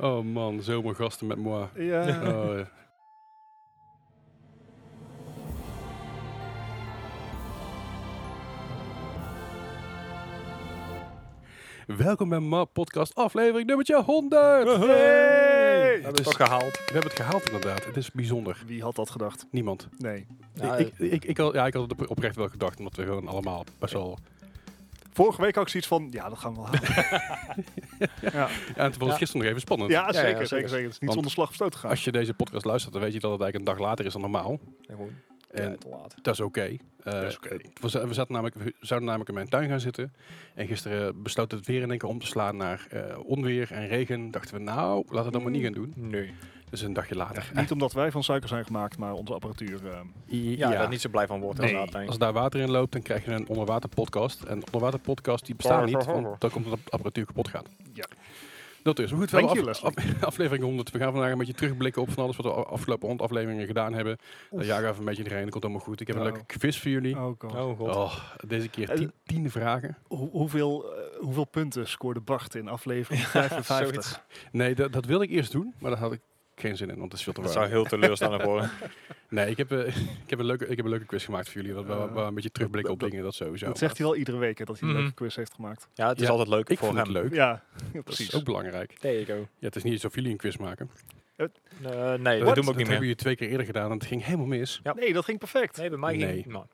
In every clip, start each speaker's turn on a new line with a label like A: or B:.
A: Oh man, zomergasten met moi.
B: Ja.
A: Oh, ja. Welkom bij Ma Podcast, aflevering nummertje 100. Hey!
B: Hey! We
A: Het
B: hebben
A: is-
B: het al gehaald.
A: we hebben het gehaald inderdaad. Het is bijzonder.
B: Wie had dat gedacht?
A: Niemand.
B: Nee.
C: Ja,
A: ik, ik, ik, ik had, ja, ik had het op- oprecht wel gedacht, omdat we gewoon allemaal best wel...
B: Vorige week had ik zoiets van, ja, dat gaan we wel halen. ja.
A: Ja, en toen was het
C: Ja.
A: gisteren nog even spannend.
B: ja, zeker,
C: zeker.
B: zeker, zeker. Het is niet
A: Want-
B: zonder slag of stoot gegaan.
A: Als je deze podcast luistert, dan weet je dat het eigenlijk een dag later is dan normaal.
C: Ja, gewoon.
A: En
C: Ja, te laat.
A: Dat is oké. Eh,
B: is oké.
A: het was- We, zaten namelijk, we zouden namelijk in mijn tuin gaan zitten. En gisteren besloot het weer in één keer om te slaan naar eh, onweer en regen. Dachten we, nou, laten we dat maar niet gaan doen.
C: Nee.
A: Dus een dagje later.
B: Niet omdat wij van suiker zijn gemaakt, maar onze apparatuur. ehm,
A: I-
C: Ja,
A: ja.
C: dat niet zo blij van wordt
B: Nee.
C: inderdaad, denk ik.
A: Als daar water in loopt, dan krijg je een onderwaterpodcast. En onderwaterpodcast die bestaan niet, want dan komt dat de apparatuur kapot gaat.
B: Oh, Ja.
A: Dat is. Maar goed, we
B: Dank
A: hebben
B: je,
A: af- af- aflevering 100. We gaan vandaag een beetje terugblikken op van alles wat we af- afgelopen 100 afleveringen gedaan hebben. Uh, ja, even een beetje doorheen. Dat komt allemaal goed. Ik heb een
B: Nou.
A: leuke quiz voor jullie.
B: Oh god.
C: Oh god.
A: Oh, deze keer
B: Eh,
A: tien, tien vragen.
B: Hoe- hoeveel, eh, hoeveel punten scoorde Bart in aflevering 55?
A: Nee, dat, dat wilde ik eerst doen, maar daar had ik geen zin in, want het is veel te
C: Dat zou
A: warm.
C: heel teleurstellend worden.
A: Nee, ik heb, eh, ik, heb een leuke, ik heb een leuke quiz gemaakt voor jullie, waar we
B: Eh,
A: waar we een beetje terugblikken op
B: dat-
A: dingen, dat sowieso.
B: dat zegt hij wel iedere week, hè, dat hij een
C: Mhm.
B: leuke quiz heeft gemaakt.
C: Ja, het is
A: Ja,
C: altijd leuk
A: ik
C: voor
A: vond
C: hem.
A: het leuk,
B: Ja,
A: dat
B: precies.
A: is ook belangrijk.
C: There you go.
A: Ja, het is niet alsof jullie een quiz maken.
C: Eh, nee,
A: Wat?
C: dat doen we ook niet
A: hebben
C: meer.
A: jullie twee keer eerder gedaan en het ging helemaal mis.
C: Ja.
B: Nee, dat ging perfect.
C: Nee, bij mij
A: Nee.
C: ging het niet.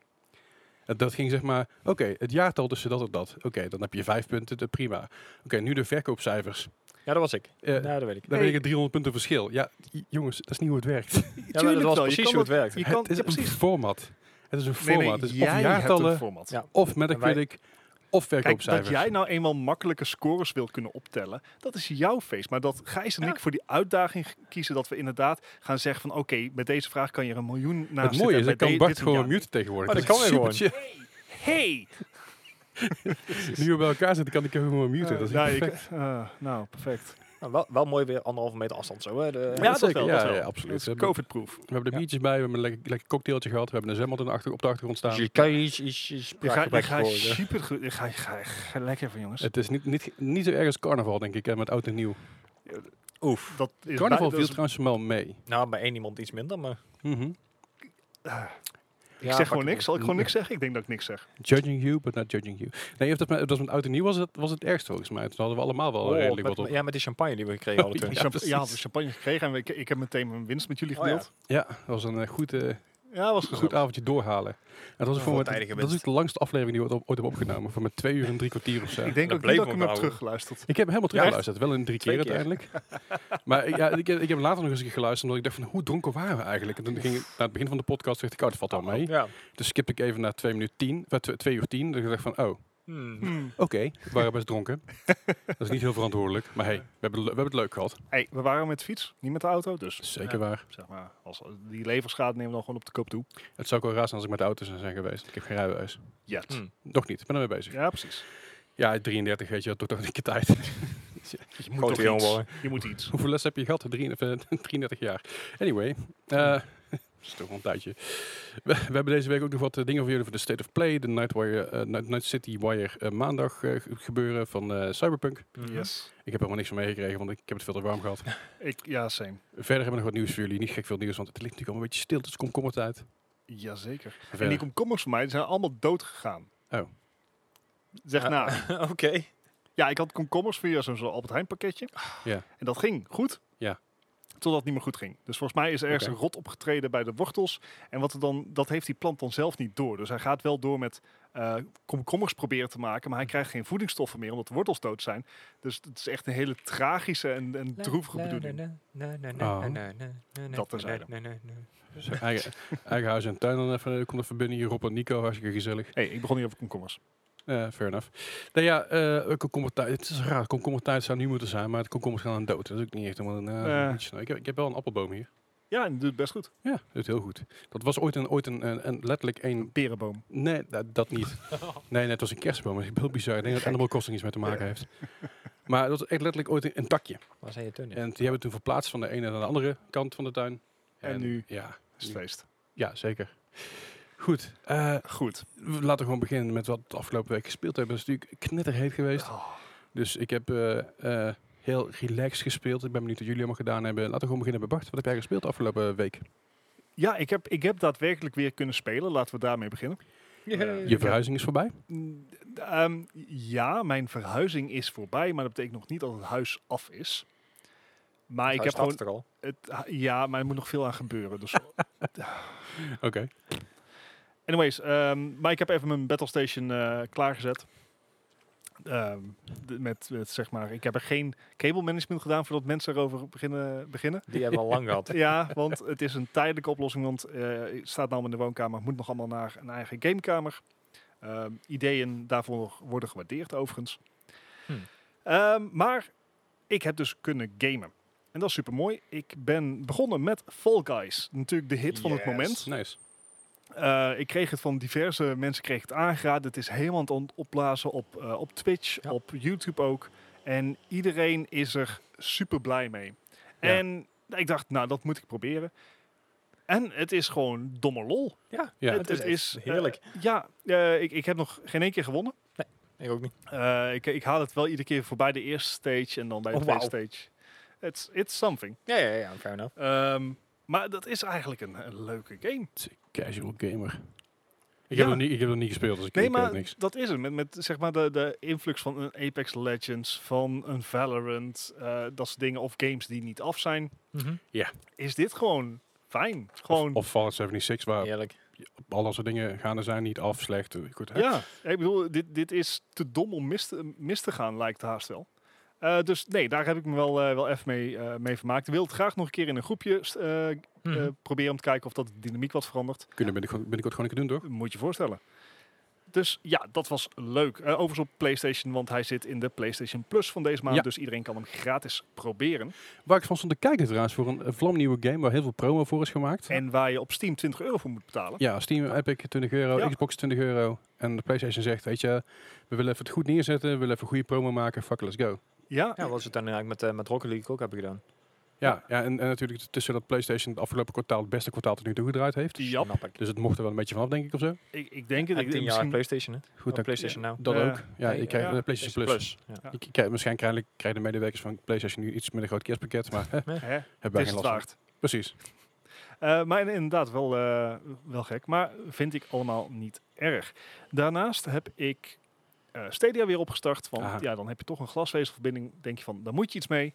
A: Eh, Dat ging zeg maar, oké, het jaartal tussen dat en dat. Oké, dan heb je vijf punten, dat- prima. Oké, nu de verkoopcijfers.
C: Ja, dat was ik.
A: Eh,
C: Ja, dat weet ik.
A: Dan
B: Nee.
A: ben ik 300 punten verschil. Ja, j- jongens, dat is niet hoe het werkt.
C: Ja, maar dat was
B: wel, je
C: precies
B: kan
C: hoe het werkt.
B: Je kan,
A: het is
B: ja,
A: een
B: precies.
A: format. Het is een
B: Nee,
A: format.
B: nee,
A: het is of
B: jij hebt
A: jaartallen,
B: een format.
C: Ja.
A: of Metacritic, of
B: Kijk, dat
A: verkoopcijfers.
B: jij nou eenmaal makkelijke scores wil kunnen optellen, dat is jouw feest. Maar dat Gijs en
C: Ja.
B: ik voor die uitdaging g- kiezen, dat we inderdaad gaan zeggen van oké, met deze vraag kan je er een miljoen naast
A: Het mooie is,
B: zitten.
A: ik kan Bart gewoon muten tegenwoordig.
C: Oh, dat
A: is
C: kan weer
A: super chill.
B: Hey!
A: Nu we bij elkaar zitten, kan ik hem gewoon muten. Dat is
B: nou,
A: echt perfect.
B: ik- eh, nou, perfect.
C: Nou, wel, wel mooi weer anderhalve meter afstand zo. Hè. De-
B: Ja, dat
A: zeker.
B: wel,
A: Ja,
B: dat wel. Dus
A: ja,
B: Het
A: absoluut.
B: is
A: We hebben,
B: COVID-proof.
A: we hebben de
C: Ja.
A: biertjes bij, we hebben een lekker, lekker cocktailtje gehad, we hebben een zemmelt in de achter, op de achtergrond staan.
C: Dus Je kan je iets- iets iets
B: Je gaat
C: spraakgebrek
B: ga
C: gooien.
B: super goed. Je gaat ga, ga lekker van jongens.
A: Het is niet, niet, niet zo erg als carnaval, denk ik, hè, met oud en nieuw.
C: Oef.
B: dat is
A: Carnaval
B: bij-
A: viel
B: dat is-
A: trouwens wel mee.
C: Nou, bij één iemand iets minder, maar...
A: Mhm.
B: Ah, ik zeg gewoon niks. Zal ik gewoon
A: Ja.
B: niks zeggen? Ik denk dat ik niks zeg.
A: Judging you, but not judging you. Nee, of dat met, of dat met oud en nieuw was, het, was het ergst volgens mij. Toen hadden we allemaal wel
C: Oh,
A: redelijk
C: met-
A: wat op.
C: ja, met die champagne die we gekregen hadden
A: Oh,
C: toen.
A: ja.
B: Ja, Champ-
A: precies.
B: ja, we hebben champagne gekregen en we- ik, ik heb meteen mijn winst met jullie
C: Oh, ja.
B: gedeeld.
A: Ja, dat was een eh, goed, eh,
B: ja. was
A: goed
B: gezellig.
A: avondje doorhalen. En dat was,
C: Ja,
A: voor
C: voor
A: me-
C: het einde
A: dat is
C: gewinst.
A: de langste aflevering die we ooit- ooit hebben opgenomen. Voor met twee uur en drie kwartier of zo.
B: Ik denk
C: Dat
B: ook niet
C: bleef
B: dat ik hem heb
C: onthouden.
B: teruggeluisterd.
A: Ik heb hem helemaal
C: Ja,
A: teruggeluisterd, wel in drie keer,
C: Twee keer.
A: uiteindelijk. maar ik- ja, ik, heb- ik heb later nog eens een keer geluisterd, omdat ik dacht van, hoe dronken waren we eigenlijk? En toen ging ik naar het begin van de podcast, dacht ik, oh, dat valt al mee.
C: Ja.
A: Dus skip ik even naar 2 minuten 10, eh, tw- 2 uur 10. Dus ik dacht van, oh, oké,
C: Hmm.
B: Hmm.
A: we waren best dronken. Dat is niet heel verantwoordelijk, maar hey, we hebben, we hebben het leuk gehad.
B: Hey, we waren met de fiets, niet met de auto. Dus
A: Zeker
B: Ja.
A: waar.
B: zeg maar, als die leverschade nemen we dan gewoon op de kop toe.
A: Het zou ook wel raar zijn als ik met de auto zou zijn geweest. Ik heb geen rijbewijs.
B: Ja,
C: Hm.
A: Nog niet, ik ben ermee bezig.
B: Ja, precies.
A: Ja, 33 weet je, dat doet toch een keer tijd.
B: Je
C: Grote
B: moet, toch
C: jongen,
B: iets.
C: hoor.
B: je moet iets.
A: Hoeveel les heb je gehad? 33, 33 jaar. Anyway, eh, dat is toch wel een tijdje. We, we hebben deze week ook nog wat eh, dingen voor jullie voor de State of Play, de Nightwire, eh, Night, Night City Wire eh, maandag eh, ge- gebeuren van eh, Cyberpunk.
B: Yes.
A: Ik heb helemaal niks van meegekregen, want ik heb het veel te warm gehad.
B: Ik, ja, same.
A: Verder hebben we nog wat nieuws voor jullie. Niet gek veel nieuws, want het ligt natuurlijk allemaal een beetje stil. Het is komkommertijd.
B: Jazeker. En die
A: Verder.
B: komkommers van mij die zijn allemaal dood gegaan.
A: Oh.
B: Zeg
C: Ja.
B: nou.
C: Oké.
B: Ja, ik had komkommers via zo'n zo'n Albert Heijn pakketje.
A: Ja.
B: En dat ging goed.
A: Ja.
B: Totdat het niet meer goed ging. Dus volgens mij is er ergens
A: Oké.
B: een rot opgetreden bij de wortels. En wat er dan, dat heeft die plant dan zelf niet door. Dus hij gaat wel door met eh, komkommers proberen te maken. Maar hij krijgt geen voedingsstoffen meer omdat de wortels dood zijn. Dus het is echt een hele tragische en, en droevige bedoeling.
A: Oh.
B: Dat terzijde.
A: Dus eigen, eigen huis en tuin dan even. eh, Kom even binnen hier, Rob en Nico. Hartstikke gezellig.
B: hey, ik begon niet over komkommers.
A: Eh, fair enough. Nou ja, eh komkommertijd. Het is raar. Komkommertijd zou nu moeten zijn, maar de komkommers gaan aan dood. Dat is ook niet echt helemaal een eh,
B: Eh.
A: goed signaal. ik, heb, ik heb wel een appelboom hier.
B: Ja, en dat doet best goed.
A: Ja, dat doet heel goed. Dat was ooit een, ooit een, een, een letterlijk
B: Een
A: een...
B: perenboom.
A: Nee, dat, dat niet. Nee, net was een kerstboom. Dat is heel bizar. Ik denk dat Animal Crossing iets mee te maken heeft. Maar dat was echt letterlijk ooit een, een takje.
C: Waar zijn je toen?
A: En die hebben we toen verplaatst van de ene naar de andere kant van de tuin.
B: En nu?
A: Ja,
B: Is het feest.
A: ja zeker. Goed, eh,
B: Goed.
A: we laten we gewoon beginnen met wat we de afgelopen week gespeeld hebben. Het is natuurlijk knetterheet geweest.
B: Oh,
A: Dus ik heb eh, eh, heel relaxed gespeeld. Ik ben benieuwd wat jullie allemaal gedaan hebben. Laten we gewoon beginnen bij Bart. Wat heb jij gespeeld de afgelopen week?
B: Ja, ik heb, ik heb daadwerkelijk weer kunnen spelen. Laten we daarmee beginnen. Eh,
C: Yay.
A: Je verhuizing is voorbij.
B: Mm, d- ehm, ja, mijn verhuizing is voorbij, maar dat betekent nog niet dat het huis af is. Maar ik
C: Hij
B: heb gewoon.
C: staat er al.
B: Het, ha- ja, maar er moet nog veel aan gebeuren. Dus
A: Oké.
B: anyways, ehm, maar ik heb even mijn battle station eh, klaargezet. Ehm, d- met, met, zeg maar, ik heb er geen cable management gedaan voordat mensen erover beginnen. beginnen.
C: Die hebben we al lang gehad.
B: Ja, want het is een tijdelijke oplossing. Want eh, het staat nou in de woonkamer, moet nog allemaal naar een eigen gamekamer. Ehm, ideeën daarvoor worden gewaardeerd overigens.
C: Hmm.
B: Ehm, maar ik heb dus kunnen gamen. En dat is super mooi. Ik ben begonnen met Fall Guys. Natuurlijk de hit van het
C: Yes.
B: moment.
A: Nice.
B: Eh, ik kreeg het van diverse mensen kreeg het aangeraden. Het is helemaal aan het opblazen op, eh, op Twitch,
C: Ja.
B: op YouTube ook. En iedereen is er super blij mee.
C: Ja.
B: En ik dacht, nou, dat moet ik proberen. En het is gewoon domme lol.
C: Ja,
A: Ja.
B: het,
C: het is
B: het
C: echt
B: is eh,
C: heerlijk.
B: ja, eh, ik, ik heb nog geen één keer gewonnen.
C: Ik ook niet.
B: Eh, ik, ik haal het wel iedere keer voorbij de eerste stage en dan bij de
C: Oh,
B: tweede stage. It's, it's something.
C: Ja, ja, ja, fair enough.
B: Ehm, maar dat is eigenlijk een, een leuke game.
A: Casual gamer. Ik,
B: Ja.
A: heb, nog niet, ik heb nog niet gespeeld, dus ik
B: Nee,
A: ik weet
B: maar
A: niks.
B: dat is het. Met, met zeg maar de, de influx van een Apex Legends, van een Valorant, eh, dat soort dingen. Of games die niet af zijn.
C: Mhm.
B: Is dit gewoon fijn. Gewoon,
A: Of Fallout 76, waar
C: Heerlijk.
A: al dat soort dingen gaande zijn. Niet af, slecht. eh, Goed, hè?
B: ja, ik bedoel, dit, dit is te dom om mis te, mis te gaan, lijkt het haast wel. Eh, dus nee, daar heb ik me wel, eh, wel even mee, eh, mee vermaakt. Ik wil het graag nog een keer in een groepje st- eh, eh,
C: Mhm.
B: proberen om te kijken of dat de dynamiek wat verandert.
A: Kunnen we binnenkort, binnenkort gewoon een keer doen, toch?
B: Moet je voorstellen. Dus ja, dat was leuk. Eh, overigens op PlayStation, want hij zit in de PlayStation Plus van deze maand.
A: Ja.
B: Dus iedereen kan hem gratis proberen.
A: Waar ik van stond te kijken trouwens voor een, een vlamnieuwe game waar heel veel promo voor is gemaakt.
B: En waar je op Steam 20 euro voor moet betalen.
A: Ja, Steam, Epic 20 euro,
B: Ja.
A: Xbox 20 euro. En de PlayStation zegt, weet je, we willen even het goed neerzetten, we willen even goede promo maken, fuck, let's go.
B: Ja,
C: Ja, wat ze dan eigenlijk met, eh, met Rocket League ook hebben gedaan.
A: Ja, ja en, en natuurlijk tussen dat PlayStation het afgelopen kwartaal het beste kwartaal tot nu toe gedraaid heeft.
B: ja.
C: Snap ik.
A: Dus het mocht er wel een beetje vanaf, denk ik, of zo.
B: Ik, ik denk het.
C: En
B: Ik,
C: 10 jaar
B: eh, misschien-
C: PlayStation, hè?
A: Goed,
C: Oh,
A: dan,
C: PlayStation Now.
A: dat
B: Ja.
A: ook. Ja,
C: Nee,
A: ik krijg
B: ja.
A: de PlayStation Plus.
C: Ja.
B: Ja.
A: Ik, ik, waarschijnlijk krijgen de medewerkers van PlayStation nu iets minder groot kerstpakket, maar hè,
B: Hè, het
A: hebben wij geen
B: is het
A: last van.
B: waard.
A: Precies.
B: Eh, maar in- inderdaad, wel, eh, wel gek. Maar vind ik allemaal niet erg. Daarnaast heb ik eh, Stadia weer opgestart. Want
A: Aha.
B: ja, dan heb je toch een glasvezelverbinding. Denk je van, daar moet je iets mee.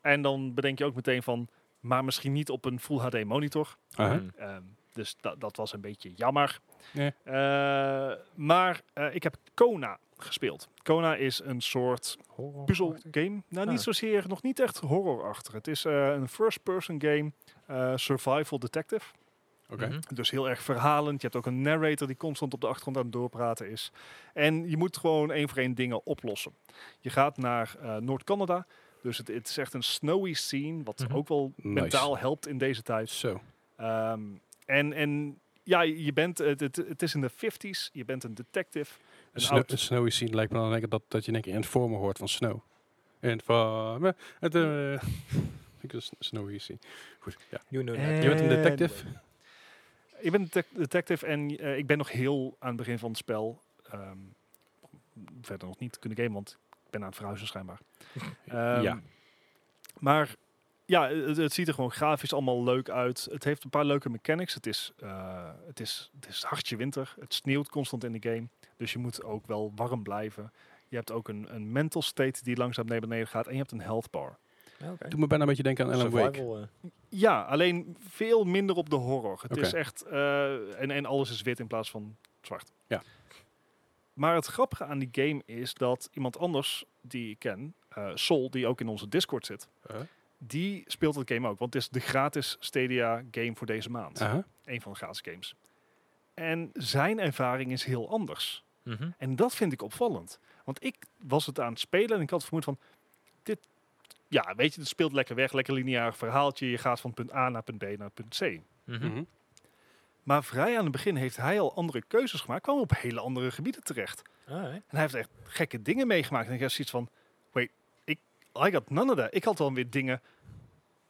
B: En dan bedenk je ook meteen van, maar misschien niet op een Full HD monitor.
A: Aha.
C: Mm.
B: Ehm, dus da- dat was een beetje jammer.
A: Ja.
B: Eh, maar eh, ik heb Kona gespeeld. Kona is een soort
C: Horror.
B: puzzelgame. Nou, niet
C: Ah.
B: zozeer, nog niet echt horrorachtig. Het is eh, een first-person game, eh, survival detective.
A: Oké.
C: Mhm.
B: Dus heel erg verhalend. Je hebt ook een narrator die constant op de achtergrond aan het doorpraten is. En je moet gewoon één voor één dingen oplossen. Je gaat naar eh, Noord-Canada. Dus het, het is echt een snowy scene, wat
C: Mhm.
B: ook wel
A: Nice.
B: mentaal helpt in deze tijd.
A: Zo.
B: Ehm, en, en ja, je bent, het, het, het is in de 50s, je bent een detective.
A: Een
B: Een
A: snow,
B: oud-
A: een snowy scene lijkt me dan denk ik dat, dat je in één keer informer hoort van snow. Informer. Het, eh, ik een sn- snowy scene. Goed, ja.
C: You know that.
B: Eh,
A: Je bent een detective.
B: Ik ben een detec- detective en eh, ik ben nog heel aan het begin van het spel. Ehm, verder nog niet kunnen gamen, want ik ben aan het verhuizen schijnbaar. Ehm,
A: ja.
B: Maar ja, het, het ziet er gewoon grafisch allemaal leuk uit. Het heeft een paar leuke mechanics. Het is, eh, het is, het is hartje winter. Het sneeuwt constant in de game. Dus je moet ook wel warm blijven. Je hebt ook een, een mental state die langzaam naar beneden gaat. En je hebt een health bar.
C: Ja, oké.
A: Doe me bijna een beetje denken aan Alan Wake.
C: Survival, eh,
B: Ja, alleen veel minder op de horror. Het
A: Oké.
B: is echt. eh, en, en alles is wit in plaats van zwart.
A: Ja.
B: Maar het grappige aan die game is dat iemand anders die ik ken, eh, Sol, die ook in onze Discord zit,
A: Eh?
B: die speelt het game ook. Want het is de gratis Stadia game voor deze maand.
A: Aha.
B: Een van de gratis games. En zijn ervaring is heel anders.
C: mhm.
B: En dat vind ik opvallend. Want ik was het aan het spelen en ik had het vermoed van... Dit, ja, weet je, het speelt lekker weg. Lekker lineair verhaaltje. Je gaat van punt A naar punt B naar punt C.
C: Mhm.
A: Mhm.
B: Maar vrij aan het begin heeft hij al andere keuzes gemaakt. Kwam op hele andere gebieden terecht.
C: Alright.
B: En hij heeft echt gekke dingen meegemaakt. En ik heb zoiets van... Wait, ik, I got none of that. Ik had dan weer dingen...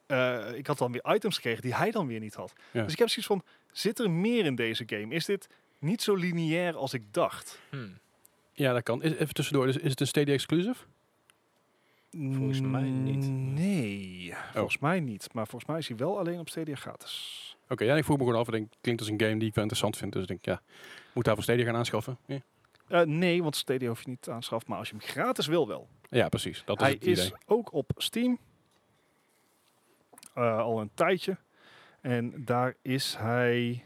B: eh, ik had dan weer items gekregen die hij dan weer niet had.
A: Ja.
B: Dus ik heb zoiets van... Zit er meer in deze game? Is dit niet zo lineair als ik dacht?
C: Hmm.
A: Ja, dat kan. Is, even tussendoor, is, is het een Stadia exclusive?
C: Volgens mij niet.
B: Nee, volgens mij niet. Maar volgens mij is hij wel alleen op Stadia gratis.
A: Oké, ja, ik vroeg me gewoon af. Ik denk, klinkt als een game die ik wel interessant vind. Dus ik denk, ja, moet daarvoor Stadia gaan aanschaffen. Ja,
B: Eh, nee, want Stadia hoef je niet aanschaffen. Maar als je hem gratis wil wel.
A: ja precies. Dat is
B: hij
A: het idee.
B: is ook op Steam. Eh, al een tijdje. En daar is hij...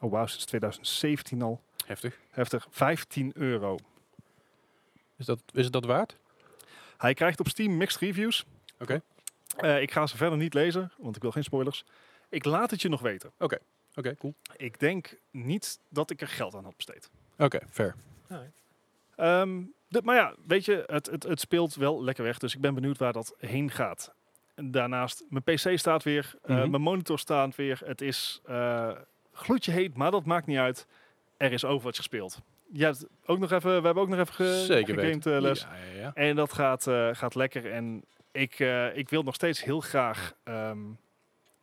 B: Oh wauw, sinds 2017 al.
A: Heftig.
B: Heftig, 15 euro.
A: Is, dat, is het dat waard?
B: Hij krijgt op Steam mixed reviews.
A: Oké.
B: Eh, ik ga ze verder niet lezen, want ik wil geen spoilers. Ik laat het je nog weten.
A: Oké, cool.
B: Ik denk niet dat ik er geld aan had besteed.
A: Oké, fair.
B: Ehm, de- maar ja, weet je, het, het, het speelt wel lekker weg. Dus ik ben benieuwd waar dat heen gaat. En Daarnaast, mijn PC staat weer. eh,
A: Mhm.
B: mijn monitor staat weer. Het is eh gloedje heet, maar dat maakt niet uit. Er is Overwatch gespeeld. Je hebt ook nog even, we hebben ook nog even ge
A: Zeker
B: gegamed, eh,
A: weten.
B: les.
A: Ja, ja, ja.
B: En dat gaat, eh, gaat lekker. En ik, eh, ik wil nog steeds heel graag ehm,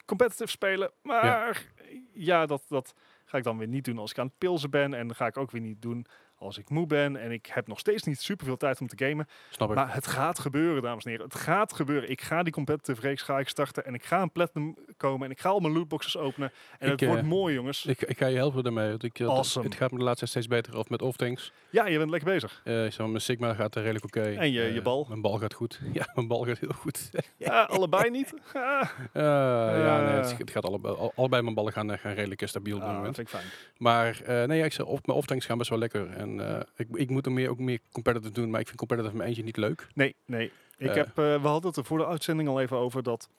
B: competitive spelen. Maar ja, dat, dat ga ik dan weer niet doen als ik aan het pilzen ben. En dat ga ik ook weer niet doen als ik moe ben. En ik heb nog steeds niet superveel tijd om te gamen.
A: Snap ik.
B: Maar het gaat gebeuren, dames en heren. Het gaat gebeuren. Ik ga die competitive reeks ga ik starten. En ik ga een platinum komen. En ik ga al mijn lootboxes openen. En
A: Ik,
B: het
A: eh,
B: wordt mooi, jongens.
A: ik, ik ga je helpen daarmee. want Ik, dat-
B: Awesome.
A: Het gaat me de laatste tijd steeds beter af met off-tanks.
B: Ja, je bent lekker bezig.
A: Eh, ik zeg maar, mijn Sigma gaat er redelijk oké.
B: En je-
A: Eh,
B: je bal?
A: Mijn bal gaat goed. Ja, mijn bal gaat heel goed.
B: Ah, allebei niet. Ah,
A: Eh, ja, nee, het,
B: Eh.
A: het gaat allebei, al- allebei mijn ballen gaan, eh, gaan redelijk eh, stabiel op dit
B: ah, dat
A: moment.
B: vind ik fijn.
A: Maar eh, nee, ja, ik zeg, op, mijn off-tanks gaan best wel lekker. En eh, ik, ik moet er meer, ook meer competitive doen, maar ik vind competitive in mijn eentje niet leuk.
B: Nee, nee. Ik
A: Eh.
B: heb, eh, we hadden het er voor de uitzending al even over dat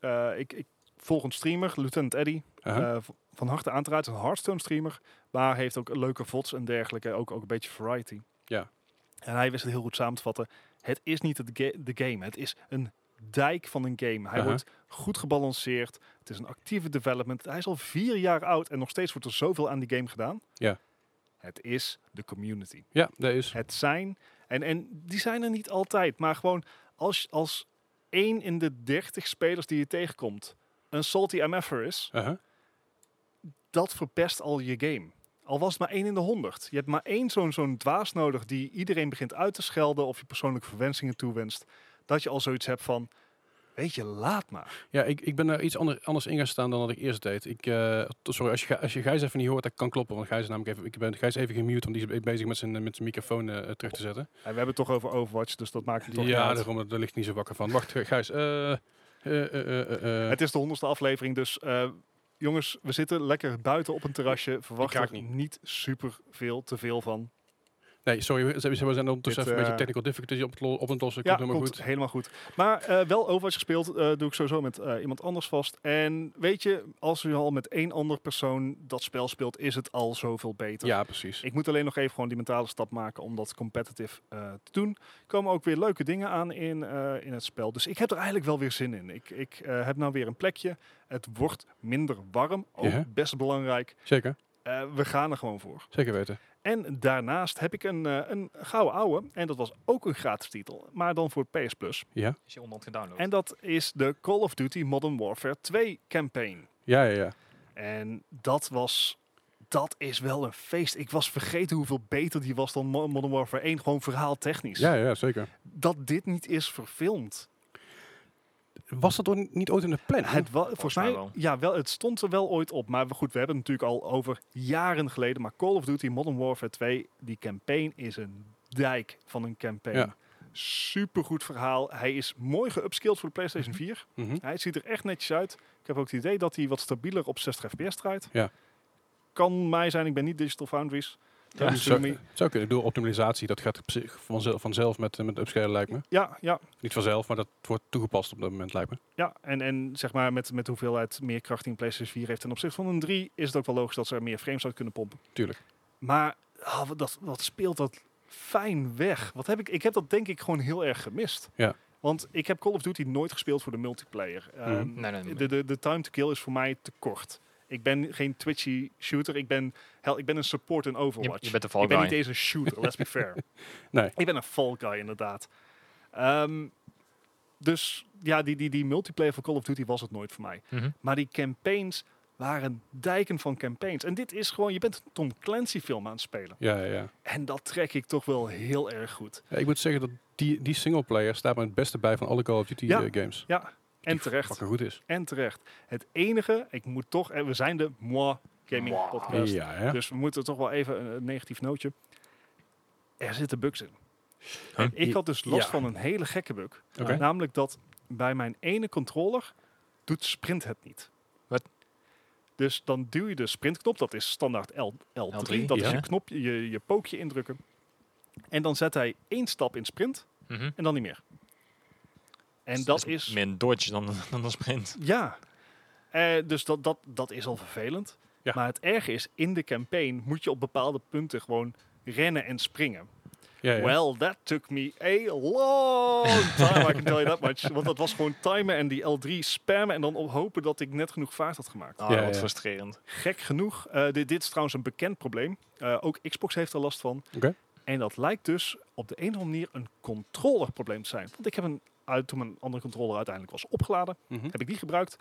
B: eh, ik, ik volg een streamer, Lieutenant Eddy,
A: Aha.
B: eh, v- van harte aan te raden, is een Hearthstone streamer, maar heeft ook leuke vods en dergelijke, ook, ook een beetje variety.
A: Ja.
B: En hij wist het heel goed samen te vatten. Het is niet het ga- de game, het is een dijk van een game. Hij
A: Aha.
B: wordt goed gebalanceerd, het is een actieve development. Hij is al vier jaar oud en nog steeds wordt er zoveel aan die game gedaan.
A: Ja.
B: Het is de community
A: ja, dat is.
B: het zijn. En, en die zijn er niet altijd. Maar gewoon als, als één in de dertig spelers die je tegenkomt een salty MF'er is,
A: Aha.
B: dat verpest al je game. Al was het maar één in de honderd. Je hebt maar één zo'n zo'n dwaas nodig die iedereen begint uit te schelden of je persoonlijke verwensingen toewenst. Dat je al zoiets hebt van, weet je, laat maar.
A: Ja, ik, ik ben daar iets ander, anders in gaan staan dan dat ik eerst deed. Ik, eh, t- sorry, als je, Gij- als je Gijs even niet hoort, dat kan kloppen. Want Gijs is namelijk even, ik ben Gijs even gemute, want die is bezig met zijn, eh, met zijn microfoon eh, terug te zetten.
B: En we hebben het toch over Overwatch, dus dat maakt het toch niet
A: ja,
B: uit.
A: daarom, daar ligt niet zo wakker van. Wacht, eh, Gijs. eh, eh, eh, eh, eh, eh.
B: Het is de honderdste aflevering, dus eh, jongens, we zitten lekker buiten op een terrasje. Verwacht
A: raak
B: er
A: niet.
B: niet. super veel te veel van.
A: Nee, sorry, we we- we zijn ondertussen
B: Dit,
A: even een beetje
B: eh,
A: technical difficulty op het, lo- op het lossen.
B: ja,
A: Komt helemaal goed.
B: helemaal goed. Maar eh, wel Overwatch gespeeld, eh, doe ik sowieso met eh, iemand anders vast. En weet je, als je al met één ander persoon dat spel speelt, is het al zoveel beter.
A: Ja, precies.
B: Ik moet alleen nog even gewoon die mentale stap maken om dat competitive eh, te doen. Er komen ook weer leuke dingen aan in, eh, in het spel. Dus ik heb er eigenlijk wel weer zin in. Ik, ik eh, heb nou weer een plekje. Het wordt minder warm. Ook
A: Ja.
B: best belangrijk.
A: Zeker,
B: Eh, we gaan er gewoon voor.
A: zeker weten.
B: En daarnaast heb ik een, eh, een gouden ouwe. En dat was ook een gratis titel. Maar dan voor PS Plus.
A: Ja,
C: Is je onderhand gedownload?
B: En dat is de Call of Duty Modern Warfare 2 campaign.
A: ja, ja. ja.
B: En dat was... Dat is wel een feest. Ik was vergeten hoeveel beter die was dan Mo- Modern Warfare 1. Gewoon verhaaltechnisch.
A: Ja, ja, zeker.
B: Dat dit niet is verfilmd.
A: Was dat ook niet ooit in de plan?
B: Het wa- volgens mij,
C: mij wel.
B: Ja, wel, het stond er wel ooit op. Maar we- goed, we hebben het natuurlijk al over jaren geleden. Maar Call of Duty Modern Warfare 2, die campaign is een dijk van een campaign.
A: Ja.
B: Supergoed verhaal. Hij is mooi geupskilled voor de PlayStation 4.
A: Mhm.
B: Hij ziet er echt netjes uit. Ik heb ook het idee dat hij wat stabieler op 60 fps draait.
A: Ja.
B: Kan mij zijn, ik ben niet Digital Foundries. Dus
A: Ja,
B: Ja,
A: zou, zou kunnen. Ik bedoel, optimalisatie, dat gaat op zich vanzelf, vanzelf met, eh, met upscalen, lijkt me.
B: ja, ja,
A: Niet vanzelf, maar dat wordt toegepast op dat moment, lijkt me.
B: ja. En, en zeg maar met, met de hoeveelheid meer kracht die een PlayStation 4 heeft ten opzichte van een 3... is het ook wel logisch dat ze er meer frames uit kunnen pompen.
A: Tuurlijk.
B: Maar ah, wat, dat, wat speelt dat fijn weg. Wat heb ik, ik heb dat denk ik gewoon heel erg gemist.
A: Ja.
B: Want ik heb Call of Duty nooit gespeeld voor de multiplayer. Ehm,
A: Mhm.
C: Nee, nee, nee.
B: de, de, de time to kill is voor mij te kort. Ik ben geen twitchy shooter. Ik ben, hel, ik ben een support in
C: je,
B: Overwatch.
C: je bent de fall
B: ik ben niet
C: guy.
B: eens een shooter, let's be fair.
A: Nee.
B: Ik ben een fall guy, inderdaad. Ehm, dus ja, die, die, die multiplayer van Call of Duty was het nooit voor mij.
C: Mhm.
B: Maar die campaigns waren dijken van campaigns. En dit is gewoon, je bent een Tom Clancy film aan het spelen.
A: Ja, ja, ja.
B: En dat trek ik toch wel heel erg goed.
A: Ja, Ik moet zeggen dat die, die singleplayer staat me het beste bij van alle Call of Duty
B: Ja.
A: eh, games.
B: Ja, en terecht.
A: Fucking goed is.
B: En terecht. Het enige, ik moet toch, en we zijn de moi gaming podcast.
A: Ja, hè?
B: Dus we moeten toch wel even een, een negatief nootje. Er zitten bugs in.
C: Huh?
B: En ik had dus last
A: Ja.
B: van een hele gekke bug.
A: Oké.
B: Namelijk dat bij mijn ene controller doet sprint het niet.
C: Wat?
B: Dus dan duw je de sprintknop, dat is standaard L, L3,
C: L3,
B: dat
A: ja.
B: is je knop, je, je pookje indrukken. En dan zet hij één stap in sprint
C: Mhm.
B: en dan niet meer. En
C: Dus
B: dat
C: het
B: is,
C: Meer een dodge dan, dan een sprint.
B: ja. Eh, dus dat, dat, dat is al vervelend.
A: Ja.
B: Maar het erge is, in de campaign moet je op bepaalde punten gewoon rennen en springen.
A: Ja, ja.
B: Well, that took me a long time, I can tell you that much. Want dat was gewoon timen en die L3 spammen en dan op hopen dat ik net genoeg vaart had gemaakt.
C: Ah,
A: Ja,
C: wat
A: ja.
C: frustrerend.
B: Gek genoeg, eh, dit, dit is trouwens een bekend probleem. Eh, ook Xbox heeft er last van.
A: Oké.
B: En dat lijkt dus op de een of andere manier een controllerprobleem te zijn. Want ik heb een, uit, toen mijn andere controller uiteindelijk was opgeladen,
A: Mhm.
B: heb ik die gebruikt.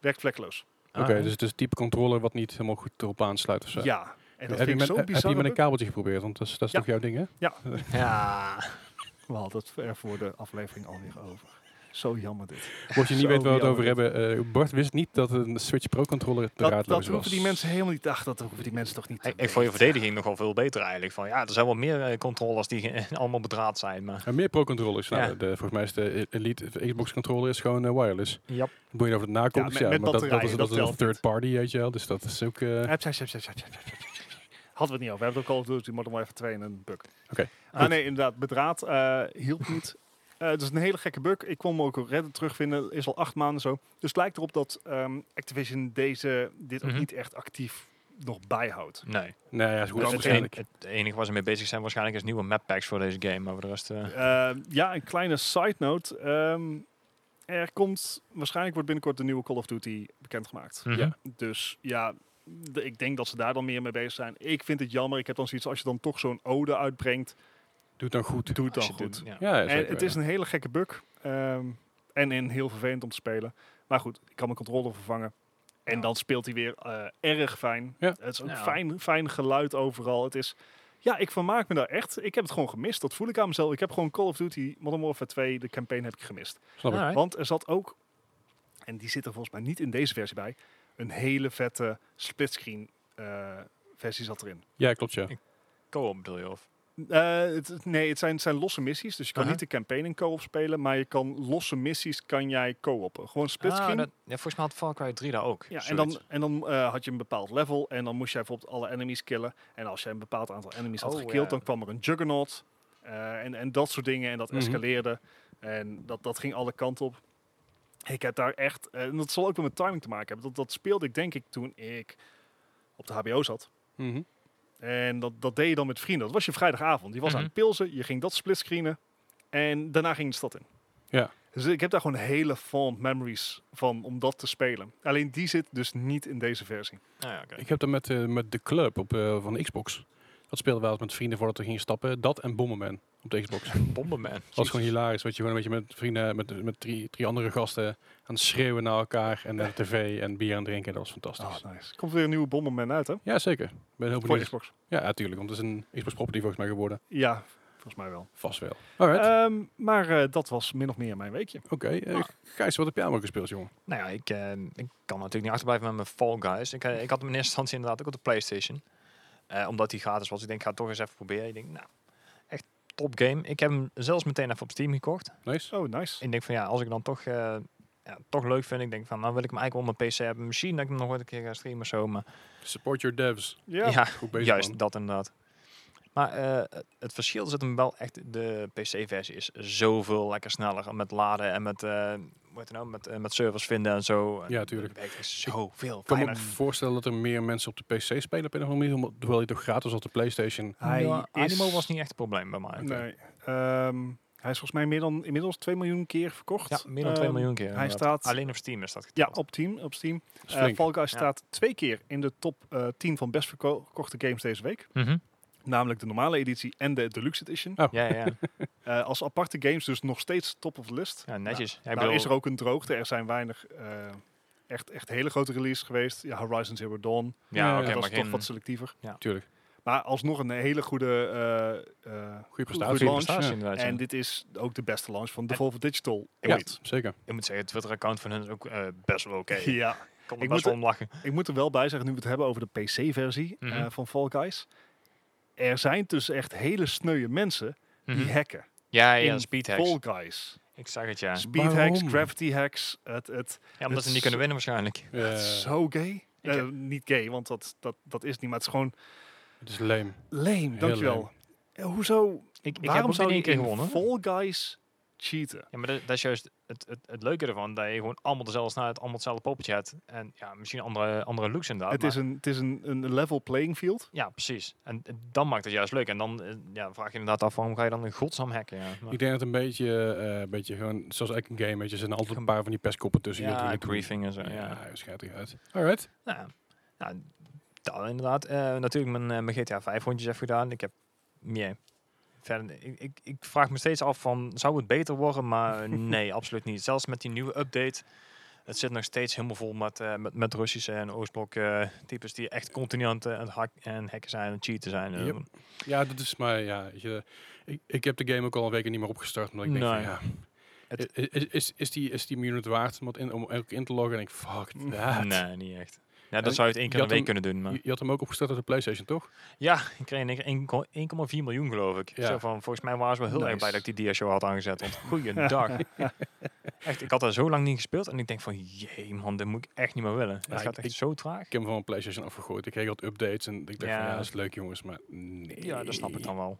B: Werkt vlekkeloos.
A: Oké, dus het is het type controller wat niet helemaal goed erop aansluit of zo.
B: Ja,
A: heb,
B: en dat
A: je
B: vind ik
A: met,
B: zo
A: heb je
B: bizar.
A: met een kabeltje geprobeerd? Want dat is, dat is
B: Ja.
A: toch jouw ding, hè?
C: Ja.
B: We hadden het er voor de aflevering alweer over. Zo jammer dit.
A: Mocht je niet weten waar
B: Zo
A: we het
B: jammer
A: over hebben, eh, Bart wist niet dat een Switch Pro controller te
B: Dat, dat
A: raadloos was.
B: hoeven die mensen helemaal niet. Ach, dat hoeven die mensen toch niet. te
C: Ik, ik vond je
B: weten.
C: verdediging nogal veel beter eigenlijk. Van, ja, er zijn wel meer eh, controllers die eh, allemaal bedraad zijn. Maar
A: En meer Pro controllers. Nou,
C: Ja.
A: de, volgens mij is de E- Elite Xbox controller is gewoon eh, wireless.
C: ja,
A: Moet je over het nakomt, dus
B: Ja,
A: ja, maar dat,
B: met- met
A: dat,
B: batterijen,
A: is, dat is
B: dat
A: een
B: telt
A: third
B: niet.
A: party, weet je wel. Dus dat is ook... eh,
B: Hup, hup, hup, hup, hup, hup, hup, hup, hup. Hadden we het niet over. We hebben het ook al door die Modern Warfare 2 en een bug.
A: Oké,
B: Ah, nee, inderdaad. Bedraad eh, hielp niet. Eh, Het is een hele gekke bug. Ik kon hem ook op Reddit terugvinden. Is al acht maanden zo. Dus het lijkt erop dat ehm, Activision deze, dit ook
C: Mhm.
B: niet echt actief nog bijhoudt.
C: nee.
A: nou ja, is goed
B: Dus
C: Het,
B: het
A: waarschijnlijk.
C: enige- het enige waar ze mee bezig zijn waarschijnlijk is nieuwe map packs voor deze game. Maar voor de rest... eh,
B: Eh, ja, een kleine side note. Ehm, er komt, waarschijnlijk wordt binnenkort de nieuwe Call of Duty bekendgemaakt.
C: mhm.
A: ja.
B: Dus ja, de- ik denk dat ze daar dan meer mee bezig zijn. Ik vind het jammer. Ik heb dan zoiets, als je dan toch zo'n ode uitbrengt,
A: Doe het dan goed.
B: doe het dan
C: Als je
B: goed.
C: doet, ja.
A: Ja, ja,
B: en
A: zeker,
B: het
A: ja.
B: is een hele gekke bug. ehm, en, en heel vervelend om te spelen. Maar goed, ik kan mijn controller vervangen. En
C: Ja.
B: dan speelt hij weer eh, erg fijn.
A: Ja.
B: Het is ook
C: Ja.
B: fijn, fijn geluid overal. Het is, ja, ik vermaak me daar echt. Ik heb het gewoon gemist. Dat voel ik aan mezelf. Ik heb gewoon Call of Duty Modern Warfare 2, de campaign heb ik gemist.
A: Snap ik.
C: Alright.
B: Want er zat ook, en die zit er volgens mij niet in deze versie bij, een hele vette splitscreen eh, versie zat erin.
A: Ja, klopt, ja.
C: Co-op bedoel je? Of?
B: Eh, het- het- nee, het zijn, het zijn losse missies, dus je kan
C: Aha.
B: niet de campaign in co-op spelen, maar je kan losse missies kan jij co-oppen. Gewoon splitscreen.
C: Ah, dat- ja, volgens mij had Far Cry 3 daar ook.
B: ja, en
C: zoiets.
B: dan, en dan eh, had je een bepaald level en dan moest jij bijvoorbeeld alle enemies killen. En als jij een bepaald aantal enemies had
C: Oh,
B: gekild,
C: ja.
B: dan kwam er een juggernaut eh, en, en dat soort dingen. En dat
A: Mhm.
B: escaleerde en dat, dat ging alle kanten op. Ik heb daar echt, eh, en dat zal ook wel met timing te maken hebben, dat, dat speelde ik denk ik toen ik op de HBO zat.
A: Mhm.
B: En dat, dat deed je dan met vrienden. Dat was je vrijdagavond. Je was aan het pilsen, je ging dat splitscreenen. En daarna ging je de stad in.
A: Ja.
B: Dus ik heb daar gewoon hele fond memories van om dat te spelen. Alleen die zit dus niet in deze versie.
C: Ah, ja, oké.
A: Ik heb dat met, eh, met de club op, eh, van Xbox. Dat speelden we altijd met vrienden voordat we gingen stappen. Dat en Bomberman op de Xbox. Dat
C: Bomberman.
A: was gewoon hilarisch. Wat je gewoon een beetje met vrienden, met, met drie, drie andere gasten aan het schreeuwen naar elkaar. En naar de tv en bier aan het drinken. Dat was
C: Oh,
A: fantastisch.
B: nice. Komt weer een nieuwe Bomberman uit, hè?
A: Ja, zeker. Ik ben heel
B: Voor
A: benieuwd.
B: Xbox.
A: Ja, natuurlijk. Want het is een Xbox property volgens mij geworden.
B: Ja, volgens mij wel.
A: Vast
C: Eh,
A: wel. Alright.
B: Ehm, maar eh, dat was min of meer mijn weekje.
A: Oké. eh,
C: ah.
A: Gijs, wat heb jij allemaal gespeeld, jongen?
C: Nou ja, ik, eh, ik kan natuurlijk niet achterblijven met mijn Fall Guys. Ik, eh, ik had hem in eerste instantie inderdaad ook op de PlayStation. Eh, omdat die gratis was. Ik denk, ik ga het toch eens even proberen. Ik denk, nou, echt top game. Ik heb hem zelfs meteen even op Steam gekocht.
A: Nice.
B: Oh, nice.
C: Ik denk van ja, als ik dan toch, eh, ja, toch leuk vind, ik denk van, nou wil ik hem eigenlijk wel op mijn PC hebben. Misschien dat ik hem nog ooit een keer ga streamen of zo. Maar
A: Support your devs.
B: Ja.
C: ja,
A: Goed bezig,
C: Juist,
A: man.
C: dat inderdaad. Maar eh, het verschil zit hem wel echt. De PC-versie is zoveel lekker sneller met laden en met, eh hoe heet het nou, met, eh, met servers vinden en zo.
A: Ja, tuurlijk.
C: Het werkt zoveel
A: Ik kan me
C: fijner.
A: ook voorstellen dat er meer mensen op de PC spelen op een of andere manier. omdat- Terwijl je toch gratis op de PlayStation...
B: Hij
C: ja,
B: is-
C: Animo was niet echt een probleem bij mij.
B: Nee. Ehm, hij is volgens mij meer dan, inmiddels 2 miljoen keer verkocht.
C: Ja, meer dan 2
B: Ehm,
C: miljoen keer. inderdaad.
B: staat-
C: Alleen op Steam is dat
B: Ja,
C: geteld.
B: op Steam. Op Steam.
A: Dat is
B: Eh
A: flink.
B: Fall Guys
C: Ja.
B: staat twee keer in de top eh 10 van best verko- verkochte games deze week.
C: Mhm.
B: Namelijk de normale editie en de deluxe edition.
A: Oh.
C: Ja, ja,
B: Eh, als aparte games dus nog steeds top of the list.
C: ja. Netjes. Ja, ik
B: nou
C: bedoel-
B: is er ook een droogte. Er zijn weinig eh, echt, echt hele grote releases geweest. Ja, Horizon Zero Dawn.
A: Ja,
C: Ja, oké,
B: dat
A: dat
B: was
C: maar
B: toch
C: geen...
B: wat selectiever.
A: Tuurlijk.
B: Maar alsnog een hele goede, eh, eh,
A: Goede
B: Goede
A: prestatie.
B: launch,
A: Ja.
C: prestatie inderdaad. ja.
B: en dit is ook de beste launch van Devolver Digital
A: Ja,
B: ooit.
A: zeker.
C: Ik moet zeggen, het Twitter-account van hen is ook eh, best wel oké. Ik
B: Ja.
C: kon er
B: Ik moet-
C: best wel om lachen.
B: Ik moet er wel bij zeggen, nu we het hebben over de PC-versie
C: Mhm.
B: van Fall Guys. Er zijn dus echt hele sneuwe mensen
C: Mhm.
B: die hacken.
C: Ja, ja,
B: in
C: speedhacks.
B: Fall Guys.
C: Ik zag het, ja.
B: Speedhacks,
A: Waarom?
B: gravity hacks. Het, het,
C: Ja, omdat ze
B: is-
C: niet kunnen winnen waarschijnlijk.
A: Ja,
B: het is zo gay.
C: Eh. Ik
B: Eh,
C: heb-
B: niet gay, want dat, dat, dat is het niet. Maar het is gewoon
A: het is leem.
B: leem, dankjewel. Eh, hoezo?
C: Ik, ik heb
B: waarom
C: ook in
B: zou
C: één
B: je
C: keer
B: in
C: gewonnen.
B: Fall Guys cheaten?
C: Ja, maar dat, dat is juist het, het, het leuke ervan. Dat je gewoon allemaal dezelfde snelheid, allemaal hetzelfde poppetje hebt. En ja, misschien andere, andere looks inderdaad.
B: het
C: maar-
B: is, een, het is een, een level playing field.
C: Ja, precies. En eh, dan maakt het juist leuk. En dan eh, ja, vraag je inderdaad af, waarom ga je dan een godsnaam hacken? Ja, maar-
A: Ik denk dat een beetje, eh, een beetje gewoon, zoals elke game, weet je, er zijn altijd een paar van die perskoppen tussen. die
C: ja,
A: natuurlijk doen.
C: griefing en zo. Ja.
A: Ja, hij schijnt eruit. Alright.
C: Nou, nou, dat inderdaad. Eh, natuurlijk mijn, eh, mijn GTA 5 rondjes heb gedaan. Ik heb meer. Verder, ik, ik, ik vraag me steeds af van, zou het beter worden? Maar nee, absoluut niet. Zelfs met die nieuwe update. Het zit nog steeds helemaal vol met, eh, met, met Russische en Oostblok eh, types die echt continu aan het, eh, aan het hak- en hacken zijn en cheaten zijn. Eh,
A: Yep. Ja, dat is maar, ja, weet je, ik, ik heb de game ook al een week niet meer opgestart, omdat ik denk
C: Nee.
A: van, ja,
C: Het-
A: i- i- is, is, die, is die unit waard om, wat in, om elke keer in te loggen? En ik, fuck
B: Mm.
A: that.
C: Eh, Nee, niet echt. Ja,
A: En
C: dat zou je het één keer
A: je
C: in de week
A: had
C: kunnen doen. Maar.
A: Je, je had hem ook opgestart op de Playstation, toch?
C: Ja, ik kreeg in één keer 1,4 miljoen geloof ik.
A: Ja.
C: Zo van, volgens mij waren ze wel heel erg
B: Nice.
C: blij dat ik die dia-show had aangezet. Want goeiedag. echt, ik had daar zo lang niet gespeeld. En ik denk van, jee man, dit moet ik echt niet meer willen.
A: Ja,
C: het gaat
A: ik-
C: echt
A: ik-
C: zo traag.
A: Ik heb hem van mijn Playstation afgegooid. Ik kreeg wat updates en ik dacht
C: Ja.
A: van, ja, dat is leuk jongens, maar nee.
C: Ja, dat snap ik dan wel.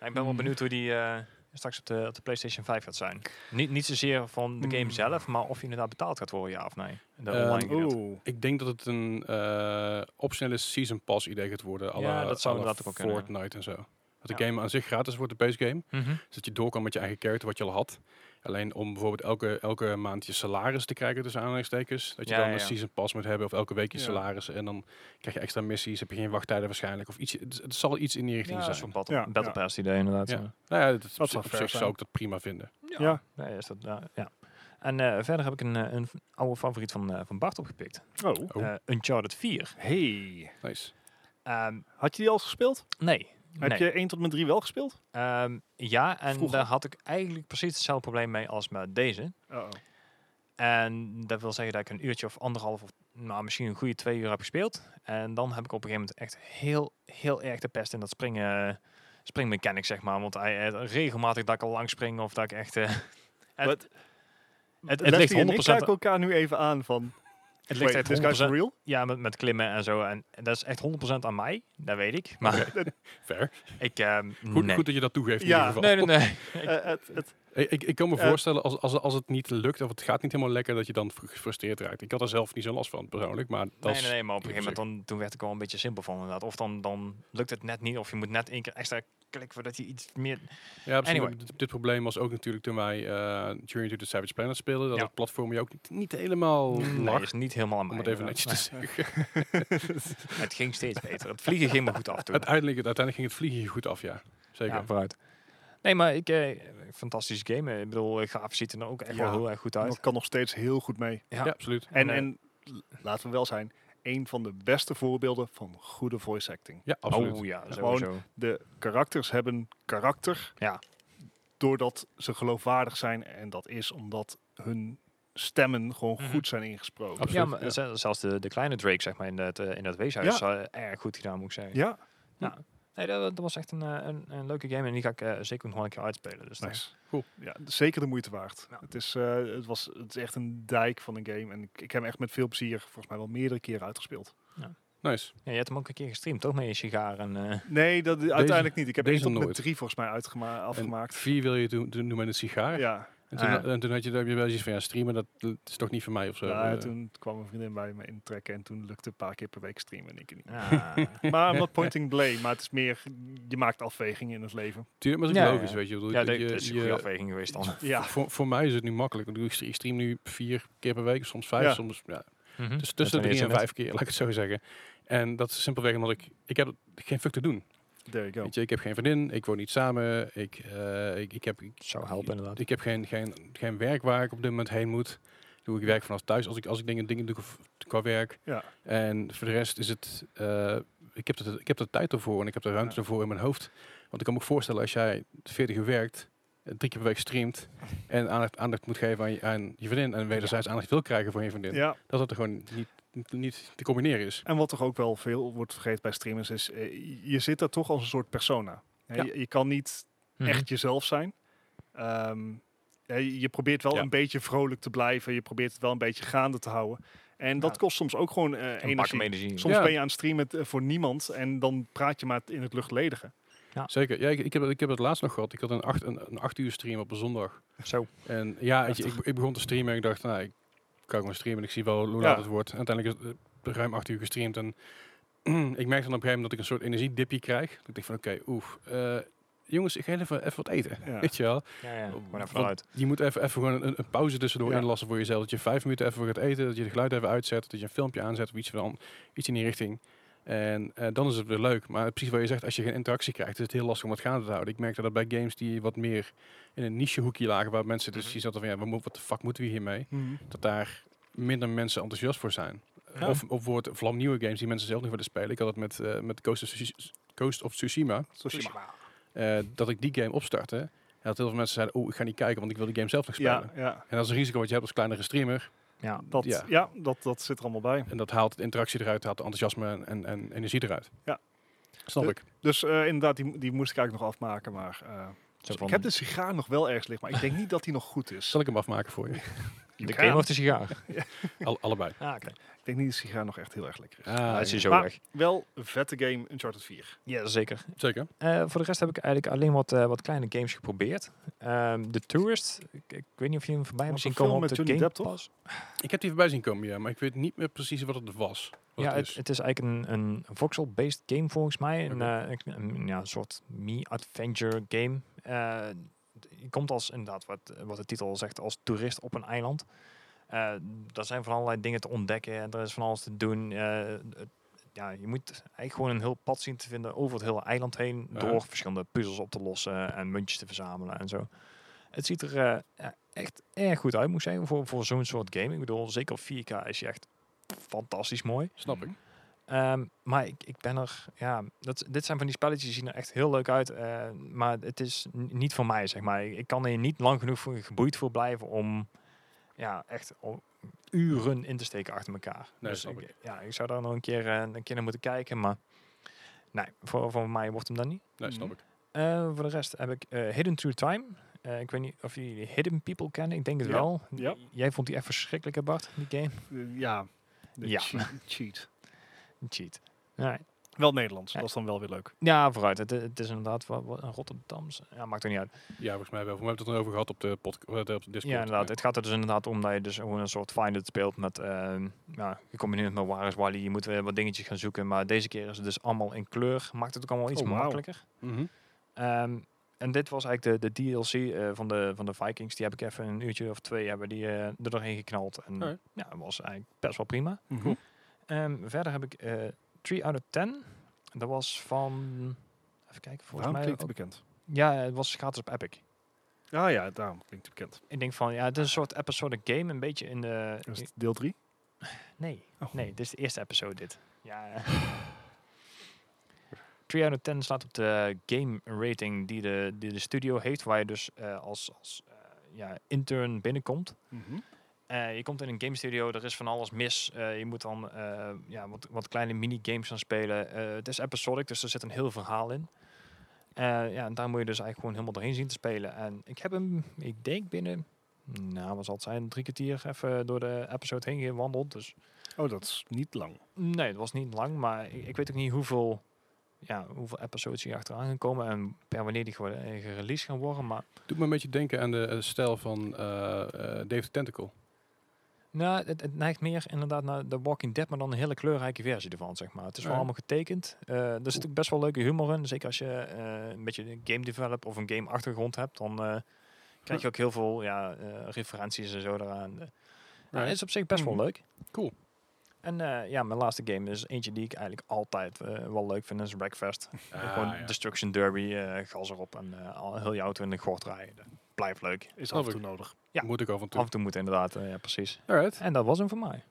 C: Ja, ik ben wel
B: Hmm.
C: benieuwd hoe die eh, straks op de, op de PlayStation 5 gaat zijn. Niet, niet zozeer van de game
B: Hmm.
C: zelf, maar of je inderdaad betaald gaat worden, ja of nee. De
A: Ehm,
C: online gedeelte.
B: Oeh.
A: Ik denk dat het een eh, optionele season pass idee gaat worden. à la-
C: dat zou
A: à la
C: inderdaad ook wel kunnen.
A: Fortnite en zo. Dat de
C: Ja.
A: game aan zich gratis wordt, de base game.
C: Mhm.
A: Dus dat je door kan met je eigen character, wat je al had. Alleen om bijvoorbeeld elke, elke maand je salaris te krijgen tussen aanhalingstekens. Dat je
C: Ja,
A: dan
C: ja,
A: een
C: ja.
A: season pass moet hebben of elke week je
B: Ja.
A: salaris. En dan krijg je extra missies, heb je geen wachttijden waarschijnlijk. Of iets, het, het zal iets in die richting
C: Ja,
A: zijn.
C: zo'n battle,
B: Ja,
C: battle
B: ja.
C: pass idee inderdaad.
A: Ja.
C: ja.
A: Nou ja, dat, is op zich-
B: zou
A: op
B: fair
A: zich
B: zijn.
A: zou ik dat prima vinden.
B: Ja.
C: Nee, is dat, ja, ja. En eh, verder heb ik een, eh, een v- oude favoriet van, eh, van Bart opgepikt.
B: Oh.
A: Oh.
C: Eh, Uncharted 4.
B: Hey.
A: Nice.
C: Ehm,
B: Had je die al gespeeld?
C: nee.
B: Heb
C: nee.
B: je 1 tot en met 3 wel gespeeld?
C: Ehm, ja, en
B: Vroeger.
C: daar had ik eigenlijk precies hetzelfde probleem mee als met deze.
B: Oh.
C: En dat wil zeggen dat ik een uurtje of anderhalf, of nou, misschien een goede twee uur heb gespeeld. En dan heb ik op een gegeven moment echt heel, heel erg de pest in dat springen, springmechanic, zeg maar. Want hij, eh, regelmatig dat ik al lang spring of dat ik echt... eh, het,
B: Wat-
C: het, het
B: Lefty en
C: ligt
B: Ik
C: 100%,
B: kijken elkaar nu even aan van...
C: het ligt
B: wait,
C: echt
B: this
C: 100%
B: guy's real?
C: Ja, met, met klimmen en zo. En dat is echt 100% aan mij. Dat weet ik. Maar
A: Fair.
C: ik... ehm,
A: Goed,
C: nee.
A: goed dat je dat toegeeft in
B: Ja.
A: ieder geval.
C: Nee, nee, nee.
B: Eh, het, het,
A: Ik, ik, ik kan me
B: Eh.
A: voorstellen, als, als, als het niet lukt of het gaat niet helemaal lekker, dat je dan fr- gefrustreerd raakt. Ik had er zelf niet zo last van persoonlijk, maar dat
C: Nee,
A: is...
C: nee, nee, maar op een gegeven
A: op
C: moment dan, toen werd ik wel een beetje simpel van inderdaad. Of dan, dan lukt het net niet, of je moet net één keer extra klikken voordat je iets meer...
A: Ja, precies,
C: Anyway.
A: want Dit, dit probleem was ook natuurlijk toen wij eh, Journey to the Savage Planet speelden, dat
C: Ja.
A: het platform je ook niet, niet helemaal
C: Nee,
A: lag,
C: is niet helemaal aan mij.
A: Oh, om het even
C: inderdaad.
A: netjes te zeggen.
C: Nee, het ging steeds beter. Het vliegen ging me goed af toen.
A: Uiteindelijk, uiteindelijk ging het vliegen hier goed af, ja. Zeker.
C: Ja, vooruit. Nee, maar ik... Eh, fantastische game. eh, Ik bedoel, eh, grafisch ziet er ook echt
B: Ja.
C: wel heel erg goed uit.
B: kan nog steeds heel goed mee.
A: Ja,
C: Ja.
A: absoluut.
B: En,
C: Nee.
B: en l- laten we wel zijn, een van de beste voorbeelden van goede voice acting.
A: Ja, absoluut.
C: Oh ja,
B: Gewoon-
C: sowieso.
B: De karakters hebben karakter.
C: Ja.
B: Doordat ze geloofwaardig zijn. En dat is omdat hun stemmen gewoon
C: Mhm.
B: goed zijn ingesproken.
A: Absoluut.
C: Ja, maar
A: ja.
C: zel- zelfs de, de kleine Drake, zeg maar, in dat, eh, in dat weeshuis, eh, erg goed gedaan, moet ik zeggen.
B: Ja,
C: Nee, dat, dat was echt een, eh, een, een leuke game en die ga ik eh, zeker nog wel een keer uitspelen. Dus dat-
B: nice.
A: Cool.
B: Ja, zeker de moeite waard.
C: Ja.
B: Het, is, eh, het, was, het is echt een dijk van een game. En ik, ik heb hem echt met veel plezier volgens mij wel meerdere keren uitgespeeld.
A: Nice.
C: eh, ja, je hebt hem ook een keer gestreamd, toch? Met je sigaar en... eh,
B: Nee, dat, uiteindelijk niet. Ik heb
A: deze
B: één tot met
A: nooit.
B: drie volgens mij uitgema- afgemaakt.
A: Vier wil je doen, doen doen met een sigaar.
B: ja,
A: En, toen,
C: Ah, ja.
A: en toen had je, daar heb je wel zoiets van, ja, streamen, dat eh, is toch niet voor mij of zo.
B: Nou,
A: Eh,
B: toen kwam een vriendin bij me intrekken en toen lukte een paar keer per week streamen en ik niet.
C: ah.
B: Maar I'm not pointing blame, maar het is meer, je maakt afwegingen in het leven.
A: Tuurlijk, maar dat is
C: Ja, ja,
A: logisch,
C: ja.
A: weet je. Ik bedoel,
C: ja,
A: dat
C: dat
A: je-
C: dat is een
A: je-
C: goede afweging geweest dan.
B: Ja,
A: voor, voor mij is het nu makkelijk. Ik bedoel, Ik stre- ik stream nu vier keer per week, soms vijf,
B: Ja.
A: soms ja,
C: Mhm.
A: Dus tussen de
C: wanneer
A: drie
C: is
A: en
C: het
A: vijf keer, laat ik het zo zeggen. En dat is simpelweg omdat ik, ik heb geen fuck te doen.
B: there you go.
A: Weet je, ik heb geen vriendin, ik woon niet samen, ik, eh, ik, ik heb, ik,
C: net? Zou helpen, inderdaad.
A: ik heb geen, geen, geen werk waar ik op dit moment heen moet. Doe ik werk vanaf thuis als ik, als ik dingen, dingen doe qua werk.
B: Ja.
A: En voor de rest is het, eh, ik heb, de, ik heb de tijd ervoor en ik heb de ruimte
B: Ja.
A: ervoor in mijn hoofd. Want ik kan me ook voorstellen als jij 40 uur werkt, eh, drie keer per week streamt en aandacht, aandacht moet geven aan je, aan je vriendin en wederzijds aandacht wil krijgen van je vriendin.
B: Ja,
A: Dat dat er gewoon niet, niet, niet te combineren is.
B: en wat toch ook wel veel wordt vergeten bij streamers is, eh, je zit daar toch als een soort persona. Hè,
A: Ja.
B: Je, je kan niet
C: Mhm.
B: echt jezelf zijn. Ehm, hè, je probeert wel
A: Ja.
B: een beetje vrolijk te blijven. Je probeert het wel een beetje gaande te houden. En dat
C: Ja.
B: kost soms ook gewoon eh,
C: een pak
B: energie.
C: hem energie.
B: Soms
A: Ja.
B: ben je aan het streamen eh, voor niemand en dan praat je maar in het luchtledige.
A: Zeker. Ja, ik, ik, heb, ik heb het laatst nog gehad. Ik had een 8 een, een acht uur stream op een zondag.
C: Zo.
A: En ja, weet je, ik, ik begon te streamen en ik dacht, nou, ik kan gewoon streamen. Ik zie wel hoe
B: Ja.
A: laat het wordt. En uiteindelijk is het eh, ruim 8 uur gestreamd. En ik merkte dan op een gegeven moment dat ik een soort energiedipje krijg. Dat ik denk van, oké, oef. eh, jongens, ik ga even, even wat eten.
B: Ja.
A: Weet je wel?
C: Ja, ja. Maar
A: Want
C: even uit.
A: Je moet even, even gewoon een, een pauze tussendoor
B: Ja.
A: inlassen voor jezelf. Dat je vijf minuten even gaat eten. Dat je het geluid even uitzet. Dat je een filmpje aanzet of iets van iets in die richting. En eh, dan is het weer leuk. Maar precies wat je zegt, als je geen interactie krijgt, is het heel lastig om het gaande te houden. Ik merkte dat bij games die wat meer in een niche hoekje lagen, waar mensen dus
C: Mhm.
A: die zaten van ja, wat moet- wat de fuck moeten we hiermee? Dat daar minder mensen enthousiast voor zijn.
C: Ja.
A: Of, of wordt vlamnieuwe games die mensen zelf niet willen spelen. Ik had het met, eh, met Ghost of Tsushi- Ghost of Tsushima.
C: Dus
A: Eh, dat ik die game opstartte. En dat heel veel mensen zeiden, oh, ik ga niet kijken, want ik wil die game zelf nog spelen.
B: Ja, ja.
A: En dat is een risico wat je hebt als kleinere streamer.
C: Ja.
B: Dat,
A: Ja.
B: ja. dat, dat zit er allemaal bij.
A: En dat haalt de interactie eruit, haalt de enthousiasme en, en, en energie eruit.
B: Ja.
A: Snap
B: De-
A: ik.
B: Dus eh, inderdaad, die, die moest ik eigenlijk nog afmaken. Maar, eh,
C: Zo
B: ik
C: van,
B: heb de sigaar nog wel ergens liggen, maar ik denk niet dat die nog goed is.
A: Zal ik hem afmaken voor je?
C: de
B: Ja.
C: game of de sigaar.
A: Al- allebei.
C: Ah, oké.
B: Ik denk niet dat de sigaar nog echt heel erg lekker is.
A: Ah,
C: dat is
A: ja.
C: je zo
B: Maar-
C: weg.
B: Wel een vette game Uncharted 4.
C: Eh, Ja, zeker.
A: Zeker.
C: Eh, voor de rest heb ik eigenlijk alleen wat, eh, wat kleine games geprobeerd. Ehm The Tourist, ik, ik weet niet of je hem voorbij
B: Was
C: hebt zien
B: een film
C: komen op
B: met
C: de
B: Johnny
C: Game
B: Depp, toch?
C: Pass.
A: Ik heb die voorbij zien komen, ja. Maar ik weet niet meer precies wat het was. Wat
C: Ja,
A: het
C: het,
A: is.
C: het is eigenlijk een, een voxel-based game volgens mij. Een,
A: Oké.
C: eh, een- een- ja, een soort me-adventure game. Eh, d- je komt als, inderdaad, wat, wat de titel al zegt, als toerist op een eiland. Eh daar zijn van allerlei dingen te ontdekken en er is van alles te doen. Eh, het- ja, je moet eigenlijk gewoon een heel pad zien te vinden over het hele eiland heen.
A: Ja.
C: Door verschillende puzzels op te lossen en muntjes te verzamelen en zo. Het ziet er eh, ja, echt erg goed uit, moet ik zeggen, voor, voor zo'n soort game. Ik bedoel, zeker op 4K is je echt fantastisch mooi.
A: Snap ik.
C: Ehm, maar ik, ik ben er, ja, dat, dit zijn van die spelletjes die zien er echt heel leuk uit. eh, maar het is n- niet voor mij, zeg maar. Ik, ik kan er niet lang genoeg voor, geboeid voor blijven om ja, echt al uren in te steken achter elkaar.
A: Nee,
C: dus
A: snap
C: ik, ja, ik zou daar nog een keer, eh, een keer naar moeten kijken. Maar nee, voor, voor mij wordt hem dan niet.
A: Nee, snap
B: Mhm.
A: ik.
C: Eh, voor de rest heb ik eh, Hidden Through Time. Eh, ik weet niet of jullie Hidden People kennen. Ik denk het
B: Ja,
C: wel.
B: ja.
C: Jij vond die echt verschrikkelijk, hè, Bart, die game.
B: Eh, ja. De
C: Ja.
B: Cheat, cheat.
C: Cheat. Nee.
B: Wel Nederlands,
C: Ja.
B: dat is dan wel weer leuk.
C: Ja, vooruit. Het, het is inderdaad wat, wat een Rotterdams. eh, Ja, maakt er niet uit.
A: Ja, volgens mij wel. We hebben het erover gehad op de, podcast op de Discord.
C: Ja, inderdaad. Het gaat er dus inderdaad om dat je dus gewoon een soort find-it speelt met, ehm ja, gecombineerd met Waar is Wally. Je moet weer wat dingetjes gaan zoeken, maar deze keer is het dus allemaal in kleur. Maakt het ook allemaal iets
B: Oh, wauw.
C: makkelijker.
A: Mhm.
C: Ehm, en dit was eigenlijk de, de DLC eh, van, de, van de Vikings. Die heb ik even een uurtje of twee hebben die, eh, er doorheen geknald. En
A: Alright.
C: ja, dat was eigenlijk best wel prima.
B: Cool.
C: Ehm, verder heb ik eh 3 out of 10. Dat was van... Even kijken, volgens
B: Waarom
C: mij...
B: klinkt het
C: ook-
B: bekend?
C: ja, het was gratis op Epic.
B: Ah ja, daarom klinkt het bekend.
C: Ik denk van, ja, het is een soort episodic game, een beetje in de...
B: Is het deel 3?
C: Nee,
B: Oh.
C: nee, dit is de eerste episode dit. Ja. 3 out of 10 staat op de game rating die de, die de studio heeft, waar je dus eh, als, als eh, ja, intern binnenkomt.
B: Mhm.
C: Eh, je komt in een game studio, er is van alles mis. Eh, je moet dan eh, ja, wat, wat kleine minigames gaan spelen. Eh, het is episodic, dus er zit een heel verhaal in. Eh, ja, en daar moet je dus eigenlijk gewoon helemaal doorheen zien te spelen. En ik heb hem, ik denk binnen, nou wat zal het zijn, drie kwartier even door de episode heen gewandeld. Dus
B: Oh, dat is niet lang.
C: nee, het was niet lang, maar ik, ik weet ook niet hoeveel, ja, hoeveel episodes hier achteraan gaan komen en per wanneer die gewoon eh, gereleased gaan worden. Maar
A: Doet me een beetje denken aan de eh, stijl van eh, eh, Dave the Tentacle.
C: Nou, het, het neigt meer inderdaad naar The Walking Dead, maar dan een hele kleurrijke versie ervan, zeg maar. Het is wel
A: Ja.
C: allemaal getekend. Eh er zit ook best wel leuke humor in. Zeker als je eh, een beetje een game develop of een game achtergrond hebt, dan eh, krijg je ook heel veel ja, eh, referenties en zo eraan. Eh, nou, het is op zich best
B: Mhm.
C: wel leuk.
A: Cool.
C: En eh, ja, mijn laatste game is eentje die ik eigenlijk altijd eh, wel leuk vind, is Wreckfest. Eh,
A: Ah,
C: Gewoon
A: ja.
C: Destruction Derby, eh gas erop en eh, al heel je auto in de gort rijden. Dat Blijft leuk.
B: Is
A: Snap
B: af en
A: ik.
B: toe nodig.
C: ja.
A: Moet ik af en toe.
C: Af en toe moet inderdaad, eh, ja precies.
A: Alright.
C: En dat was hem voor mij.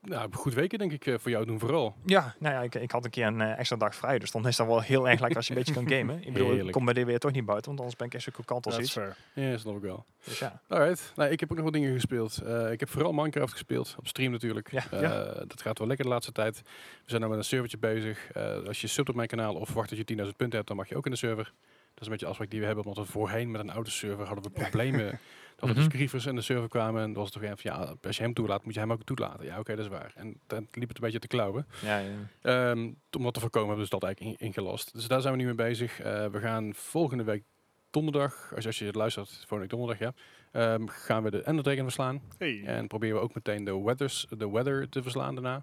A: nou, goed weken denk ik eh, voor jou doen vooral.
C: Ja, nou ja, ik, ik had een keer een eh, extra dag vrij, dus dan is dat wel heel erg lekker als je een beetje kan gamen. Ik bedoel,
A: Heerlijk.
C: ik kom bij dit weer toch niet buiten, want anders ben ik echt zo kokant als
B: Dat is
C: iets.
B: fair.
A: Ja, snap ik wel.
C: Dus ja,
A: Alright. Nou, ik heb ook nog wat dingen gespeeld. Eh, ik heb vooral Minecraft gespeeld. Op stream natuurlijk.
C: Ja.
A: Eh, Dat gaat wel lekker de laatste tijd. We zijn nu met een servertje bezig. Eh, als je subt op mijn kanaal of wacht dat je 10.000 punten hebt, dan mag je ook in de server. Dat is een beetje de afspraak die we hebben. Omdat we voorheen met een oude server hadden we problemen. dat er dus
C: Mhm.
A: grievers in de server kwamen. En dan was het toch even, ja, als je hem toelaat, moet je hem ook toelaten. Ja, oké, dat is waar. En dan liep het een beetje te klauwen.
C: ja, eh, ja.
A: Ehm, t- om dat te voorkomen hebben we dus dat eigenlijk in- ingelast. Dus daar zijn we nu mee bezig. Eh, we gaan volgende week donderdag, als, als je het luistert, volgende week donderdag, ja, ehm, gaan we de Ender Dragon verslaan.
B: Hey.
A: En proberen we ook meteen de, weathers, de weather te verslaan daarna.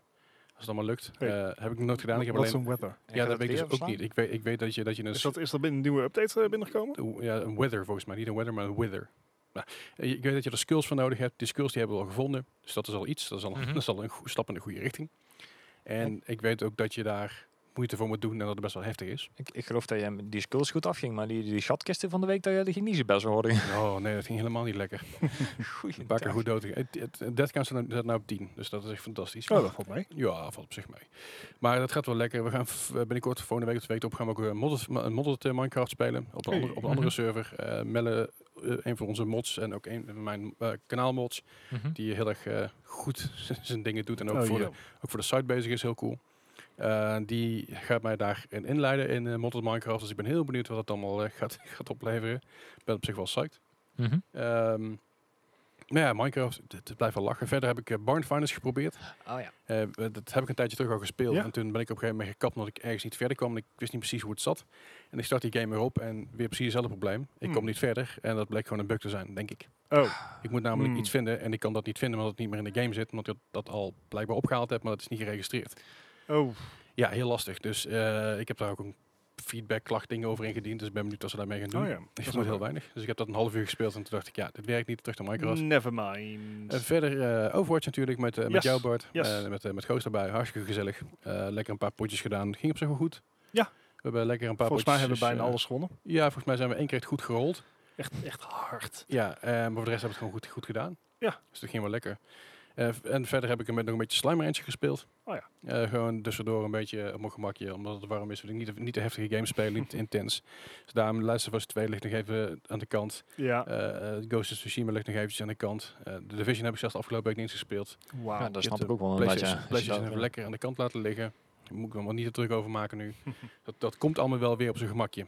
A: Als het allemaal lukt.
B: Hey.
A: Eh, heb ik nog nooit gedaan. Ik heb
B: Wat is
A: alleen, Dus-
B: een weather?
C: En
A: ja,
C: gaat
A: dat weet ik
C: het
A: dus
C: weer
A: ook
C: verslaan?
A: niet. Ik weet, ik weet dat je, dat je een
B: Is dat, is dat binnen een nieuwe update eh, binnengekomen?
A: Oeh, Ja, een weather volgens mij, niet een weather, maar een wither. Nou, eh, ik weet dat je er skills voor nodig hebt. Die skills die hebben we al gevonden. Dus dat is al iets. Dat is al,
C: Mhm.
A: dat is al een goe- stap in de goede richting. En ik weet ook dat je daar moeite voor moet doen en dat het best wel heftig is.
C: Ik, ik geloof dat je hem- die skulls goed afging, maar die, die schatkisten van de week, dat, die ging niet zo best wel horen.
A: Oh nee, dat ging helemaal niet lekker.
C: Goeie
A: Een paar keer
C: dag.
A: goed dood. Het- het- het Deathcount staat nou- staat nou op 10, dus dat is echt fantastisch.
B: Oh, dat valt mee.
A: Ja, valt op zich mee. Maar dat gaat wel lekker. We gaan f- eh, binnenkort, volgende week of twee weken op, gaan we ook eh, modded, ma- een modded eh, Minecraft spelen. Op een,
B: Hey.
A: andere, op een andere
C: Mhm.
A: server. Eh, Melle, eh, een van onze mods en ook een van mijn eh, kanaalmods,
C: Mhm.
A: die heel erg eh, goed zijn dingen doet en ook,
B: Oh,
A: voor
B: ja.
A: de, ook voor de site bezig is, heel cool. Eh, die gaat mij daarin inleiden in eh, modded Minecraft. Dus ik ben heel benieuwd wat dat allemaal eh, gaat, gaat opleveren. Ik ben op zich wel psyched.
C: Mhm.
A: Ehm maar ja, Minecraft, het, het blijft wel lachen. Verder heb ik eh, Barn Finance geprobeerd.
C: Oh ja.
A: Eh, dat heb ik een tijdje terug al gespeeld.
B: Ja.
A: En toen ben ik op een gegeven moment gekapt omdat ik ergens niet verder kwam. En ik wist niet precies hoe het zat. En ik start die game weer op en weer precies hetzelfde probleem. Ik
B: Hmm.
A: kom niet verder en dat bleek gewoon een bug te zijn, denk ik.
B: Oh,
A: Ik moet namelijk
B: Hmm.
A: iets vinden en ik kan dat niet vinden omdat het niet meer in de game zit. Omdat ik dat al blijkbaar opgehaald heb, maar dat is niet geregistreerd.
B: oh.
A: Ja, heel lastig. Dus eh, ik heb daar ook een feedback klacht ding over ingediend. Dus ik ben benieuwd wat ze daarmee gaan doen.
B: oh ja.
A: Ik
B: Dat is
A: vermoed
B: wel
A: heel weinig. Dus ik heb dat een half uur gespeeld en toen dacht ik, ja, dit werkt niet. Terug naar Minecraft.
B: Never mind.
A: Eh, verder eh, Overwatch natuurlijk met, eh, met
B: Hmm. Yes.
A: jou Bart.
B: Yes.
A: Eh, met, eh, met Goos erbij. Hartstikke gezellig. Eh, lekker een paar potjes gedaan. Ging op zich wel goed.
B: Ja.
A: We hebben lekker een paar
B: Volgens mij
A: potjes.
B: hebben we bijna
A: dus,
B: alles gewonnen.
A: eh, Ja, volgens mij zijn we één keer echt goed gerold.
B: Echt, echt hard.
A: Ja, eh, maar voor de rest hebben we het gewoon goed, goed gedaan.
B: Ja.
A: Dus dat ging wel lekker. Eh, v- en verder heb ik er met nog een beetje Slime Rancher gespeeld.
B: Oh ja.
A: Eh, gewoon tussendoor een beetje op mijn gemakje. Omdat het warm is, wil ik niet, niet de heftige games spelen, niet intens. Dus daarom Last of Us 2 ligt nog even aan de kant.
B: Ja,
A: Eh, eh, Ghost of Tsushima ligt nog eventjes aan de kant. Eh, de Division heb ik zelfs de afgelopen week niet eens gespeeld.
B: wauw.
C: ja, dat
A: je
C: snap
A: hebt
C: ik ook wel. inderdaad,
A: PlayStation,
C: ja. Als Oh, je
A: PlayStation
C: dat- eh,
A: even lekker aan de kant laten liggen. Daar moet ik me wel niet te druk over maken nu. dat, dat komt allemaal wel weer op zijn gemakje.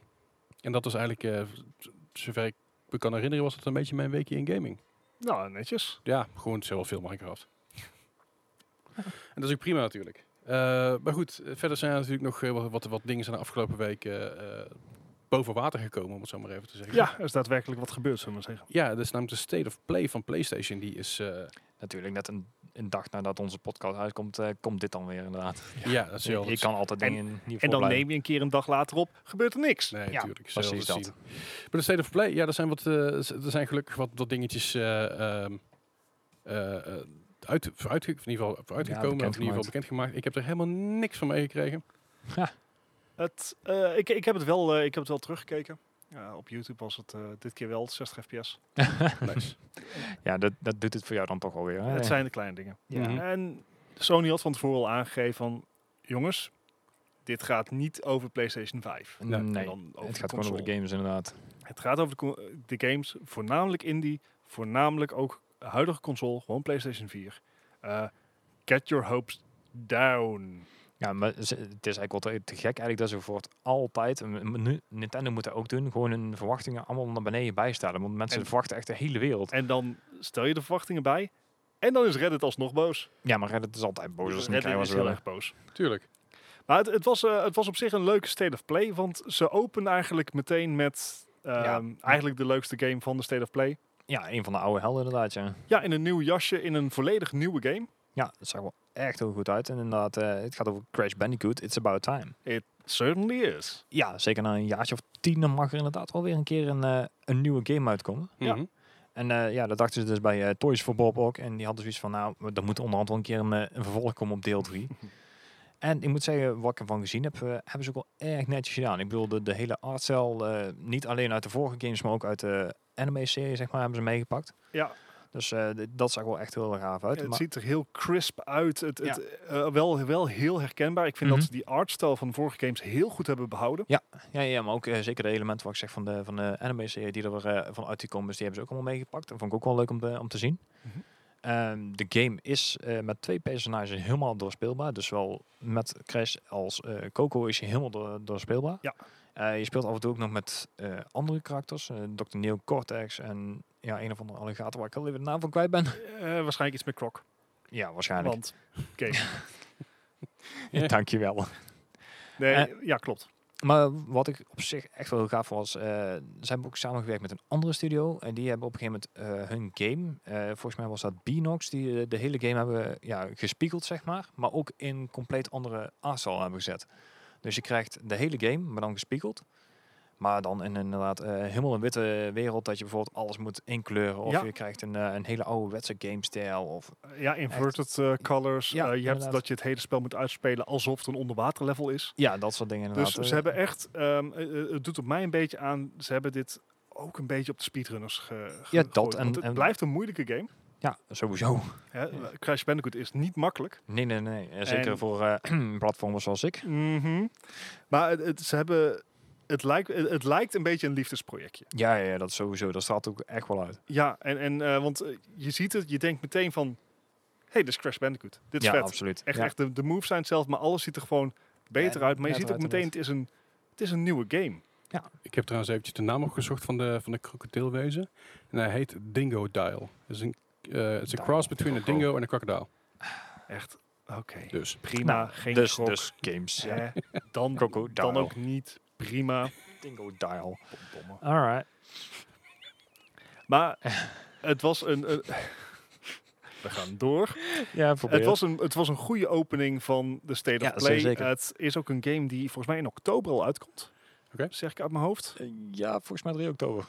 A: En dat was eigenlijk, eh, z- zover ik me kan herinneren, was dat een beetje mijn weekje in gaming.
B: Nou, netjes.
A: Ja, gewoon zelf veel Minecraft. en dat is ook prima natuurlijk. Eh, maar goed, eh, verder zijn er natuurlijk nog eh, wat, wat, wat dingen zijn de afgelopen week eh, eh, boven water gekomen, om het zo maar even te zeggen.
B: Ja, er is daadwerkelijk wat gebeurd, zullen we maar zeggen.
A: Ja, dat is namelijk de State of Play van PlayStation. Die is, eh,
C: Natuurlijk, net een, een dag nadat onze podcast uitkomt, eh, komt dit dan weer inderdaad.
A: ja. dat is
C: Je,
A: heel...
C: je kan altijd dingen niet
B: En dan
C: voorblijven.
B: neem je een keer een dag later op, gebeurt er niks.
A: Nee,
C: Ja,
A: natuurlijk.
C: precies
A: zelfs
C: dat.
A: zien. Maar de State of Play, ja, er zijn, wat, eh, z- er zijn gelukkig wat, wat dingetjes eh, ehm, eh, eh, uit, vooruitge- in ieder geval vooruitgekomen, of in ieder geval
C: bekendgemaakt.
A: bekendgemaakt. Ik heb er helemaal niks van meegekregen.
B: Het, eh, ik, ik, heb het wel, eh, ik heb het wel teruggekeken. Ja, op YouTube was het eh, dit keer wel 60 fps.
A: Nice.
C: Ja, dat, dat doet het voor jou dan toch wel weer. hè?
B: Het zijn de kleine dingen.
A: Ja. Mhm.
B: En Sony had van tevoren al aangegeven van... Jongens, dit gaat niet over PlayStation 5.
C: Nee,
A: En
B: En dan over
C: het
B: de
C: gaat gewoon over
B: console.
C: de games inderdaad.
B: Het gaat over de, co- de games, voornamelijk indie, voornamelijk ook huidige console, gewoon PlayStation 4. Eh, get your hopes down.
C: Ja, maar ze- het is eigenlijk wel te, te gek eigenlijk dat ze voor het altijd, en m- nu- Nintendo moet dat ook doen, gewoon hun verwachtingen allemaal naar beneden bijstellen. Want mensen
B: En-
C: verwachten echt de hele wereld.
B: En dan stel je de verwachtingen bij. En dan is Reddit alsnog boos.
C: Ja, maar Reddit is altijd boos als ze niet
B: Reddit
C: krijgen wat
B: Dus is
C: ze
B: heel erg
C: willen.
B: boos.
A: Tuurlijk.
B: Maar het, het was, eh, het was op zich een leuke State of Play. Want ze openen eigenlijk meteen met ehm, eigenlijk de leukste game van de State of Play.
C: Ja, een van de oude helden inderdaad, ja.
B: Ja, in een nieuw jasje, in een volledig nieuwe game.
C: Ja, het zag er wel echt heel goed uit. En inderdaad, eh, het gaat over Crash Bandicoot, It's About Time.
B: Certainly is.
C: Ja, zeker na een jaartje of tien, dan mag er inderdaad wel weer een keer een, eh, een nieuwe game uitkomen.
B: Ja.
A: Mhm.
C: En eh, ja, dat dachten ze dus bij eh, Toys for Bob ook. En die hadden zoiets van, nou, er moet onderhand wel een keer een, eh, een vervolg komen op deel 3. en ik moet zeggen, wat ik ervan gezien heb, eh, hebben ze ook wel erg netjes gedaan. Ik bedoel, de, de hele artcel, eh niet alleen uit de vorige games, maar ook uit de anime-serie, zeg maar, hebben ze meegepakt.
B: Ja,
C: Dus eh, d- dat zag wel echt heel erg gaaf uit.
B: het
C: maar-
B: ziet er heel crisp uit. Het, het, eh, wel, wel heel herkenbaar. Ik vind
C: Mhm.
B: dat ze die artstyle van de vorige games heel goed hebben behouden.
C: Ja, ja, maar ook eh, zeker de elementen wat ik zeg van de, van de anime-serie die er weer, eh, van uit die komen, dus die hebben ze ook allemaal meegepakt. Dat vond ik ook wel leuk om, te- om te zien.
B: Mhm.
C: Ehm, de game is eh, met twee personages helemaal doorspeelbaar. Dus zowel met Crash als eh, Coco is je helemaal door, doorspeelbaar.
B: Ja.
C: Eh, je speelt af en toe ook nog met eh, andere karakters. eh Dr. Neo Cortex en ja, een of andere alligator waar ik al even de naam van kwijt ben.
B: Eh, waarschijnlijk iets met Croc.
C: ja, waarschijnlijk.
B: Want game.
A: Ja.
C: Dankjewel.
B: Nee, ja, klopt.
C: Maar wat ik op zich echt wel heel gaaf was, eh, ze hebben ook samengewerkt met een andere studio. En die hebben op een gegeven moment eh, hun game, eh, volgens mij was dat Beanox, die eh, de hele game hebben ja, gespiegeld, zeg maar. Maar ook in compleet andere aardzaal hebben gezet. Dus je krijgt de hele game, maar dan gespiegeld. Maar dan in inderdaad eh, helemaal een witte wereld dat je bijvoorbeeld alles moet inkleuren. Of
B: Ja.
C: je krijgt een, eh, een hele ouderwetse game-stijl. Of
B: Ja, inverted eh, colors.
C: Ja,
B: Eh, je
C: inderdaad.
B: hebt dat je het hele spel moet uitspelen alsof het een onderwaterlevel is.
C: ja, dat soort dingen
B: Dus
C: inderdaad.
B: ze hebben echt, ehm, eh, eh, het doet op mij een beetje aan, ze hebben dit ook een beetje op de speedrunners ge,
C: Ja, dat
B: gegooid,
C: en-
B: want het
C: en-
B: blijft een moeilijke game.
C: Ja, sowieso.
B: Hè? Crash Bandicoot is niet makkelijk.
C: Nee, nee, nee. Eh, Zeker
B: En-
C: voor eh platformers zoals ik.
B: Mhm. Maar het, het- ze hebben, het, lijkt, het, het lijkt een beetje een liefdesprojectje.
C: Ja, ja, ja, dat sowieso. Dat straalt ook echt wel uit.
B: Ja, en, en, eh, want eh, je ziet het, je denkt meteen van, hey, dit is Crash Bandicoot. Dit is
C: ja,
B: vet.
C: absoluut.
B: Echt,
C: ja.
B: echt de, de moves zijn hetzelfde, maar alles ziet er gewoon beter
C: Ja,
B: uit. Maar je
C: beter
B: ziet ook
C: uit,
B: meteen, het is, een, het is een nieuwe game.
A: Ik heb trouwens eventjes de naam opgezocht van de, van de krokodilwezen. En hij heet Dingo Dial. Het is een, eh, het is een
C: Dial.
A: cross between een
C: Dingo.
A: dingo en een crocodile.
B: Echt, oké.
A: Dus.
B: Prima,
C: Nou,
B: geen
C: dus,
B: gok.
C: dus games.
B: Hè, Dan,
C: Crocodile.
B: dan ook niet, prima.
C: Dingo dial.
B: Potdomme.
C: Alright.
B: Maar het was een... een- we gaan door.
C: Ja, probeer.
B: Het was, een, het was een goede opening van de State
C: Ja,
B: of Play.
C: zeker.
B: Het is ook een game die volgens mij in oktober al uitkomt.
A: Oké.
B: Zeg ik uit mijn hoofd.
C: Eh, Ja, volgens mij 3 oktober.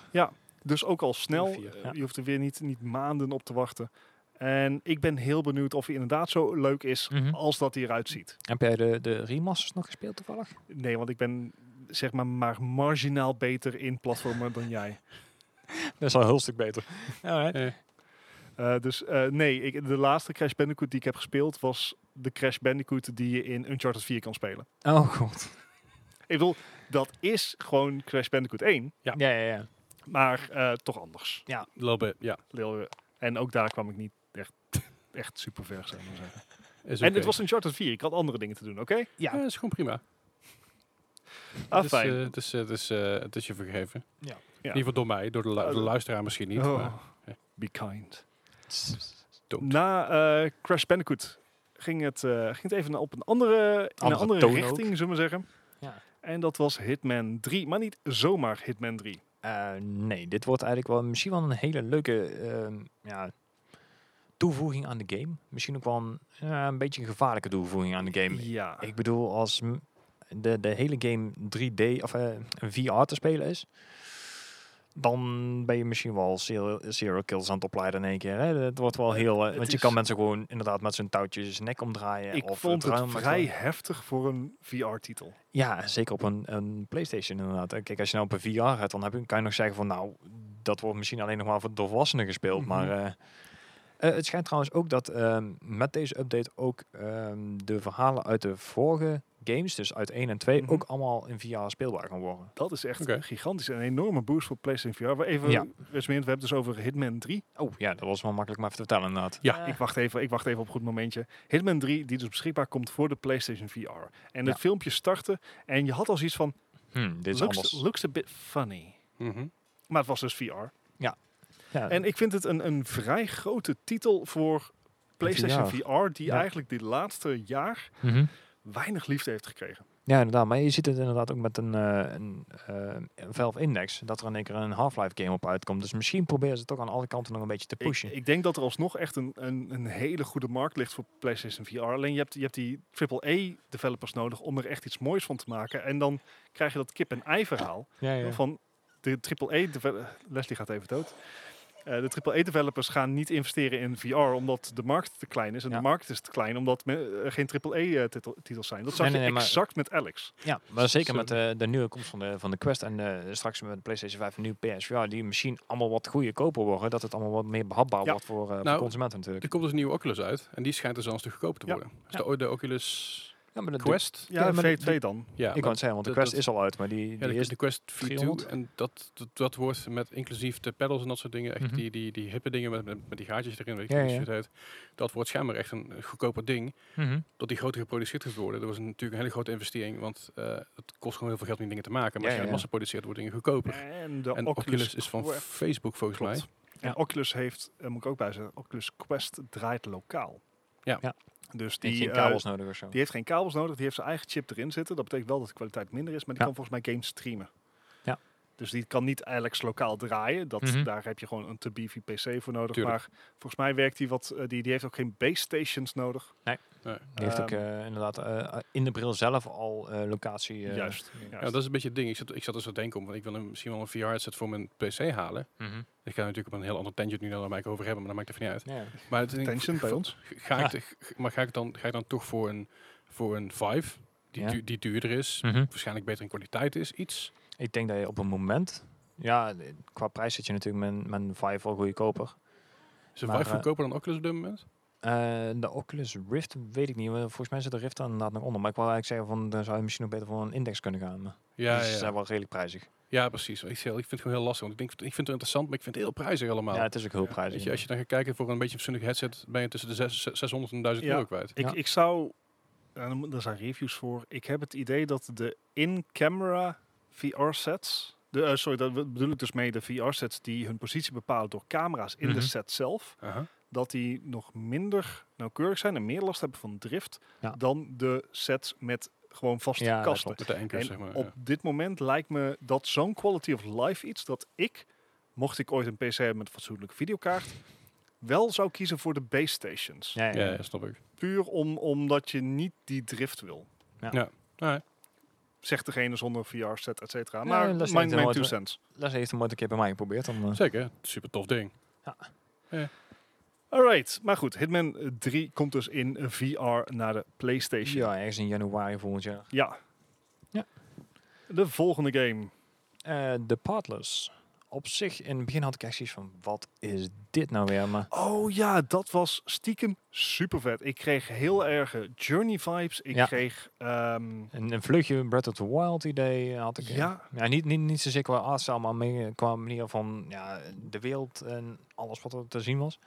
B: Dus ook al snel.
A: Vier,
B: Eh,
C: ja.
B: Je hoeft er weer niet, niet maanden op te wachten. En ik ben heel benieuwd of hij inderdaad zo leuk is
C: Mhm.
B: als dat hij eruit ziet.
C: Heb jij de, de remasters nog gespeeld toevallig?
B: Nee, want ik ben zeg maar maar marginaal beter in platformen dan jij.
C: Dat is al een heel stuk beter. Alright.
A: eh,
B: Eh, dus eh, nee, ik, de laatste Crash Bandicoot die ik heb gespeeld was de Crash Bandicoot die je in Uncharted 4 kan spelen.
C: Oh god.
B: Ik bedoel, dat is gewoon Crash Bandicoot 1.
A: Ja.
C: Ja, ja, ja.
B: Maar eh, toch anders.
A: little bit, ja.
B: Leel- En ook daar kwam ik niet echt, echt super ver, zou ik maar zeggen.
A: Is
B: En
A: oké.
B: het was een Charter 4. Ik had andere dingen te doen, oké?
A: Ja, is gewoon prima.
B: Ah,
A: het, is, eh,
B: fijn.
A: het, is, eh, het, is, eh, het is je vergeven.
C: Ja.
A: In ieder geval door mij, door de, lu-
B: Oh,
A: de luisteraar misschien niet.
B: Oh,
A: maar
B: Be kind.
A: Goed.
B: Na eh, Crash Bandicoot ging het, eh, ging het even op een andere, in een
C: Andere
B: andere
C: toon ook.
B: richting, zullen we zeggen.
C: Ja.
B: En dat was Hitman 3. Maar niet zomaar Hitman 3.
C: Eh, nee, dit wordt eigenlijk wel misschien wel een hele leuke ehm, ja, toevoeging aan de game. Misschien ook wel een, ja, een beetje een gevaarlijke toevoeging aan de game.
B: Ja.
C: Ik bedoel, als m- de, de hele game 3D of eh, VR te spelen is, dan ben je misschien wel serial, serial kills aan het opleiden in één keer. Hè? Dat wordt wel heel. eh,
B: Het
C: want je
B: is-
C: kan mensen gewoon inderdaad met zo'n touwtje zijn nek omdraaien.
B: ik
C: of
B: vond het
C: ruim maken.
B: vrij heftig voor een VR-titel.
C: Ja, zeker op een, een PlayStation inderdaad. En Kijk, als je nou op een VR hebt, dan heb je, kan je nog zeggen van nou, dat wordt misschien alleen nog maar voor de volwassenen gespeeld.
B: Mhm.
C: Maar eh, eh, het schijnt trouwens ook dat ehm, met deze update ook ehm, de verhalen uit de vorige games, dus uit 1 en 2,
B: Mhm.
C: ook allemaal in VR speelbaar gaan worden.
B: Dat is echt
A: Oké.
B: gigantisch. Een enorme boost voor PlayStation VR. Maar Even,
C: Ja.
B: Wes, we hebben het dus over Hitman 3.
C: Oh ja, dat was wel makkelijk maar even te vertellen inderdaad.
A: Ja.
B: Ik wacht, even, ik wacht even op een goed momentje. Hitman 3, die dus beschikbaar komt voor de PlayStation VR. En
C: Ja.
B: het filmpje startte en je had al zoiets van...
C: Hm, dit is
B: Looks,
C: anders.
B: looks a bit funny.
A: Mhm.
B: Maar het was dus VR.
C: Ja,
B: En ik vind het een, een vrij grote titel voor PlayStation VR... die
C: Ja.
B: eigenlijk dit laatste jaar
C: mhm.
B: weinig liefde heeft gekregen.
C: Ja, inderdaad. Maar je ziet het inderdaad ook met een, eh, een eh, Valve Index. Dat er in één keer een Half-Life game op uitkomt. Dus misschien proberen ze het toch aan alle kanten nog een beetje te
B: Ik,
C: pushen.
B: ik denk dat er alsnog echt een, een, een hele goede markt ligt voor PlayStation VR. Alleen je hebt, je hebt die AAA-developers nodig om er echt iets moois van te maken. En dan krijg je dat kip-en-ei verhaal...
C: ja, ja.
B: Van de triple E, Leslie gaat even dood. Eh, de AAA-developers gaan niet investeren in VR omdat de markt te klein is. En
C: Ja.
B: de markt is te klein omdat me- er geen AAA-titels zijn. Dat zag
C: Nee,
B: je
C: nee, nee, maar-
B: exact met Alex.
C: Ja, maar zeker
A: Zo.
C: met eh, de nieuwe komst van de, van de Quest en eh, straks met de PlayStation 5 en de nieuwe PSVR, die misschien allemaal wat goedkoper worden, dat het allemaal wat meer behapbaar
B: Ja.
C: wordt voor, eh,
A: Nou,
C: voor consumenten natuurlijk.
A: Er komt dus een nieuwe Oculus uit. En die schijnt dus dan een stuk goedkoper te
B: Ja.
A: worden. Dus de, o- de Oculus
C: Ja, maar de, de-
A: Quest.
B: Ja,
C: maar dat-
B: V2 dan.
A: Ja,
C: ik
A: maar-
C: wou het zeggen, want de
A: dat-
C: Quest is al uit, maar die, die
A: Ja, de,
C: is
A: de Quest V2
C: 300.
A: en dat, dat, dat wordt met inclusief de pedals en dat soort dingen, echt
C: Mhm.
A: die, die, die hippe dingen met, met, met die gaatjes erin, weet ik
C: Ja,
A: niet hoe
C: ja.
A: het heet. Dat wordt schijnbaar echt een eh, goedkoper ding,
C: Mhm.
A: dat die groter geproduceerd gaat worden. Dat was natuurlijk een hele grote investering, want eh, het kost gewoon heel veel geld om die dingen te maken. Maar als je
C: Ja, ja,
A: het
C: ja.
A: massa produceert, worden dingen goedkoper.
B: En de
A: en Oculus, is van
B: Quest.
A: Facebook volgens
B: Klopt.
A: mij.
B: En
C: Ja.
B: Oculus heeft, eh, moet ik ook bij zeggen, Oculus Quest draait lokaal.
A: Ja.
C: Ja.
B: Dus
C: die,
B: die,
C: geen
B: eh,
C: kabels nodig of zo.
B: die heeft geen kabels nodig, die heeft zijn eigen chip erin zitten. Dat betekent wel dat de kwaliteit minder is, maar die
C: Ja.
B: kan volgens mij games streamen.
C: Ja.
B: Dus die kan niet Alex lokaal draaien. Dat,
C: Mhm.
B: Daar heb je gewoon een te beefy PC voor nodig.
A: Tuurlijk.
B: Maar volgens mij werkt die wat. eh, die, die heeft ook geen base stations nodig.
C: Die heeft ook
B: ehm,
C: eh, inderdaad eh, in de bril zelf al eh, locatie. eh,
B: Juist.
C: Ja.
A: Ja, dat is een beetje het ding. Ik zat, ik zat dus te denken om, want ik wil een, misschien wel een VR-headset voor mijn PC halen.
C: Mhm.
A: Ik ga natuurlijk op een heel ander tangent nu dan waar ik over hebben, maar dat maakt er van niet uit.
C: Ja.
A: Maar het, ik-
B: Tension bij
A: ik-
B: ons.
A: Ga
C: Ja.
A: ik, de- g- maar ga ik, dan, ga ik dan toch voor een, voor een Vive, die,
C: Ja.
A: du- die duurder is,
C: Mhm.
A: waarschijnlijk beter in kwaliteit is, iets.
C: Ik denk dat je op een moment, ja, qua prijs zit je natuurlijk met, met een Vive al goedkoper.
A: Is een
C: Maar,
A: Vive
C: eh,
A: goedkoper dan Oculus op dit moment?
C: Eh, de Oculus Rift weet ik niet. maar Volgens mij zit de Rift daar inderdaad nog onder. Maar ik wil eigenlijk zeggen, van, dan zou je misschien nog beter voor een index kunnen gaan. maar
A: Ja,
C: die
A: ja.
C: zijn wel redelijk prijzig.
A: ja precies. Ik, zeg, ik vind het gewoon heel lastig, want ik, denk, ik vind het interessant, maar ik vind het heel prijzig allemaal.
C: Ja, het is ook heel
B: Ja,
C: prijzig.
A: Weet je, als je dan gaat kijken voor een beetje een fatsoenlijk headset, ben je tussen de zes- zes- 600 en 1000
B: Ja.
A: euro kwijt.
B: Ik,
C: Ja.
B: ik zou. en dan moet- daar zijn reviews voor. Ik heb het idee dat de in-camera VR-sets. De, eh, sorry, daar bedoel ik dus mee de VR-sets die hun positie bepalen door camera's in
C: Mhm.
B: de set zelf.
A: Aha.
B: Dat die nog minder nauwkeurig zijn en meer last hebben van drift
C: Ja.
B: dan de sets met gewoon vaste
C: Ja, dat
B: kasten.
C: klopt.
A: Met de enkels,
B: En
A: zeg maar.
B: op
A: ja.
B: dit moment lijkt me dat zo'n quality of life iets dat ik, mocht ik ooit een PC hebben met een fatsoenlijke videokaart, wel zou kiezen voor de base stations.
C: Ja, ja,
A: Ja,
C: ja.
A: ja, snap ik.
B: Puur om, omdat je niet die drift wil.
A: Alright.
B: Zegt degene zonder VR-set, et cetera.
C: Nee,
B: Maar
C: dat is
B: mijn,
C: niet
B: mijn
C: nooit,
B: two
C: hè.
B: cents.
C: Leslie heeft hem ooit een keer bij mij geprobeerd. Om, eh,
A: Zeker, super tof ding.
B: Alright, maar goed. Hitman eh, 3 komt dus in eh, VR naar de PlayStation.
C: ja, ergens in januari volgend jaar.
B: Ja.
C: Ja.
B: De volgende game.
C: Eh The Partless. Op zich, in het begin had ik echt zoiets van, wat is dit nou weer? Maar
B: Oh ja, dat was stiekem super vet. Ik kreeg heel erge Journey vibes. Ik
C: Ja.
B: kreeg. ehm,
C: een, een vleugje Breath of the Wild idee had ik. eh,
B: ja,
C: Ja, niet, niet, niet zozeer qua artstyle, maar meer qua manier van ja, de wereld en alles wat er te zien was.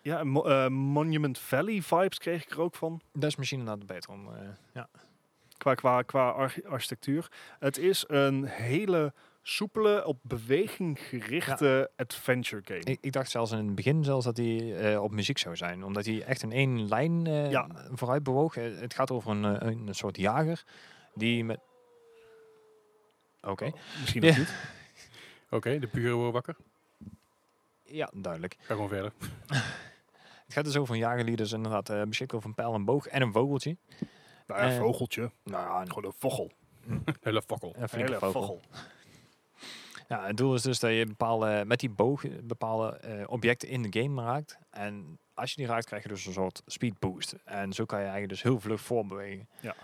B: ja en Mo- eh, Monument Valley vibes kreeg ik er ook van.
C: Dat is misschien inderdaad beter om... eh, ja.
B: Qua, qua, qua arch- architectuur. Het is een hele soepele, op beweging gerichte adventure game.
C: Ik, ik dacht zelfs in het begin zelfs dat hij eh, op muziek zou zijn. Omdat hij echt in één lijn eh,
B: Ja.
C: vooruit bewoog. Eh, het gaat over een, eh, een soort jager die met... Oké.
B: Misschien
C: Ja.
B: ook niet.
A: Oké, de buren worden wakker.
C: Ja, duidelijk.
A: Ga gewoon verder.
C: Het gaat dus over een jager die dus inderdaad eh, beschikt over een pijl en boog en een vogeltje.
B: Nou, ja,
C: Eh,
B: vogeltje.
C: Nou ja, een,
B: Gewoon een vogel.
A: Hele fakkel.
C: een
B: Een
C: flinke
B: hele vogel.
C: vogel. Ja, het doel is dus dat je bepaalde, met die boog bepaalde eh, objecten in de game raakt. En als je die raakt, krijg je dus een soort speed boost. En zo kan je eigenlijk dus heel vlug voorbewegen.
B: Ja.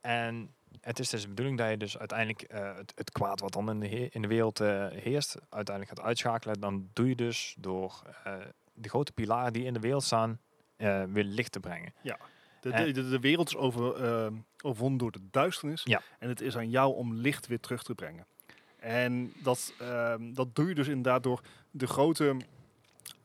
C: En het is dus de bedoeling dat je dus uiteindelijk eh, het, het kwaad wat dan in de, he- in de wereld eh, heerst, uiteindelijk gaat uitschakelen. Dan doe je dus door eh, de grote pilaren die in de wereld staan, eh, weer licht te brengen.
B: De,
C: Eh.
B: de, de, de wereld is over, ehm, overwonnen door de duisternis.
C: Ja.
B: En het is aan jou om licht weer terug te brengen. En dat, ehm, dat doe je dus inderdaad door de grote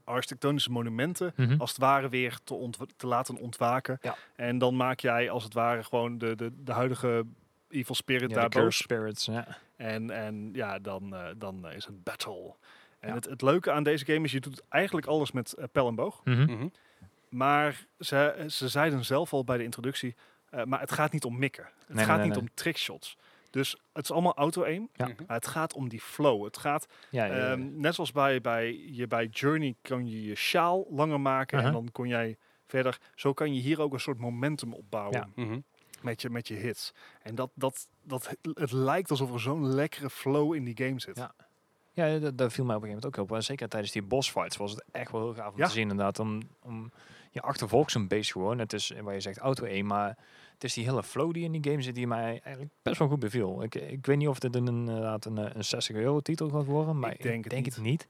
B: architectonische monumenten als het ware weer te, ontwa- te laten ontwaken.
C: Ja.
B: En dan maak jij als het ware gewoon de, de, de huidige evil spirit
C: Ja,
B: daar
C: de cursed
B: boos.
C: spirits. Ja.
B: En, en ja, dan, eh, dan is het battle. En
C: Ja.
B: het, het leuke aan deze game is, je doet eigenlijk alles met eh, pijl en boog.
C: Hm?
A: Mhm.
B: Maar ze, eh, ze zeiden zelf al bij de introductie, eh, maar het gaat niet om mikken. Het
C: nee,
B: gaat
C: nee,
B: niet
C: nee.
B: om trickshots. Dus het is allemaal auto-aim,
C: Ja.
A: Mhm.
B: maar het gaat om die flow. Het gaat,
C: Ja, ja, ja.
B: ehm, net zoals bij, bij, je, bij Journey kan je je sjaal langer maken
C: Aha.
B: en dan kon jij verder. Zo kan je hier ook een soort momentum opbouwen
C: Ja.
A: Mhm.
B: met, je, met je hits. En dat, dat, dat, het lijkt alsof er zo'n lekkere flow in die game zit.
C: Ja. Ja, dat, dat viel mij op een gegeven moment ook heel op. En zeker tijdens die boss fights was het echt wel heel gaaf om
B: Ja.
C: te zien inderdaad. Om, om, je achtervolgt zo'n beest gewoon. Het is eh, waar je zegt auto 1, maar het is die hele flow die in die game zit die mij eigenlijk best wel goed beviel. Ik, ik weet niet of dit een, inderdaad een, eh, een 60 euro titel gaat worden, maar ik denk, het, niet.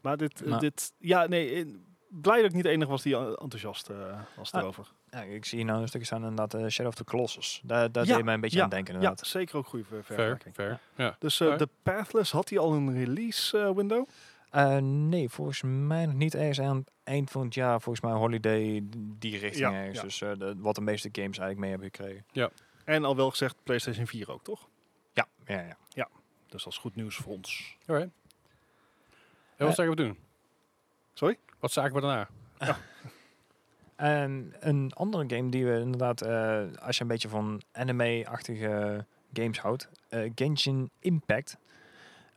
B: Maar dit, eh,
C: Maar-
B: dit ja, nee, eh, blij dat ik niet de enige was die eh, enthousiast eh, was
C: Ah,
B: erover.
C: Ja, ik zie hier nou een stukje staan inderdaad eh, Shadow of the Colossus. Daar, daar
B: Ja,
C: deed mij een beetje
B: ja,
C: aan denken
B: Ja,
C: inderdaad.
B: zeker ook goede ver-
A: Fair,
B: vergelijking.
A: fair. Ja.
B: Dus eh,
A: Ja.
B: de Pathless, had hij al een release eh, window?
C: Eh, nee, volgens mij nog niet ergens aan het eind van het jaar. Volgens mij holiday die richting
B: Ja,
C: ergens.
B: ja.
C: Dus eh, de- wat de meeste games eigenlijk mee hebben gekregen.
B: En al wel gezegd PlayStation 4 ook, toch?
C: Ja, ja, ja.
B: Dus dat is goed nieuws voor ons.
A: Alright. En wat
C: Eh,
A: zagen we doen?
B: Sorry?
A: Wat zagen we daarna?
C: En een andere game die we inderdaad, eh, als je een beetje van anime-achtige games houdt, eh, Genshin Impact.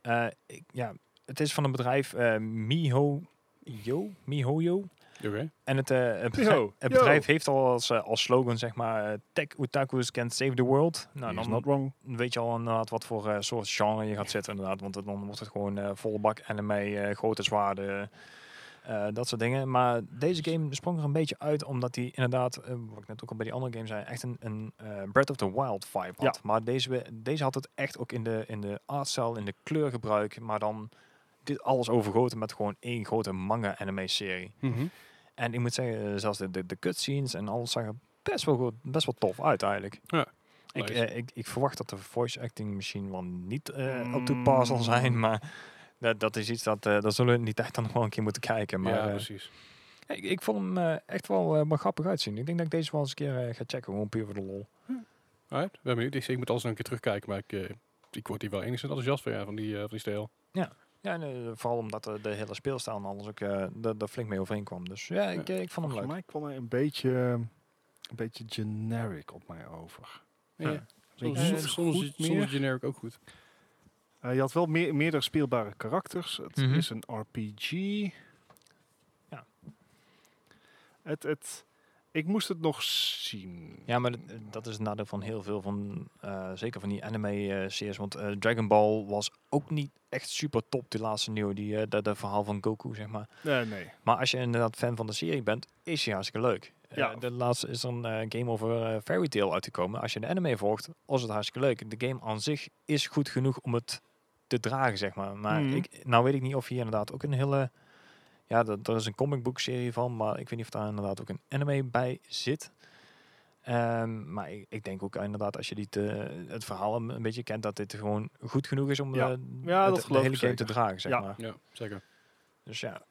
C: Eh, ik- ja, het is van een bedrijf eh MiHoYo. MiHoYo.
A: Oké.
C: En het, eh, het, bedrijf,
B: Yo,
C: het
B: yo.
C: bedrijf heeft al als, eh, als slogan, zeg maar, eh, Tech Otakus can save the world. Nou,
B: Is
C: dan
B: not wrong.
C: weet je al inderdaad wat voor eh, soort genre je gaat zetten inderdaad. Want dan wordt het gewoon eh volle bak anime, eh, grote zwaarden, eh, dat soort dingen. Maar deze game sprong er een beetje uit omdat die inderdaad, eh, wat ik net ook al bij die andere game zei, echt een, een eh, Breath of the Wild vibe had. Maar deze, we- deze had het echt ook in de, in de artstyle, in de kleurgebruik, maar dan dit alles overgoten met gewoon één grote manga anime serie.
A: Mhm.
C: En ik moet zeggen, eh, zelfs de, de, de cutscenes en alles zag er best wel, goed, best wel tof uit eigenlijk.
A: Ja,
C: Ik,
A: nice.
C: eh, ik, ik verwacht dat de voice acting misschien wel niet eh, op de pas zal zijn,
B: Mm.
C: maar dat, dat is iets dat, eh dat zullen we in die tijd dan nog wel een keer moeten kijken. Maar
A: ja,
C: eh,
A: precies.
C: ik, ik vond hem eh, echt wel, eh, wel grappig uitzien. Ik denk dat ik deze wel eens een keer eh, ga checken, gewoon puur voor de lol.
A: Alright. Ik ben benieuwd. Ik, ik moet alles nog een keer terugkijken, maar ik, eh, ik word hier wel enigszins enthousiast van, ja, van die, eh, van die stijl.
C: Ja, en, eh, vooral omdat eh, de hele speelstijl en alles ook eh daar daar flink mee overeen kwam. Dus ja, ik, eh, ik vond hem
B: Volgens
C: leuk.
B: mij kwam hij een beetje, een beetje generic op mij over.
A: Ja.
B: Ja.
A: Soms,
B: Weet ik
A: soms,
B: niet
A: soms,
B: goed
A: soms
B: meer.
A: generic ook goed.
B: Eh, je had wel meer, meerdere speelbare karakters. Het
C: Mhm.
B: is een RPG.
C: Ja.
B: Het, het, ik moest het nog zien.
C: Ja, maar dat, eh, dat is het nadeel van heel veel van, eh, zeker van die anime-series. want eh, Dragon Ball was ook niet echt super top, die laatste nieuwe, die, eh dat dat verhaal van Goku, zeg maar.
B: Nee, nee.
C: Maar als je inderdaad fan van de serie bent, is die hartstikke leuk. Eh,
B: Ja.
C: de laatste is een eh, game over eh, Fairy Tail uitgekomen. Als je de anime volgt, was het hartstikke leuk. De game aan zich is goed genoeg om het te dragen, zeg maar. Maar
B: Mhm.
C: ik, nou weet ik niet of hier inderdaad ook een hele... Ja, dat- er is een comic book serie van, maar ik weet niet of daar inderdaad ook een anime bij zit. Ehm, maar ik, ik denk ook inderdaad, als je die te, het verhaal een, een beetje kent, dat dit gewoon goed genoeg is om
B: Ja.
C: eh,
B: Ja,
C: het-
B: dat
C: de
B: geloof
C: hele
B: ik
C: game te
B: zeker.
C: dragen, zeg
B: Ja.
C: maar.
A: Ja, zeker.
C: Dus ja,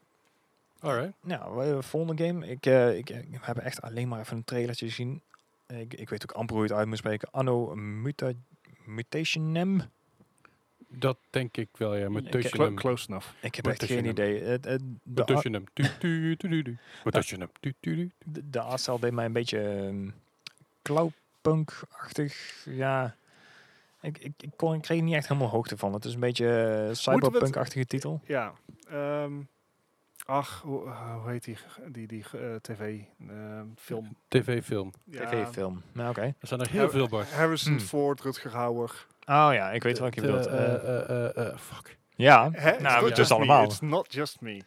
A: Alright.
C: nou, we hebben volgende game. Ik, eh, ik, eh, we hebben echt alleen maar even een trailertje gezien. Ik, ik weet ook amper hoe je het uit moet spreken. Anno Muta, Mutationem.
A: Dat denk ik wel, ja. Met
C: Ik-
A: tussen
B: Clo-
A: hem.
B: close enough.
C: Ik heb echt geen
A: Mutationem.
C: idee. Het- het- de,
A: Met
C: a-
A: tussen hem. Tu- tu- tu- tu- tu. Met tussen hem. Tu- tu- tu.
C: de, de artstyle deed mij een beetje ehm, cloudpunk-achtig. Ja, ik, ik, ik, kon, ik kreeg niet echt helemaal hoogte van. Het is een beetje eh, cyberpunk-achtige titel.
B: Ja. ehm, ach, hoe, eh, hoe heet die, die, die eh, tv, eh, film?
A: TV-film.
B: Ja,
C: TV-film. Nou, oké.
A: Er zijn er heel
B: Ja,
A: veel, Bart.
B: Harrison
C: Hmm.
B: Ford, Rutger Hauer.
C: Oh ja, ik weet wat je
A: Eh,
C: bedoelt.
A: eh,
C: Eh,
A: eh, eh, eh, Fuck.
C: ja,
B: Hè? It's
C: nou,
B: not
C: dus
B: just me,
C: allemaal.
B: It's not just me.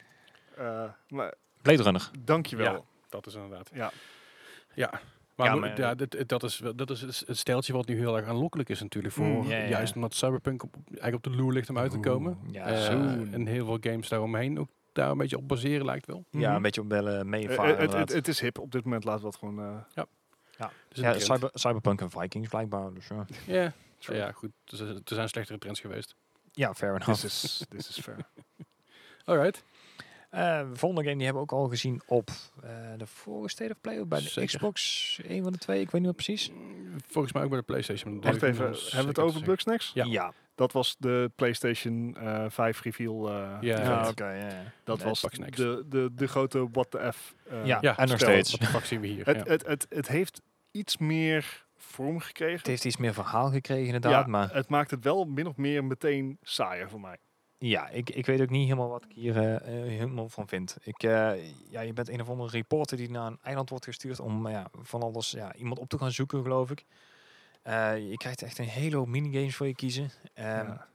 B: Eh, maar
C: Blade Runner.
B: dankjewel.
A: Ja. Dat is inderdaad.
B: Ja.
A: Ja. Maar,
C: Ja,
A: mo-
C: maar-
A: ja, dit- dat, is, wel- dat is het s- het stijltje wat nu heel erg aanlokkelijk is natuurlijk. Voor,
B: Mm,
C: ja, ja, ja.
A: Juist omdat Cyberpunk op, eigenlijk op de loer ligt om uit te komen.
C: Oeh, Ja,
A: Eh,
C: zo.
A: en heel veel games daaromheen ook daar een beetje op baseren lijkt wel.
C: Ja, een
B: Mhm.
C: beetje op bellen
B: Eh,
C: meevaren.
B: eh, het, het,
C: inderdaad.
B: het is hip op dit moment. Laten we dat gewoon... eh,
A: Dus
C: ja, cyber, Cyberpunk en Vikings blijkbaar. Dus ja.
A: Ja, Nou ja, goed. Er zijn- er zijn slechtere trends geweest.
C: ja, fair enough.
B: this, is, this is fair.
A: Alright.
C: Eh, de volgende game die hebben we ook al gezien op eh, de vorige State of Play. Of bij de
A: Zeker.
C: Xbox, een van de twee. Ik weet niet meer precies.
A: Mm, Volgens mij ook bij de PlayStation. Dat
B: Wacht
A: durf ik
B: even,
A: niet
B: hebben
A: helemaal
B: we het
A: zeker te
B: over Bugsnax?
A: Ja.
B: Dat was de PlayStation eh 5 reveal. eh,
A: Ja,
C: Ja,
B: event.
A: ja.
C: oké. ja, ja.
B: Dat
C: Nee,
B: was
A: Bugsnax.
B: de, de, de grote what the F. eh,
C: Ja,
A: ja,
C: en nog
B: stel,
C: steeds.
A: zeggen. Wat de fuck zien we hier?
B: Het,
A: Ja.
B: het, het, het heeft iets meer vorm
C: Het
B: gekregen.
C: heeft iets meer verhaal gekregen inderdaad.
B: ja,
C: Maar
B: Het maakt het wel min of meer meteen saaier voor mij.
C: ja, ik, ik weet ook niet helemaal wat ik hier eh, eh, helemaal van vind. Ik, eh, ja, je bent een of andere reporter die naar een eiland wordt gestuurd om eh, ja, van alles ja, iemand op te gaan zoeken, geloof ik. Eh, je krijgt echt een hele hoop minigames voor je kiezen. Ehm,
B: Ja.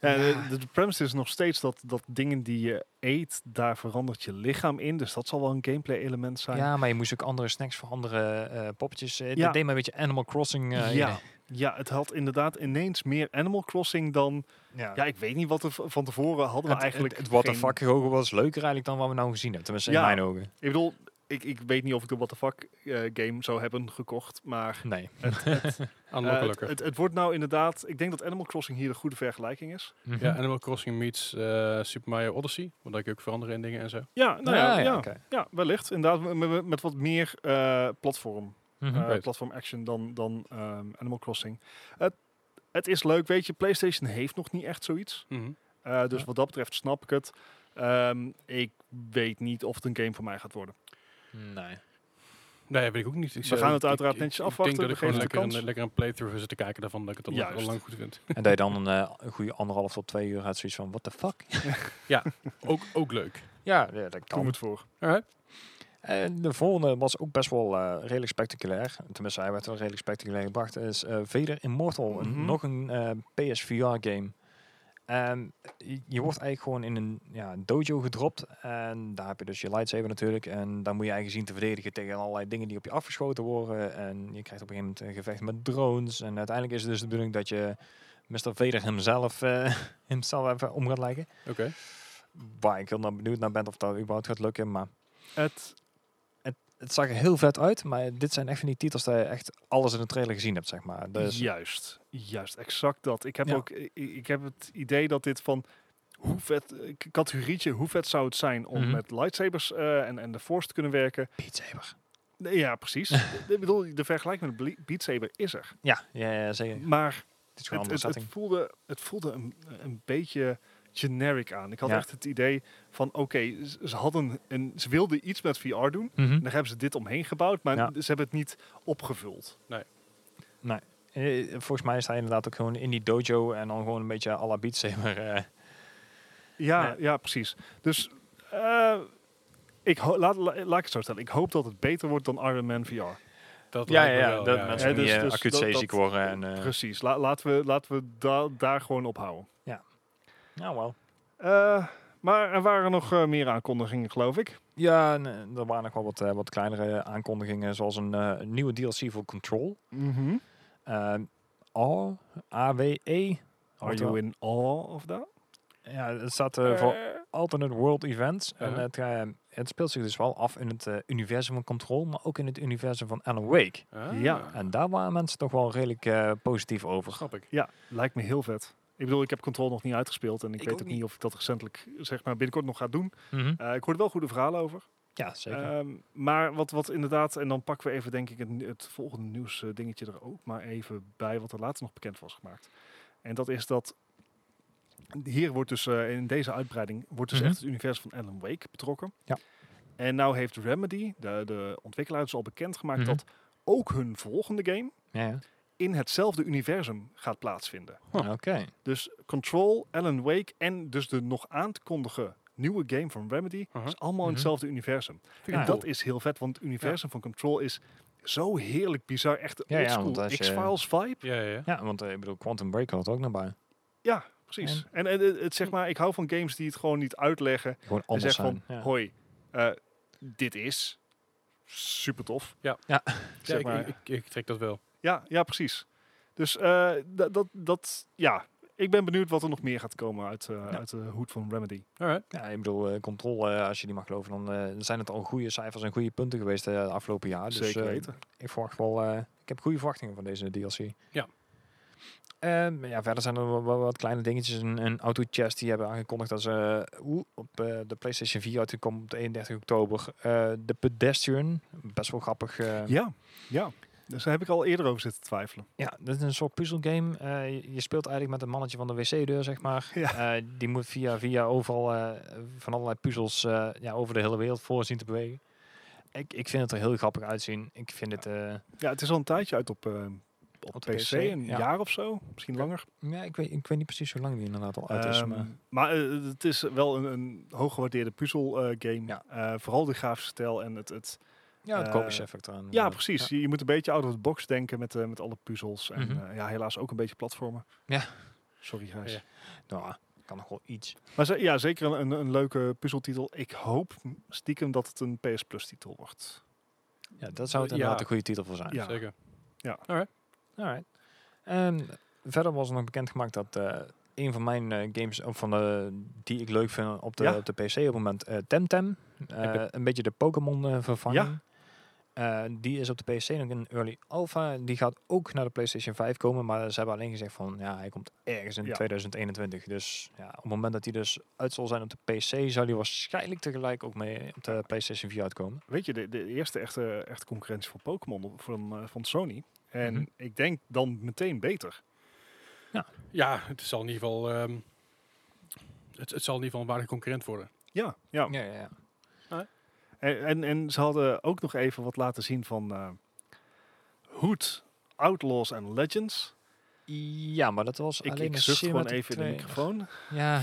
B: Ja, de, de- de premise is nog steeds dat, dat dingen die je eet, daar verandert je lichaam in. Dus dat zal wel een gameplay element zijn.
C: Ja, maar je moest ook andere snacks voor andere eh poppetjes. Eh,
B: Ja.
C: Dat deed me een beetje Animal Crossing. eh,
B: ja.
C: idee.
B: ja, het had inderdaad ineens meer Animal Crossing dan...
C: ja.
B: Ja, ik weet niet wat er v- van tevoren hadden we
C: Het,
B: eigenlijk...
C: eigenlijk het, what the
B: geen-
C: fuck gehogen was leuker eigenlijk dan wat we nou gezien hebben. Tenminste,
B: Ja.
C: in mijn ogen.
B: Ik bedoel, ik, ik weet niet of ik de what the fuck eh, game zou hebben gekocht, maar...
C: Nee.
B: Het, het, eh, het,
A: Aanlokkelijker.
B: het, het wordt nou inderdaad... Ik denk dat Animal Crossing hier een goede vergelijking is.
C: Mhm.
A: Ja, Animal Crossing meets eh, Super Mario Odyssey. Want daar kun je ook veranderen in dingen en zo.
B: Ja, nou ja, ja, ja,
C: Ah, oké.
B: wellicht. Inderdaad, m- m- met, wat meer eh, platform
C: Mhm.
B: eh,
A: Right.
B: platform action dan, dan ehm, Animal Crossing. Het, het is leuk, weet je, PlayStation heeft nog niet echt zoiets.
A: Mhm.
B: Eh, dus
C: Ja.
B: wat dat betreft snap ik het. Ehm, ik weet niet of het een game voor mij gaat worden.
C: Nee.
A: Nee, weet ik ook niet. Ik
B: We
A: zeg,
B: gaan
A: ik-
B: het uiteraard
A: ik-
B: netjes
A: ik-
B: afwachten.
A: Ik denk
B: We
A: dat ik gewoon
B: geven
A: lekker
B: het de
A: een, lekker een playthrough ga zitten kijken daarvan. Dat ik het al, lang- al
B: Juist.
A: lang goed vind.
C: en dat je dan een, eh, een goede anderhalf tot twee uur gaat zoiets van, what the fuck?
A: ook, ook leuk.
C: ja, ja, dat
B: Kom
C: kan.
B: het voor.
A: Alright.
C: En de volgende was ook best wel eh, redelijk spectaculair. Tenminste, hij werd wel redelijk spectaculair gebracht. Is eh Vader Immortal. Een-
B: Mhm.
C: nog een eh, PSVR game. En je- je wordt eigenlijk gewoon in een ja, dojo gedropt. En daar heb je dus je lightsaber natuurlijk. En daar moet je eigenlijk zien te verdedigen tegen allerlei dingen die op je afgeschoten worden. En je krijgt op een gegeven moment een gevecht met drones. En uiteindelijk is het dus de bedoeling dat je Mr. Vader hemzelf, eh hemzelf even om gaat lijken.
A: Oké.
C: Waar ik heel naar benieuwd naar ben of dat überhaupt gaat lukken. Maar
B: Het,
C: het zag er heel vet uit, maar dit zijn echt van die titels dat je echt alles in de trailer gezien hebt, zeg maar. Dus
B: Juist, juist, exact dat. Ik heb,
C: Ja.
B: ook, ik, ik heb het idee dat dit van hoe vet, eh, k- categorietje, hoe vet zou het zijn om
C: Mhm.
B: met lightsabers eh, en, en de force te kunnen werken.
C: Beat Saber.
B: Nee, ja, precies. ik bedoel, de vergelijking met Ble- Beat Saber is er.
C: Ja, ja, ja, zeker.
B: Maar
C: Het is gewoon
B: het,
C: een andere
B: het- het
C: setting.
B: voelde, het voelde een, een beetje generic aan. Ik had
C: Ja.
B: echt het idee van, oké, ze- ze hadden een, ze wilden iets met VR doen.
C: Mhm.
B: En daar hebben ze dit omheen gebouwd, maar
C: Ja.
B: ze hebben het niet opgevuld.
C: Eh, Volgens mij is hij inderdaad ook gewoon in die dojo en dan gewoon een beetje à la Beat Saber. eh.
B: Ja,
C: Ja.
B: ja. precies. Dus eh, ik ho- laat, la- laat ik het zo stellen. Ik hoop dat het beter wordt dan Iron Man VR.
A: Dat
C: Ja, ja,
A: lijkt me
C: ja,
A: wel,
C: dat mensen
B: Ja,
C: die
B: dus-
C: eh,
B: dus
C: acuut
B: dat-
C: zeeziek
B: dat-
C: worden. En, eh,
B: Precies. La- laten we, laten we da- daar gewoon op houden.
C: nou wel.
B: Eh, maar er waren nog eh, meer aankondigingen, geloof ik.
C: Ja, en, eh, er waren nog wel wat, eh, wat kleinere aankondigingen, zoals een eh, een nieuwe DLC voor Control. Eh, A, E, A-W-E.
B: Are you in awe of that?
C: Ja, het staat eh, voor alternate world events. En
A: Ja.
C: het, eh, het speelt zich dus wel af in het eh, universum van Control, maar ook in het universum van Alan Wake.
A: Ah,
B: Ja.
C: En daar waren mensen toch wel redelijk eh, positief over.
A: Snap ik.
B: Ja, lijkt me heel vet. Ik bedoel, ik heb Control nog niet uitgespeeld en ik,
C: Ik
B: weet
C: ook
B: ook
C: niet.
B: niet of ik dat recentelijk, zeg maar, binnenkort nog ga doen. Eh, ik hoorde wel goede verhalen over.
C: Ja, zeker.
B: Ehm, maar wat, wat inderdaad, en dan pakken we even, denk ik, het, het volgende nieuws eh, dingetje er ook maar even bij, wat er later nog bekend was gemaakt. En dat is dat hier wordt dus eh, in deze uitbreiding wordt dus
C: Mhm.
B: echt het universum van Alan Wake betrokken.
C: Ja.
B: En nou heeft Remedy, de, de ontwikkelaar, dus al bekendgemaakt
C: Mhm.
B: dat ook hun volgende game
C: ja, ja.
B: in hetzelfde universum gaat plaatsvinden.
A: Huh.
C: Oké.
B: Dus Control, Alan Wake en dus de nog aan te kondigen nieuwe game van Remedy
A: Aha.
B: is allemaal in
C: Mhm.
B: hetzelfde universum.
A: Vind ik
C: Ja.
B: En
A: cool.
B: dat is heel vet, want het universum van Control is zo heerlijk bizar. Echt
C: Ja, ja,
B: oldschool
C: want als je-
B: X-Files vibe.
A: Ja, ja, ja.
C: Ja, want eh, ik bedoel, Quantum Break had ook naar bij.
B: Ja, precies. En, en het, het- zeg maar, ik hou van games die het gewoon niet uitleggen.
C: Gewoon
B: En
C: anders
B: zeggen
C: zijn.
B: van,
C: Ja.
B: hoi, eh, dit is super tof.
C: Ja.
A: Ja,
B: Zeg
A: ik-
B: maar,
A: ik, ik, ik trek dat wel.
B: Ja, ja, precies. Dus eh, dat, dat, dat, ja, ik ben benieuwd wat er nog meer gaat komen uit, eh,
C: Ja.
B: uit de hoed van Remedy.
A: Alright.
C: Ja, ik bedoel, eh, Control, eh, als je die mag geloven, dan eh, zijn het al goede cijfers en goede punten geweest eh, de afgelopen jaar. Dus
B: Zeker
C: eh,
B: weten.
C: ik verwacht wel, eh, ik heb goede verwachtingen van deze DLC.
A: Ja.
C: Ehm, ja, verder zijn er wel, wel wat kleine dingetjes. Een, een auto chest die hebben aangekondigd dat ze eh, oeh, op eh, de PlayStation 4 uitkomt op de 31 oktober. Eh, de pedestrian, best wel grappig. eh, ja.
B: Ja, ja. Dus daar heb ik al eerder over zitten twijfelen.
C: dat is een soort puzzelgame. Eh, je- je speelt eigenlijk met een mannetje van de wc-deur, zeg maar.
B: Ja.
C: Eh, die moet via, via overal eh, van allerlei puzzels eh, ja, over de hele wereld voor zien te bewegen. Ik, ik vind het er heel grappig uitzien. Ik vind het... eh,
B: Ja, het is al een tijdje uit op, eh, op,
C: Op de
B: PC,
C: PC,
B: een
C: ja.
B: jaar of zo, misschien langer.
C: Ja, ik weet, ik weet niet precies hoe lang die inderdaad al uit is.
B: Ehm,
C: maar-
B: maar eh, het is wel een, een hooggewaardeerde puzzelgame. game
C: Ja.
B: Eh, vooral de grafische stijl en het... het
C: ja, het
B: eh,
C: komische effect eraan.
B: ja,
C: eh,
B: precies. Je, je moet een beetje out of the box denken met, eh, met alle puzzels. En
C: Mhm.
B: eh, ja, helaas ook een beetje platformen.
C: Ja.
B: Sorry, Gijs.
A: Ja.
C: Nou, kan nog wel iets.
B: Maar ze- ja, zeker een, een, een leuke puzzeltitel. Ik hoop stiekem dat het een PS Plus titel wordt.
C: Ja, dat zou het
A: Ja.
C: inderdaad een goede titel voor zijn.
B: Ja.
A: Zeker.
C: Alright. En verder was er nog bekendgemaakt dat eh, een van mijn eh, games ook van de, die ik leuk vind op de,
B: Ja.
C: op de PC op het moment, eh, Temtem, eh,
A: Heb je-
C: een beetje de Pokémon eh, vervanging.
B: Ja.
C: Eh, die is op de PC nog in early alpha. Die gaat ook naar de PlayStation 5 komen, maar ze hebben alleen gezegd van ja, hij komt ergens in
B: Ja.
C: 2021. Dus ja, op het moment dat hij dus uit zal zijn op de PC, zal hij waarschijnlijk tegelijk ook mee op de PlayStation 4 uitkomen.
B: Weet je, de, de eerste echte, echte concurrentie voor Pokémon van, eh, van Sony. En
A: Mhm.
B: ik denk dan meteen beter.
A: Ja, het zal in ieder geval. ehm, het, het zal in ieder geval een waardige concurrent worden.
B: Ja, ja.
C: Ja, ja, ja.
B: En, en, en ze hadden ook nog even wat laten zien van eh Hood, Outlaws en Legends.
C: ja maar dat was
B: Ik,
C: alleen
B: ik
C: een
B: zucht gewoon
C: cinematic
B: even in de
C: trailer.
B: microfoon.
C: Ja,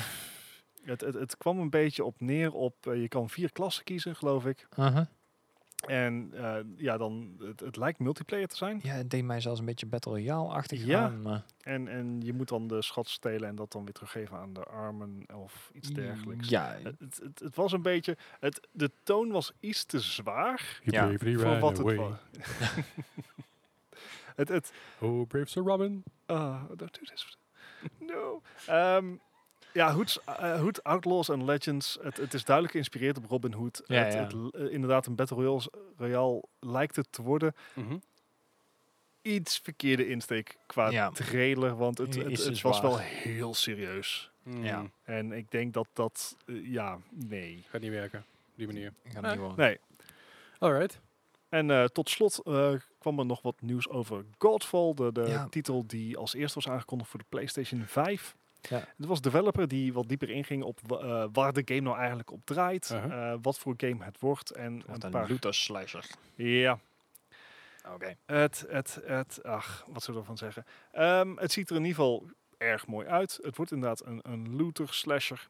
B: Het, het, het kwam een beetje op neer op, eh, je kan vier klassen kiezen, geloof ik.
C: uh-huh.
B: En eh, ja, dan, het, het lijkt multiplayer te zijn.
C: Ja, het deed mij zelfs een beetje Battle Royale-achtig
B: Ja.
C: aan. maar-
B: En, en je moet dan de schat stelen en dat dan weer teruggeven aan de armen of iets dergelijks. Eh,
C: Ja,
B: Het, het, het, het was een beetje, het, de toon was iets te zwaar
A: You
C: Ja,
A: bravely
B: voor
A: ran
B: wat het
A: away.
B: was. het, het,
A: Oh, brave Sir Robin.
B: Ah, don't do this. No. Ehm, ja, Hood's, eh, Hood, Outlaws en Legends. Het, het is duidelijk geïnspireerd op Robin Hood.
C: Ja,
B: het,
C: ja.
B: het l- eh, inderdaad, een Battle Royale, Royale lijkt het te worden.
A: Mhm.
B: Iets verkeerde insteek qua
C: Ja.
B: trailer, want het,
C: I-
B: het,
C: is
B: het
C: dus
B: was
C: waar.
B: wel heel serieus.
C: Ja.
A: Mm,
B: En ik denk dat dat, eh, ja, nee.
A: Gaat niet werken. Op die manier.
C: ik ga het niet horen.
B: eh, Nee.
A: Alright.
B: En eh, tot slot eh, kwam er nog wat nieuws over Godfall, de, de
C: Ja.
B: titel die als eerste was aangekondigd voor de PlayStation 5.
C: Ja.
B: Het was een developer die wat dieper inging op wa- eh, waar de game nou eigenlijk op draait,
A: Uh-huh.
B: eh, wat voor game het wordt en
C: Het wordt
B: een
C: een
B: paar.
C: looter slicer.
B: Ja,
C: Oké.
B: het, het, het, ach, wat zullen we ervan zeggen? Ehm, het ziet er in ieder geval erg mooi uit. Het wordt inderdaad een, een looter slasher.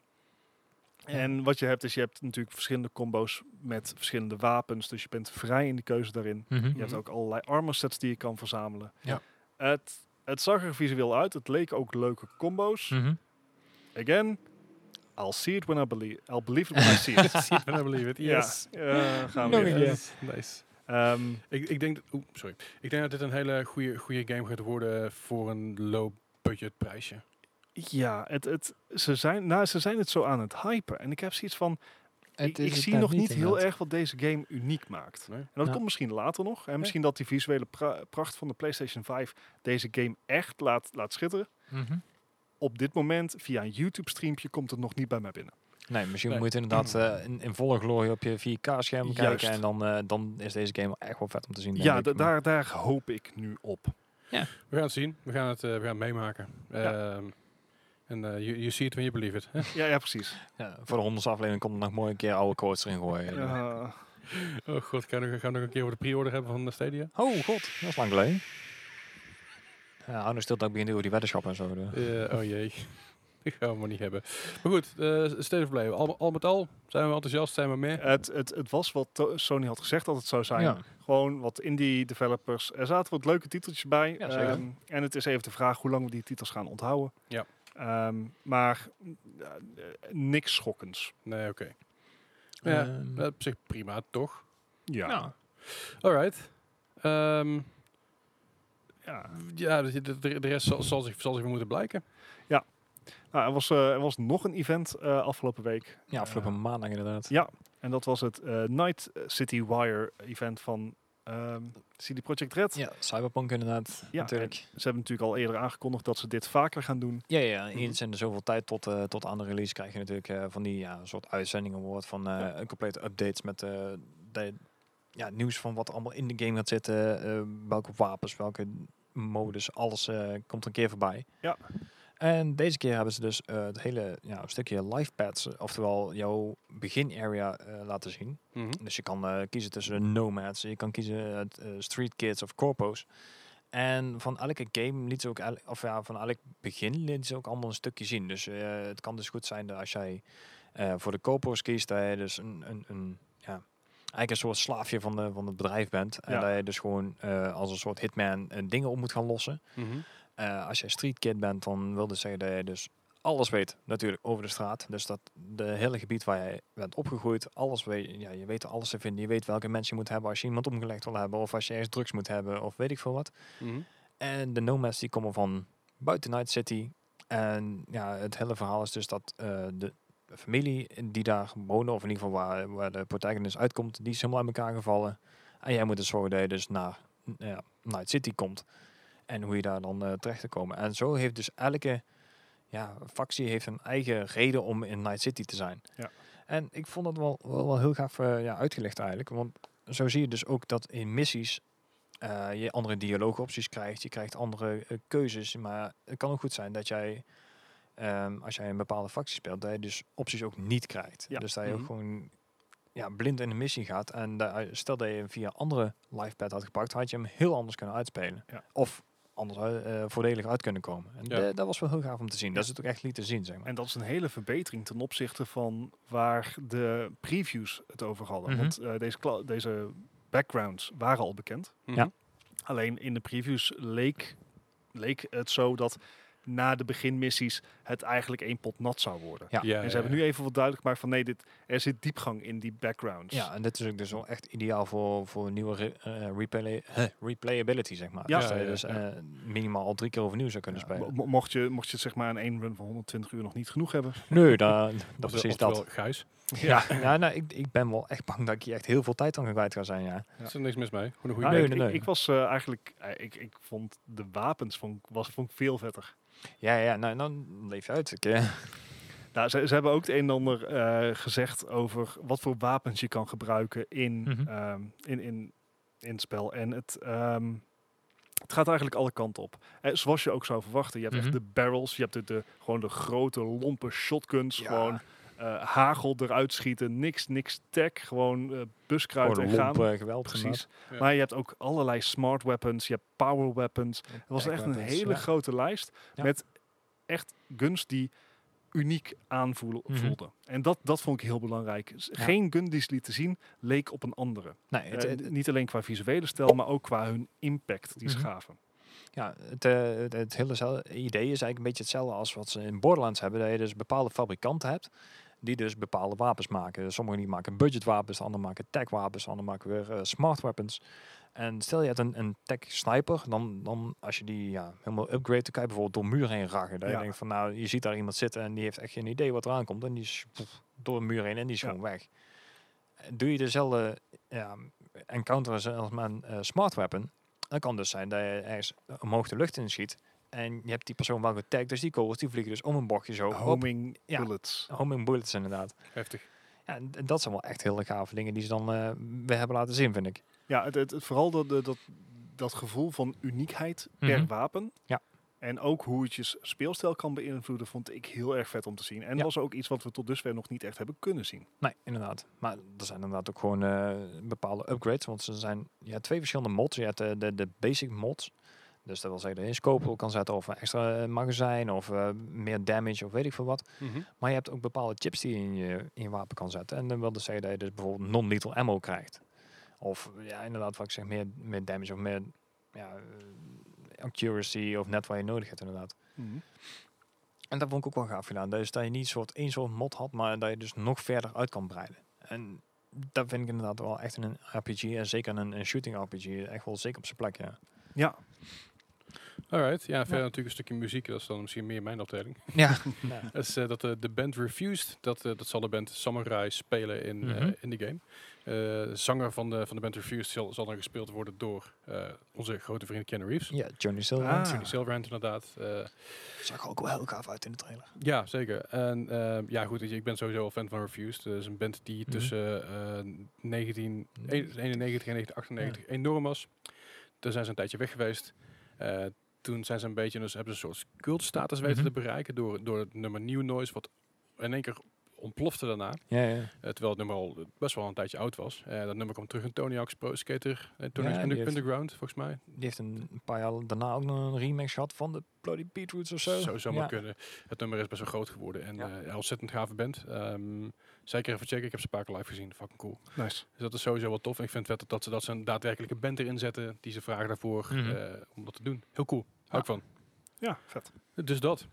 B: En wat je hebt is, je hebt natuurlijk verschillende combo's met verschillende wapens, dus je bent vrij in de keuze daarin. Je hebt
A: Mhm.
B: ook allerlei armor sets die je kan verzamelen.
C: Ja.
B: Het, het zag er visueel uit. Het leek ook leuke combo's.
C: Hm.
A: Mhm.
B: Again, I'll see it when I believe. I'll believe it when I see it.
A: I believe it. Yes.
B: Ja, eh, gaan we
C: Nog
B: weer.
C: een keer.
A: Yes. Nice.
B: Ehm,
A: Ik, ik, denk dat, oeh, sorry. ik denk dat dit een hele goede goede game gaat worden voor een low budget prijsje.
B: ja, het, het, ze, zijn, nou, ze zijn het zo aan het hypen. En ik heb zoiets van, ik, ik zie nog niet heel erg wat deze game uniek maakt.
A: Nee?
B: En dat
C: Ja.
B: komt misschien later nog. En misschien dat die visuele pra- pracht van de PlayStation 5 deze game echt laat, laat schitteren.
A: Mhm.
B: Op dit moment, via een YouTube-streampje, komt het nog niet bij mij binnen.
C: Nee, misschien
A: Nee.
C: moet je het inderdaad eh in, in volle glorie op je 4K-scherm
B: Mhm. Juist.
C: kijken. En dan, eh, dan is deze game wel echt wel vet om te zien.
B: Ja,
C: denk ik.
B: da- daar, daar hoop ik nu op.
A: We gaan het zien. We gaan het, eh, we gaan het meemaken. Ehm, en eh, you, you see it when you believe it. hè?
B: Ja, ja precies.
C: Ja, voor de honderdste aflevering komt er nog mooi een keer oude quotes erin gooien.
B: Eh,
A: Oh god, gaan we, gaan we nog een keer voor de pre-order hebben van de Stadia?
C: Oh god, dat is lang geleden. Ja, hou nog stil dat ik begin over die weddenschappen en zo. dus. doen.
A: Eh, oh jee. Die gaan we maar niet hebben. Maar goed, eh state of play. Al, al met al zijn we enthousiast, zijn we meer.
B: het, het, het was wat to- Sony had gezegd dat het zou zijn.
C: Ja.
B: Gewoon wat indie developers. Er zaten wat leuke titeltjes bij.
C: Ja, zeker.
B: Ehm, en het is even de vraag hoe lang we die titels gaan onthouden.
A: Ja.
B: Ehm, maar eh, eh, niks schokkends.
A: Nee, oké. Ja,
C: Ehm,
A: Eh, Op zich prima, toch?
B: Ja.
C: ja.
A: Alright. Ehm,
B: ja.
A: ja, de, de, de de rest zal, zal, zich, zal zich weer moeten blijken.
B: Nou, er, was, eh, er was nog een event eh, afgelopen week.
C: Ja, afgelopen
B: Eh,
C: maandag inderdaad.
B: Ja, en dat was het eh, Night City Wire event van ehm CD Projekt Red.
C: Ja, Cyberpunk inderdaad,
B: Ja,
C: natuurlijk.
B: Ze hebben natuurlijk al eerder aangekondigd dat ze dit vaker gaan doen.
C: Ja, ja,
B: Mhm.
C: eens in de zoveel tijd tot, eh, tot aan de release krijg je natuurlijk eh, van die ja, soort uitzendingen wordt van eh, een complete updates met eh, de, ja, nieuws van wat er allemaal in de game gaat zitten, eh, welke wapens, welke modus, alles eh, komt een keer voorbij.
B: Ja.
C: En deze keer hebben ze dus eh, het hele ja, stukje life pads, eh, oftewel jouw begin area eh, laten zien.
A: Mhm.
C: Dus je kan eh, kiezen tussen de nomads, je kan kiezen uit, eh, street kids of corpo's. En van elke game liet ze ook, el- of ja, van elk begin liet ze ook allemaal een stukje zien. Dus eh, het kan dus goed zijn dat als jij eh, voor de corpo's kiest, dat je dus een, een, een ja, eigenlijk een soort slaafje van, de, van het bedrijf bent. En
B: Ja.
C: dat je dus gewoon eh, als een soort hitman eh, dingen op moet gaan lossen.
A: Mhm.
C: Eh, eh, als jij street kid bent, dan wil dat zeggen dat je dus alles weet natuurlijk over de straat. Dus dat de hele gebied waar jij bent opgegroeid, alles weet, ja, je weet alles te vinden. Je weet welke mensen je moet hebben als je iemand omgelegd wil hebben of als je ergens drugs moet hebben of weet ik veel wat.
A: Mhm.
C: En de nomads die komen van buiten Night City. En ja, het hele verhaal is dus dat eh, de familie die daar wonen, of in ieder geval waar, waar de protagonist uitkomt, die is helemaal uit elkaar gevallen. En jij moet dus zorgen dat je dus naar eh, ja, Night City komt. En hoe je daar dan eh, terecht te komen. En zo heeft dus elke ja, factie heeft een eigen reden om in Night City te zijn.
B: Ja.
C: En ik vond dat wel, wel, wel heel gaaf eh, ja, uitgelegd eigenlijk. Want zo zie je dus ook dat in missies eh, je andere dialoogopties krijgt, je krijgt andere eh, keuzes. Maar het kan ook goed zijn dat jij, ehm, als jij een bepaalde factie speelt, dat je dus opties ook niet krijgt.
B: Ja.
C: Dus dat je ook
A: Mhm.
C: gewoon ja, blind in de missie gaat. En daar- stel dat je hem via een andere lifepad had gepakt, had je hem heel anders kunnen uitspelen.
B: Ja.
C: Of anders uit- eh, voordelig uit kunnen komen. En
A: Ja.
C: eh, dat was wel heel gaaf om te zien. Dat is het ook echt liet te zien, zeg maar.
B: En dat is een hele verbetering ten opzichte van waar de previews het over hadden.
C: Mhm.
B: Want eh, deze, kla- deze backgrounds waren al bekend.
A: Mhm.
C: Ja.
B: Alleen in de previews leek, leek het zo dat na de beginmissies het eigenlijk één pot nat zou worden.
C: Ja.
B: En ze hebben nu even wat duidelijk gemaakt van nee, dit, er zit diepgang in die backgrounds.
C: Ja, en dit is ook dus wel echt ideaal voor, voor nieuwe re- eh, replay, replayability, zeg maar.
B: Ja.
C: dus dat
A: Ja,
C: je
A: ja,
C: dus
A: ja.
C: eh, minimaal al drie keer overnieuw zou kunnen
B: Ja,
C: spelen.
B: mo- mocht, je, mocht je het zeg maar in één run van 120 uur nog niet genoeg hebben.
C: Nee, da, dat precies
A: Oftewel,
C: dat.
A: Gijs.
C: Ja, ja nou, ik, ik ben wel echt bang dat ik hier echt heel veel tijd aan kwijt ga zijn, ja.
A: Er is er niks mis mee. Gewoon een goede
B: Maar
C: nee,
B: ik,
C: nee,
B: ik-
C: nee.
B: ik was eh, eigenlijk, eh, ik, ik vond de wapens vond, ik- was, vond ik veel vetter.
C: Ja, ja, nou, dan leef je uit. Ik, eh,
B: Nou, ze, ze hebben ook het een en ander eh, gezegd over wat voor wapens je kan gebruiken in,
C: Mhm.
B: ehm, in, in, in het spel. En het, ehm, het gaat eigenlijk alle kanten op. Eh, zoals je ook zou verwachten. Je hebt
C: Mhm.
B: echt de barrels, je hebt de, de, gewoon de grote lompe shotguns.
C: Ja.
B: Gewoon eh, hagel eruit schieten, niks, niks tech. Gewoon eh, buskruid
C: gewoon
B: en
C: lomp
B: gaan.
C: eh, geweld.
B: Precies.
A: Ja.
B: Maar je hebt ook allerlei smart weapons, je hebt power weapons.
C: inderdaad.
B: Het was echt een
C: Weapons,
B: hele
C: ja.
B: grote lijst
C: Ja.
B: met echt guns die uniek aanvoelden.
C: Mhm.
B: En dat, dat vond ik heel belangrijk. S-
C: Ja.
B: Geen gun die ze lieten zien leek op een andere.
C: Nee, het,
B: Eh,
C: het-
B: niet alleen qua visuele stijl, maar ook qua hun impact die ze
C: Mhm.
B: gaven.
C: Ja, het, eh, het, het hele zel- idee is eigenlijk een beetje hetzelfde als wat ze in Borderlands hebben. Dat je dus bepaalde fabrikanten hebt die dus bepaalde wapens maken. Dus Sommigen die maken budgetwapens, de anderen maken techwapens, de anderen maken weer eh, smart weapons. En stel je hebt een, een tech sniper, dan, dan als je die ja, helemaal upgrade, dan kan je bijvoorbeeld door muren heen ragen. Dat
B: Ja.
C: je denkt van nou, je ziet daar iemand zitten en die heeft echt geen idee wat eraan komt. En die is poef, door een muur heen en die is
B: Ja.
C: gewoon weg. Doe je dezelfde ja, encounter als met een eh, smart weapon, dan kan dus zijn dat je ergens omhoog de lucht in schiet. En je hebt die persoon wel getagd, dus die kogels die vliegen dus om een bochtje
B: Oh,
C: zo. Home
B: Homing
C: Ja.
B: bullets.
C: Homing bullets inderdaad.
A: Heftig.
C: Ja, en en dat zijn wel echt hele gave dingen die ze dan eh, weer hebben laten zien, vind ik.
B: Ja, het, het, het- vooral dat, dat, dat, dat gevoel van uniekheid per
C: Mhm.
B: wapen.
C: Ja.
B: En ook hoe het je s- speelstijl kan beïnvloeden, vond ik heel erg vet om te zien. En
C: Ja.
B: was ook iets wat we tot dusver nog niet echt hebben kunnen zien.
C: Nee, inderdaad. Maar er zijn inderdaad ook gewoon eh, bepaalde upgrades. Want ze zijn ja, twee verschillende mods. Je hebt eh, de, de basic mods. Dus dat wil zeggen dat je een scope op kan zetten of een extra eh, magazijn of eh, meer damage of weet ik veel wat. Maar je hebt ook bepaalde chips die je in je, in je wapen kan zetten. En dan wil dus zeggen dat je dus bijvoorbeeld non-lethal ammo krijgt. Of ja, inderdaad wat ik zeg, meer, meer damage of meer ja, eh, accuracy of net wat je nodig hebt inderdaad.
B: Mhm.
C: En dat vond ik ook wel gaaf gedaan. Dus dat je niet soort één soort mod had, maar dat je dus nog verder uit kan breiden. En dat vind ik inderdaad wel echt in een RPG en zeker in een, een shooting RPG echt wel zeker op zijn plek, ja.
B: Ja,
A: Alright. Ja, verder natuurlijk een stukje muziek. Dat is dan misschien meer mijn afdeling.
C: Ja.
A: Dat is eh, dat eh, de band Refused. Dat, eh, dat zal de band Samurai spelen in, eh,
C: Mhm.
A: in de game. Eh, zanger van de, van de band Refused zal, zal dan gespeeld worden door eh, onze grote vriend Ken Reeves.
C: ja, Johnny Silverhand.
B: Ah.
A: Johnny Silverhand inderdaad. Eh,
C: Zag er ook wel heel gaaf uit in de trailer.
A: ja, zeker. En eh, ja, goed, weet je, ik ben sowieso al fan van Refused. Dat is een band die
C: Mhm.
A: tussen eh 1991 en 1998 enorm was. Daar zijn ze een tijdje weg geweest. Eh, toen zijn ze een beetje, dus hebben ze een soort cultstatus weten
C: Mhm.
A: te bereiken door, door het nummer New Noise, wat in één keer ontplofte daarna.
C: Ja, ja.
A: Eh, terwijl het nummer al best wel een tijdje oud was. Eh, dat nummer kwam terug in Tony Hawk's Pro Skater, en Tony Hawk's
C: Ja, die
A: Under-
C: heeft-
A: Underground, volgens mij.
C: Die heeft een een paar jaar daarna ook nog een remix gehad van de Bloody Beetroots of zo.
A: Zou zomaar
C: Ja.
A: kunnen. Het nummer is best wel groot geworden en
C: Ja.
A: eh, een ontzettend gave band. Ehm, zeker even checken. Ik heb ze een paar keer live gezien. Fucking cool.
B: nice.
A: Dus dat is sowieso wel tof. En ik vind het vet dat, dat ze, dat ze een daadwerkelijke band erin zetten die ze vragen daarvoor
C: Mhm.
A: eh, om dat te doen. Heel cool. Hou ik van.
B: Ja, vet.
A: Dus dat.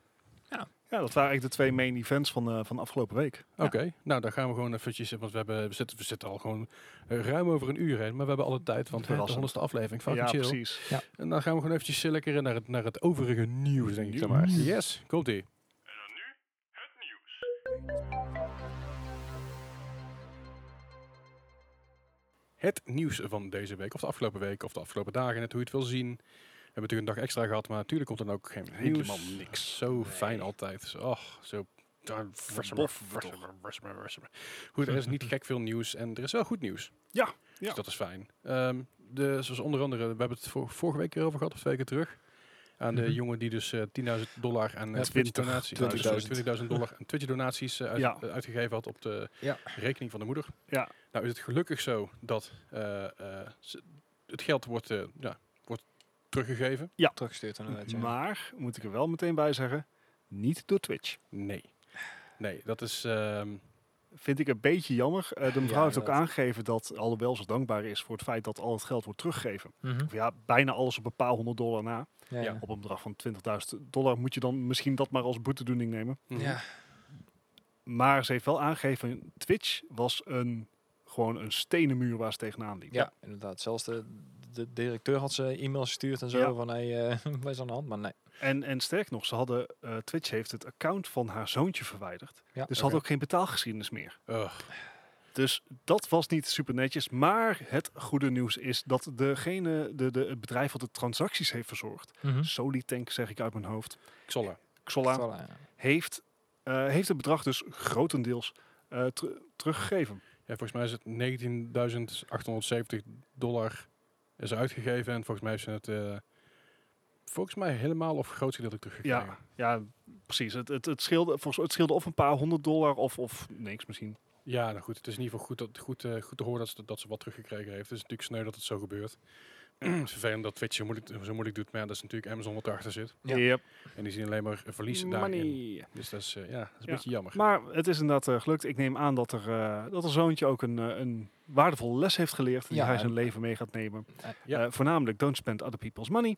B: Ja, dat waren eigenlijk de twee main events van, eh, van afgelopen week.
A: Oké, nou dan gaan we gewoon eventjes, want we, hebben, we, zitten, we zitten al gewoon eh, ruim over een uur heen, maar we hebben alle tijd, want we hebben de
B: Verrassend.
A: honderdste aflevering,
B: ja,
A: fucking chill.
B: precies.
A: En dan gaan we gewoon eventjes eh, lekker naar het, naar het overige nieuws, denk ik dan maar.
B: Nieuws.
A: Yes, komt ie. Het nieuws van deze week, of de afgelopen week, of de afgelopen dagen, net hoe je het wil zien. We hebben natuurlijk een dag extra gehad, maar natuurlijk komt er dan ook geen nieuws.
B: Helemaal niks.
A: Zo
C: Nee.
A: fijn altijd. Zo, Och, zo... daar- verse maar,
B: Bof,
A: verse
B: toch?
A: maar, verse maar, verse maar. Goed, er is niet gek veel nieuws en er is wel goed nieuws.
B: Ja,
A: Dus
B: ja.
A: dat is fijn. Ehm, de, zoals onder andere, we hebben het vor- vorige week erover gehad, of twee keer terug. Aan de
C: Mhm.
A: jongen die dus eh, 10.000 dollar aan eh,
B: 20,
A: Twitch donaties,
C: 20.000.
A: 20.000 dollar aan Twitch donaties eh, uit-
B: Ja.
A: eh, uitgegeven had op de
C: Ja.
A: rekening van de moeder.
B: Ja.
A: Nou is het gelukkig zo dat eh, eh, ze- het geld wordt, eh, ja, wordt teruggegeven.
C: Teruggestuurd inderdaad. Ja.
B: Maar, moet ik er wel meteen bij zeggen, niet door Twitch.
A: Nee. Nee, dat is... ehm,
B: Vind ik een beetje jammer. Eh, de mevrouw heeft ook
C: inderdaad.
B: aangegeven dat Allebel zo dankbaar is voor het feit dat al het geld wordt teruggegeven.
C: Mhm.
B: Of ja, bijna alles op een paar honderd dollar na.
C: Ja,
A: Ja.
C: ja.
B: Op een bedrag van 20.000 dollar moet je dan misschien dat maar als boetedoening nemen.
A: mhm.
C: Ja.
B: Maar ze heeft wel aangegeven, Twitch was een, gewoon een stenen muur waar ze tegenaan liep.
C: Ja, inderdaad. Zelfs de, de directeur had ze e-mails gestuurd en zo
B: Ja.
C: van hey, eh wat is aan de hand? Maar nee.
B: En, en sterk nog, ze hadden, eh, Twitch heeft het account van haar zoontje verwijderd. Dus
C: Ja.
B: ze had ook geen betaalgeschiedenis meer.
A: Ugh.
B: Dus dat was niet super netjes. Maar het goede nieuws is dat degene, de, de, het bedrijf wat de transacties heeft verzorgd,
C: Mhm.
B: Solitank zeg ik uit mijn hoofd,
A: Xolla.
B: Xola,
C: Voilà, ja.
B: heeft, eh, heeft het bedrag dus grotendeels eh, ter- teruggegeven.
A: Ja, volgens mij is het 19.870 dollar is er uitgegeven. En volgens mij is het eh, volgens mij helemaal of groot gedeeltelijk teruggegeven.
B: Ja, ja precies. Het, het, het, scheelde, volgens, het scheelde of een paar honderd dollar of, of niks misschien.
A: Ja, nou goed. Het is in ieder geval goed, dat, goed, eh, goed te horen dat ze, dat ze wat teruggekregen heeft. Het is natuurlijk sneu dat het zo gebeurt. Het is Vervelend dat Twitch zo moeilijk, zo moeilijk doet. Maar ja, dat is natuurlijk Amazon wat erachter zit.
C: Ja.
B: Yep.
A: En die zien alleen maar verliezen daarin.
B: Money.
A: Dus dat is, eh, ja, dat is een
B: Ja.
A: beetje jammer.
B: Maar het is inderdaad eh, gelukt. Ik neem aan dat er eh, dat haar zoontje ook een, eh, een waardevolle les heeft geleerd. Die
C: Ja,
B: hij zijn
C: en-
B: leven mee gaat nemen.
C: Eh,
A: ja.
B: Eh, voornamelijk, don't spend other people's money.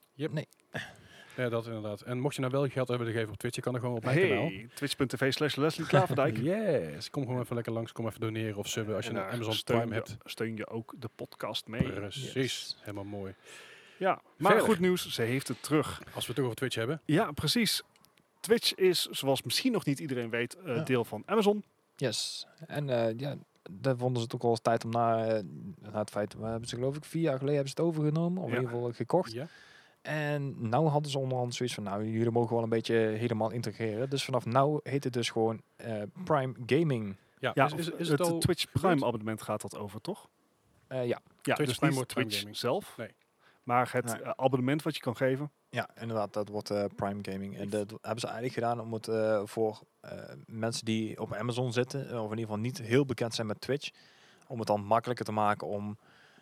A: Ja, dat inderdaad. En mocht je nou wel geld hebben gegeven op Twitch, je kan er gewoon op mijn kanaal.
B: Hey, twitch.tv slash Leslie Klaverdijk.
A: Yes. Kom gewoon even lekker langs. Kom even doneren of subben als je
B: En
A: een
B: daar
A: Amazon
B: steun
A: Prime
B: je-
A: hebt.
B: Steun je ook de podcast mee.
A: Precies.
C: Yes.
A: Helemaal mooi.
B: Ja, maar
A: Verder.
B: goed nieuws, ze heeft het terug.
A: Als we het toch over Twitch hebben.
B: Ja, precies. Twitch is, zoals misschien nog niet iedereen weet, eh,
C: Ja.
B: deel van Amazon.
C: Yes. En eh, ja, daar vonden ze het ook wel eens tijd om na, eh, na het feit, we hebben ze geloof ik vier jaar geleden hebben ze het overgenomen, of
B: Ja.
C: in ieder geval gekocht.
A: Ja.
C: En nou hadden ze onderhand zoiets van, nou jullie mogen wel een beetje helemaal integreren. Dus vanaf nou heet het dus gewoon eh, Prime Gaming.
A: Ja,
B: Ja,
A: is, is, is
B: het,
A: het al...
B: Twitch Prime
A: gebeurd?
B: abonnement gaat dat over, toch?
C: Eh, ja.
B: Ja,
A: Twitch
B: dus
A: Prime
B: niet
A: wordt Prime
B: Twitch
A: Gaming.
B: zelf,
A: Nee.
B: maar het
C: Nee.
B: eh, abonnement wat je kan geven.
C: ja, inderdaad, dat wordt eh, Prime Gaming. En dat hebben ze eigenlijk gedaan om het eh, voor eh, mensen die op Amazon zitten, eh, of in ieder geval niet heel bekend zijn met Twitch, om het dan makkelijker te maken om,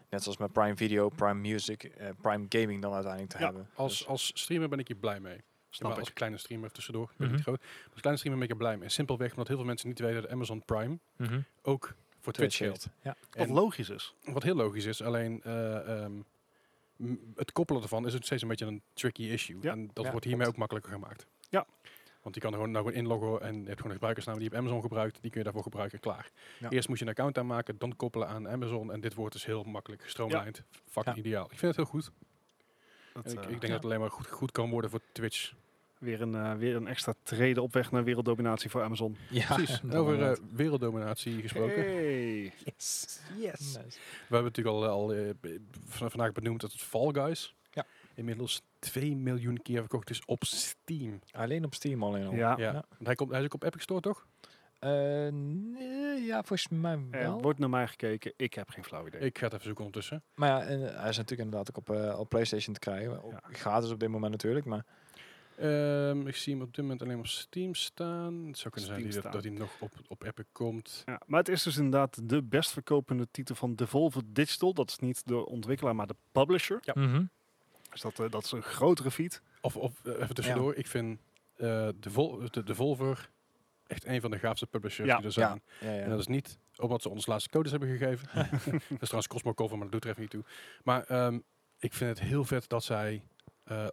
C: net zoals met Prime Video, Prime Music, eh, Prime Gaming dan uiteindelijk te
B: Ja,
C: hebben.
A: Als, als streamer ben ik hier blij mee.
B: Snap
A: maar
B: ik.
A: als kleine streamer tussendoor, ik ben
C: Mhm.
A: niet groot. Maar als kleine streamer ben ik er blij mee. Simpelweg omdat heel veel mensen niet weten dat Amazon Prime
C: Dus, mhm.
A: ook voor Twitch geldt.
C: Ja.
B: Wat
A: En
B: logisch is.
A: Wat heel logisch is, alleen eh, ehm, m- het koppelen ervan is het steeds een beetje een tricky issue.
B: Ja.
A: En dat
C: Ja,
A: wordt hiermee
C: klopt.
A: ook makkelijker gemaakt.
B: Ja.
A: Want je kan er gewoon, nou gewoon inloggen en je hebt gewoon een gebruikersnaam die je op Amazon gebruikt. Die kun je daarvoor gebruiken, klaar.
C: Ja.
A: Eerst moet je een account aanmaken, dan koppelen aan Amazon. En dit wordt dus heel makkelijk gestroomlijnd. Fucking
C: Ja.
A: ideaal. Ik vind het heel goed.
B: Dat,
A: En ik,
B: eh,
A: ik denk dat het alleen maar goed, goed kan worden voor Twitch.
B: Weer een, eh, weer een extra treden op weg naar werelddominatie voor Amazon.
C: Ja,
A: Precies.
C: dat
A: Over eh,
C: inderdaad.
A: werelddominatie gesproken.
B: Hey.
C: Yes.
A: We hebben natuurlijk al, eh, al eh, b- van- vandaag benoemd dat het Fall Guys
C: Ja.
A: inmiddels 2 miljoen keer verkocht is op Steam.
C: Alleen op Steam alleen al.
B: Ja,
A: ja.
C: Ja.
A: Want Hij, komt, hij is ook op Epic Store, toch?
C: Eh, nee, ja, volgens mij
B: er
C: wel.
B: wordt naar mij gekeken. Ik heb geen flauw idee.
A: Ik ga het even zoeken ondertussen.
C: maar ja, en, eh, hij is natuurlijk inderdaad ook op, eh, op PlayStation te krijgen. Ook
B: Ja.
C: Gratis op dit moment natuurlijk, maar
A: Ehm, ik zie hem op dit moment alleen op Steam staan. Het zou kunnen zijn die-
B: Steam
A: dat,
B: staan.
A: dat hij nog op, op Epic komt.
B: Ja, maar het is dus inderdaad de best verkopende titel van Devolver Digital. Dat is niet de ontwikkelaar, maar de publisher.
A: Ja.
B: Dus dat, eh, dat is een grotere feat.
A: Of, of eh, even tussendoor, ik vind eh de, vol, de Devolver echt een van de gaafste publishers
B: Ja.
A: die er zijn.
C: ja. ja, ja.
A: En dat is niet omdat ze ons laatste codes hebben gegeven. dat is trouwens Cosmo Cover, maar dat doet er even niet toe. Maar ehm, ik vind het heel vet dat zij eh,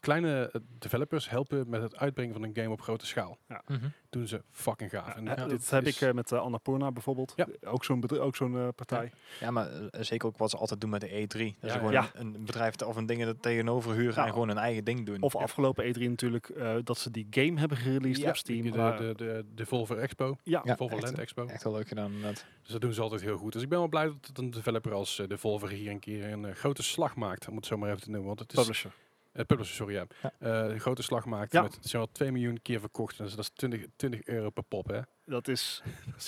A: kleine eh, developers helpen met het uitbrengen van een game op grote schaal.
C: Mhm.
A: Doen ze fucking gaaf.
B: Ja,
A: En
B: eh,
A: dat
B: dit heb
A: is-
B: ik eh, met eh, Annapurna bijvoorbeeld.
A: Ja.
B: Ook zo'n bedri- ook zo'n eh, partij.
C: Ja, maar eh, zeker ook wat ze altijd doen met de E3. Dat
A: Ja,
C: ze gewoon
B: ja.
C: een, een bedrijf te- of een ding er tegenover huren
B: Ja.
C: en gewoon hun eigen ding doen.
B: Of afgelopen E3 natuurlijk eh, dat ze die game hebben gereleased
C: Ja,
B: op Steam.
A: de,
B: maar-
A: de, de, de Volvo Expo,
B: ja,
C: Ja,
A: Volvo
C: echt,
A: Land Expo.
C: Echt heel leuk gedaan inderdaad.
A: Dus dat doen ze altijd heel goed. Dus ik ben wel blij dat een developer als eh, de Volvo hier een keer een eh, grote slag maakt, om het zo maar even te noemen. Want het is
B: publisher.
A: Eh, publisher, sorry, ja.
C: Ja.
A: Eh, een grote slag maakt.
B: Ja.
A: Met, het zijn al 2 miljoen keer verkocht. Dus dat is 20, 20 euro per pop, hè?
B: Dat is,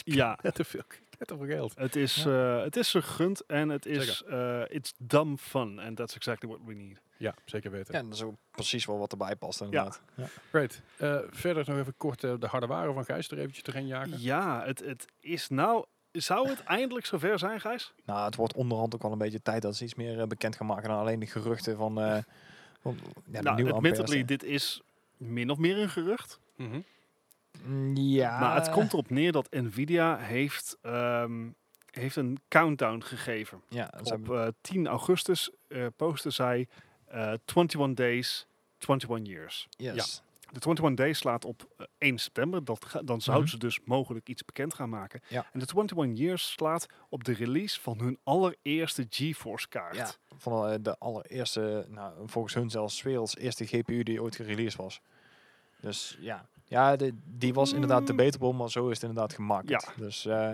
B: ja,
A: Net te veel, net te veel geld.
B: het is, eh, het is gegund en het is, eh it's dumb fun. And that's exactly what we need.
A: Ja, zeker weten.
C: Ja, dat is ook precies wel wat erbij past inderdaad. Ja.
A: Great. Eh, verder nog even kort eh, de harde waren van Gijs er eventjes doorheen jagen.
B: Ja, het, het is nou, zou het eindelijk zover zijn, Gijs?
C: Nou, het wordt onderhand ook wel een beetje tijd dat ze iets meer eh, bekend gaan maken dan alleen de geruchten van... eh van ja, de
B: nou,
C: nieuwe
B: admittedly,
C: Ampères,
B: dit is min of meer een gerucht.
A: Mhm.
C: hè. Mm, Ja.
B: Maar het komt erop neer dat Nvidia heeft, ehm, heeft een countdown gegeven.
C: Ja, ze
B: Op
C: hebben-
B: eh, 10 augustus eh postte zij eh 21 days, 21 years.
C: yes.
B: De 21 days slaat op eh, 1 september. Dat ga- dan zouden
C: Mhm.
B: ze dus mogelijk iets bekend gaan maken.
C: Ja.
B: En de 21 years slaat op de release van hun allereerste GeForce kaart.
C: Ja, van eh, de allereerste, nou, volgens hun zelfs werelds eerste GPU die ooit gereleased was. Dus ja, ja de- die was inderdaad
B: Mm.
C: debatable, maar zo is het inderdaad gemaakt.
B: Ja.
C: Dus eh,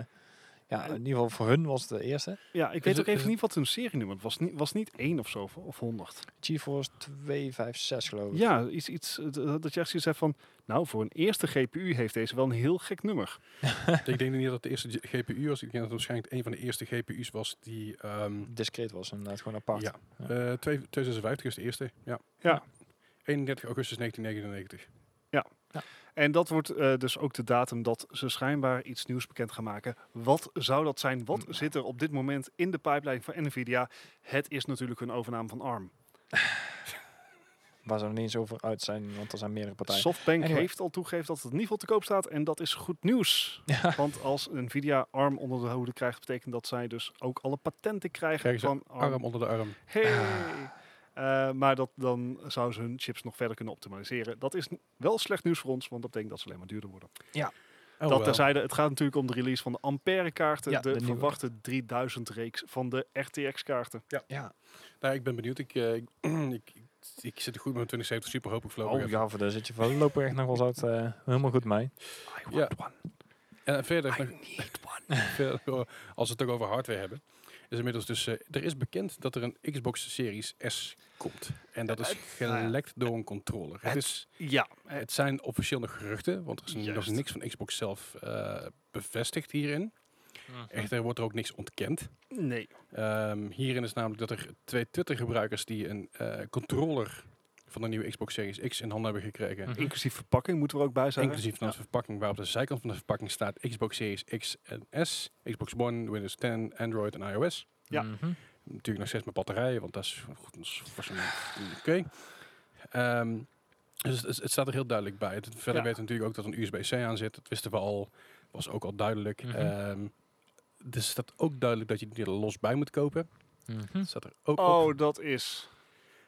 C: ja, in ieder geval voor hun was het de eerste.
B: Ja, ik
A: Is
B: weet
A: het-
B: ook
A: is
B: even
A: het-
B: niet wat hun serienummer was. Het was niet, was niet 1 of zo, of 100.
C: GeForce 256 geloof ik.
B: Ja, iets, iets eh, dat dat je echt zoiets hebt van... Nou, voor een eerste GPU heeft deze wel een heel gek nummer.
A: ik denk niet dat het de eerste G- GPU was. Ik denk dat het waarschijnlijk een van de eerste GPU's was die... ehm,
C: Discreet was inderdaad gewoon apart.
A: ja, Eh, twee- 256 is de eerste. Ja.
B: Ja.
A: 31 augustus 1999.
B: En dat wordt eh, dus ook de datum dat ze schijnbaar iets nieuws bekend gaan maken. Wat zou dat zijn? Wat
C: Mm.
B: zit er op dit moment in de pijplijn van NVIDIA? Het is natuurlijk hun overname van ARM.
C: Waar ze nog niet eens over uit zijn, want er zijn meerdere partijen.
B: SoftBank
C: Anyway.
B: heeft al toegegeven dat het niet veel te koop staat. En dat is goed nieuws.
C: Ja.
B: Want als NVIDIA ARM onder de hoede krijgt, betekent dat zij dus ook alle patenten krijgen
A: Krijgen ze
B: van ARM.
A: Arm Ah. onder de arm.
B: Hey! Eh, maar dat, dan zouden ze hun chips nog verder kunnen optimaliseren. Dat is n- wel slecht nieuws voor ons, want dat betekent dat ze alleen maar duurder worden.
A: Oh,
B: dat
A: wel.
B: terzijde, het gaat natuurlijk om de release van de Ampère-kaarten,
C: Ja,
B: de,
C: de nieuwe.
B: verwachte 3000-reeks van de RTX-kaarten.
C: ja.
A: Nou, ik ben benieuwd. Ik, eh, ik, ik, ik zit er goed met mijn 2070 super hoop ik voorlopig
C: Oh
A: even.
C: ja, voor daar zit je voorlopig echt nog wel zout eh, helemaal goed mee.
B: I
A: Ja.
B: want one,
A: En verder,
B: I
A: nog-
B: need one.
A: Veel- als we het ook over hardware hebben, is inmiddels dus... eh, er is bekend dat er een Xbox Series S komt. En dat is
B: nou
A: gelekt door een controller. Het, is,
B: Ja, eh,
A: het zijn officieel nog geruchten, want er is nog
B: Juist.
A: niks van Xbox zelf eh, bevestigd hierin.
C: Mhm.
A: Echter wordt er ook niks ontkend.
B: nee.
A: Ehm, hierin is namelijk dat er twee Twitter-gebruikers die een eh, controller van de nieuwe Xbox Series X in handen hebben gekregen...
C: Mhm.
B: Inclusief verpakking moeten we er ook bij zijn.
A: Inclusief van de verpakking, waar op de zijkant van de verpakking staat Xbox Series X en S, Xbox One, Windows 10, Android en iOS.
B: Ja.
C: Mhm.
A: Natuurlijk nog steeds met batterijen, want dat is goed, dat is waarschijnlijk oké. Ehm, dus het, het staat er heel duidelijk bij. Het, verder
B: Ja.
A: weten we natuurlijk ook dat er een USB-C aan zit. Dat wisten we al, was ook al duidelijk.
C: Mhm.
A: Ehm, dus het staat ook duidelijk dat je die er los bij moet kopen.
C: Mhm.
A: Dat staat er ook op.
B: Oh, dat is...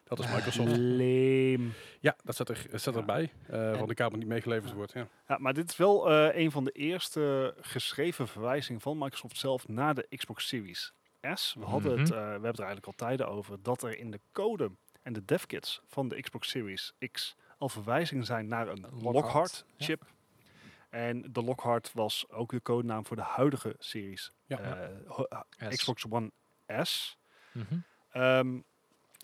A: Dat is Microsoft.
B: Leem.
A: Ja, dat staat, er, dat staat
B: Ja.
A: erbij. eh, want
C: En-
A: de kabel niet meegeleverd wordt. Ja.
B: Ja, maar dit is wel eh, een van de eerste geschreven verwijzingen van Microsoft zelf naar de Xbox Series S. We, hadden het,
C: Mhm.
B: eh, we hebben het er eigenlijk al tijden over dat er in de code en de devkits van de Xbox Series X al verwijzingen zijn naar een
C: Lockhart,
B: Lockhart
C: ja.
B: chip. En de Lockhart was ook de codenaam voor de huidige Series
A: Ja.
B: eh, ho-
C: Yes.
B: Xbox One S.
C: Mhm.
B: Ehm,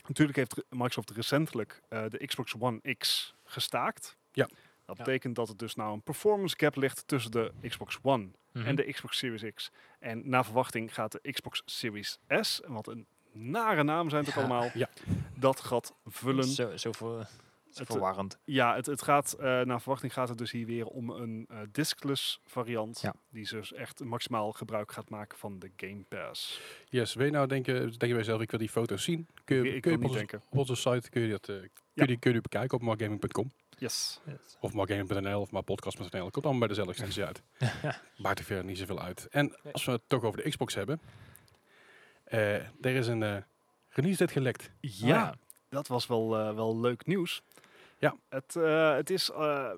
B: natuurlijk heeft re- Microsoft recentelijk eh, de Xbox One X gestaakt.
A: Ja.
B: Dat
C: Ja.
B: betekent dat het dus nou een performance gap ligt tussen de Xbox One
C: Mhm.
B: en de Xbox Series X. En naar verwachting gaat de Xbox Series S, en wat een nare naam zijn het
C: Ja.
B: ook allemaal,
A: Ja.
B: dat gat vullen.
C: Zo, zo, ver, zo
B: Het-
C: verwarrend.
B: Ja, het, het gaat, eh, naar verwachting gaat het dus hier weer om een eh, diskless variant.
C: Ja.
B: Die dus echt maximaal gebruik gaat maken van de Game Pass.
A: Yes, wil je nou denken, denk je bij jezelf, ik wil die foto's zien. Kun je,
B: Ik- ik
A: kun je
B: wil
A: op,
B: niet
A: onze,
B: denken.
A: op onze site kun je, dat, eh, kun je die, kun je die bekijken op margaming.com
B: Yes.
A: of margaming.nl of marpodcast.nl. Komt allemaal bij dezelfde extensie uit. Maakt er verder niet zoveel uit. En
C: Nee.
A: als we het toch over de Xbox hebben. eh, er is een eh release date gelekt.
B: Ja,
C: Ah,
B: Dat was wel, eh, wel leuk nieuws.
A: Ja.
B: Het, eh, het, is, eh,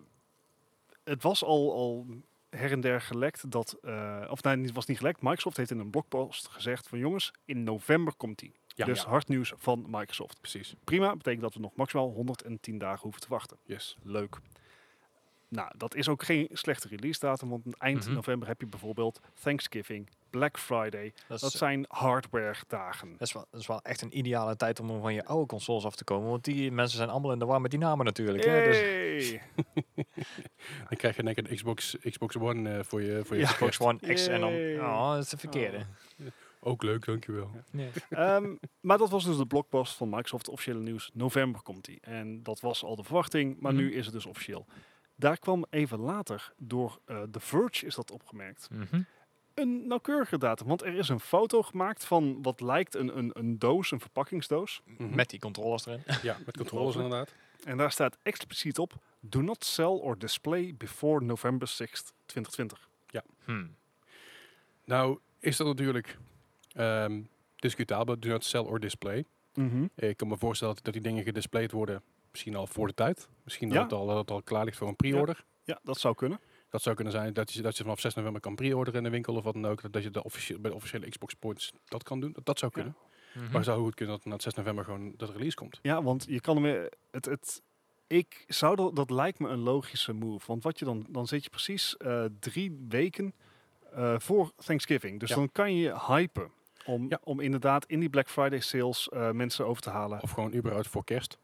B: het was al, al her en der gelekt dat... eh, of nee, het was niet gelekt. Microsoft heeft in een blogpost gezegd van jongens, in november komt die.
A: Ja,
B: dus hard nieuws van Microsoft.
A: precies.
B: Prima, betekent dat we nog maximaal 110 dagen hoeven te wachten.
A: Yes.
B: Leuk. Nou, dat is ook geen slechte release datum, want eind
C: Mhm.
B: november heb je bijvoorbeeld Thanksgiving, Black Friday.
C: Dat
B: Dat
C: is,
B: zijn hardware dagen.
C: dat, is wel, dat is wel echt een ideale tijd om er van je oude consoles af te komen. Want die mensen zijn allemaal in de war met die namen natuurlijk. hè. Dus
B: Yay!
A: Dan krijg je denk ik een Xbox, Xbox One eh, voor je voor je
B: Ja.
A: pakket.
C: Xbox One X en dan...
B: Yay.
C: Oh, dat is de verkeerde.
B: Oh.
A: Ook leuk, dankjewel.
B: Ehm, maar dat was dus de blogpost van Microsoft, officiële nieuws. November komt die. En dat was al de verwachting, maar nu
C: Mhm.
B: is het dus officieel. Daar kwam even later, door eh The Verge is dat opgemerkt,
C: Mhm.
B: een nauwkeurige datum. Want er is een foto gemaakt van wat lijkt een, een, een doos, een verpakkingsdoos.
A: Mhm.
C: Met die controllers erin.
A: Ja, met controles inderdaad.
B: En daar staat expliciet op, do not sell or display before November 6th, 2020.
C: Hmm.
A: Nou, is dat natuurlijk ehm, discutabel. Do not sell or display. Ik kan me voorstellen dat, dat die dingen gedisplayed worden misschien al voor de tijd. Misschien
B: Ja.
A: dat, het al, dat het al klaar ligt voor een pre-order.
B: Ja, dat zou kunnen.
A: Dat zou kunnen zijn dat je, dat je vanaf 6 november kan pre-orderen in de winkel of wat dan ook. Dat- Dat je de officieel, bij de officiële Xbox Points dat kan doen. Dat, dat zou
B: Ja.
A: kunnen.
C: Mhm.
A: Maar het zou heel goed kunnen dat na 6 november gewoon dat release komt.
B: Ja, want je kan hem. eh, Het, het, ik zou dat, dat lijkt me een logische move. Want wat je dan, dan zit je precies eh, drie weken eh, voor Thanksgiving. Dus
A: Ja.
B: dan kan je hypen. Om,
A: Ja.
B: om inderdaad in die Black Friday sales eh, mensen over te halen.
A: Of gewoon überhaupt voor kerst.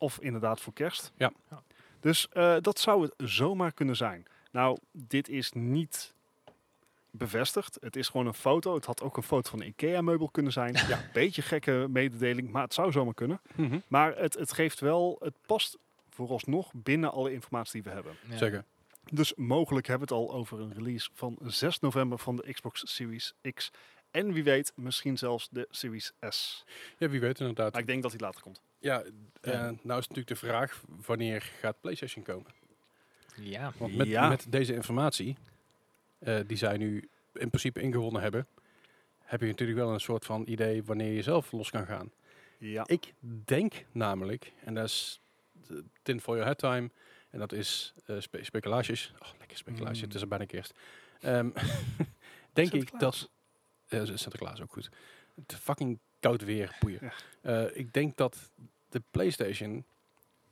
B: Of inderdaad voor kerst.
A: Ja.
C: Ja.
B: Dus eh, dat zou het zomaar kunnen zijn. Nou, dit is niet bevestigd. Het is gewoon een foto. Het had ook een foto van een IKEA-meubel kunnen zijn. Ja, beetje gekke mededeling, maar het zou zomaar kunnen. Maar het, het geeft wel, het past vooralsnog binnen alle informatie die we hebben.
C: Ja.
A: Zeggen.
B: Dus mogelijk hebben we het al over een release van 6 november van de Xbox Series X. En wie weet, misschien zelfs de Series S.
A: Ja, wie weet inderdaad.
B: Maar ik denk dat die later komt.
A: Ja, eh, nou is natuurlijk de vraag wanneer gaat PlayStation komen?
C: Ja.
A: Want met,
B: Ja.
A: met deze informatie, eh, die zij nu in principe ingewonnen hebben, heb je natuurlijk wel een soort van idee wanneer je zelf los kan gaan.
B: Ja.
A: Ik denk namelijk, en dat is de tin for your head time, en dat is eh, spe- speculaties. Oh, lekker speculatie,
C: Mm.
A: het is er bijna kerst. Ehm, denk ik
B: Sinterklaas.
A: dat... eh, Sinterklaas ook goed. Het fucking koud weer, boeien.
B: Ja.
A: Eh, ik denk dat de PlayStation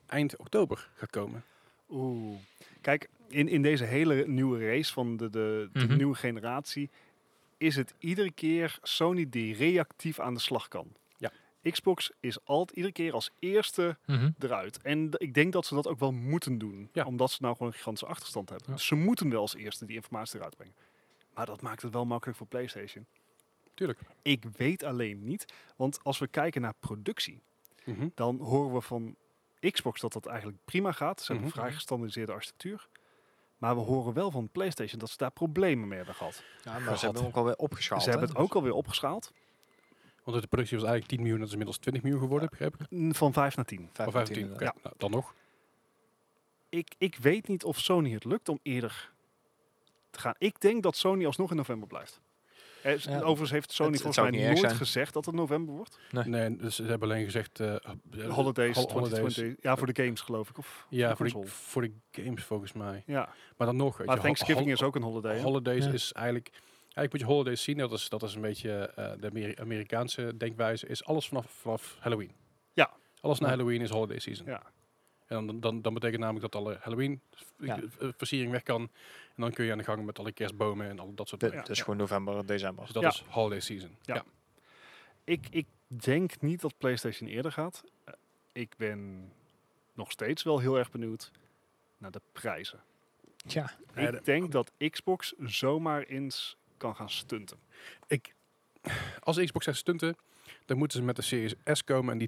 A: eind oktober gaat komen.
B: Oeh. Kijk, in, in deze hele nieuwe race van de, de, de
C: Mhm.
B: nieuwe generatie is het iedere keer Sony die reactief aan de slag kan.
A: Ja.
B: Xbox is altijd iedere keer als eerste
C: Mhm.
B: eruit. En d- ik denk dat ze dat ook wel moeten doen.
A: Ja.
B: Omdat ze nou gewoon een gigantische achterstand hebben.
C: Ja.
B: Dus ze moeten wel als eerste die informatie eruit brengen. Maar dat maakt het wel makkelijk voor PlayStation.
A: Tuurlijk.
B: Ik weet alleen niet, want als we kijken naar productie,
A: Mhm.
B: dan horen we van Xbox dat dat eigenlijk prima gaat. Ze hebben
A: Mhm.
B: een vrij gestandardiseerde architectuur. Maar we horen wel van PlayStation dat ze daar problemen mee hebben gehad.
C: Ja, maar
A: Gehad.
C: ze hebben hem ook alweer opgeschaald.
B: ze hebben
C: hè?
B: het ook alweer opgeschaald.
A: Want de productie was eigenlijk 10 miljoen, dat is inmiddels 20 miljoen geworden, begrijp ik.
B: Mm, Van 5 naar 10.
A: Of
C: 15
A: 15,
C: inderdaad.
A: oké. Nou, dan nog.
B: Ik, ik weet niet of Sony het lukt om eerder te gaan. Ik denk dat Sony alsnog in november blijft. Eh, s-
C: Ja.
B: Overigens heeft Sony
C: Het-
B: volgens
C: het zou
B: mij
C: niet erg
B: nooit
C: zijn.
B: gezegd dat het november wordt.
A: Nee, dus ze hebben alleen gezegd... eh, eh,
B: Holidays
A: hol-
B: 2020. Ja, voor de games geloof ik. Of
A: Ja,
B: de
A: voor de,
B: console.
A: voor de games volgens mij.
B: Ja,
A: Maar dan nog... weet
B: maar
A: je,
B: Thanksgiving
A: hol-
B: is ook een holiday. hè?
A: Holidays
C: Ja.
A: is eigenlijk... Eigenlijk moet je holidays zien, dat is, dat is een beetje eh, de Ameri- Amerikaanse denkwijze, is alles vanaf, vanaf Halloween.
B: Ja.
A: Alles na
C: Ja.
A: Halloween is holiday season.
B: Ja.
A: En dan, dan, dan betekent namelijk dat alle Halloween v-
C: Ja.
A: eh, versiering weg kan. En dan kun je aan de gang met alle kerstbomen en al dat soort
C: De-
A: dingen.
B: Ja.
C: Dus gewoon november, december.
A: Dus dat
B: Ja.
A: is holiday season.
B: Ja. Ik, ik denk niet dat PlayStation eerder gaat. Eh, Ik ben nog steeds wel heel erg benieuwd naar de prijzen.
C: Ja.
A: Ja, de-
B: ik denk dat Xbox zomaar eens kan gaan stunten.
A: Ik, als de Xbox 6 stunten, dan moeten ze met de Series S komen en die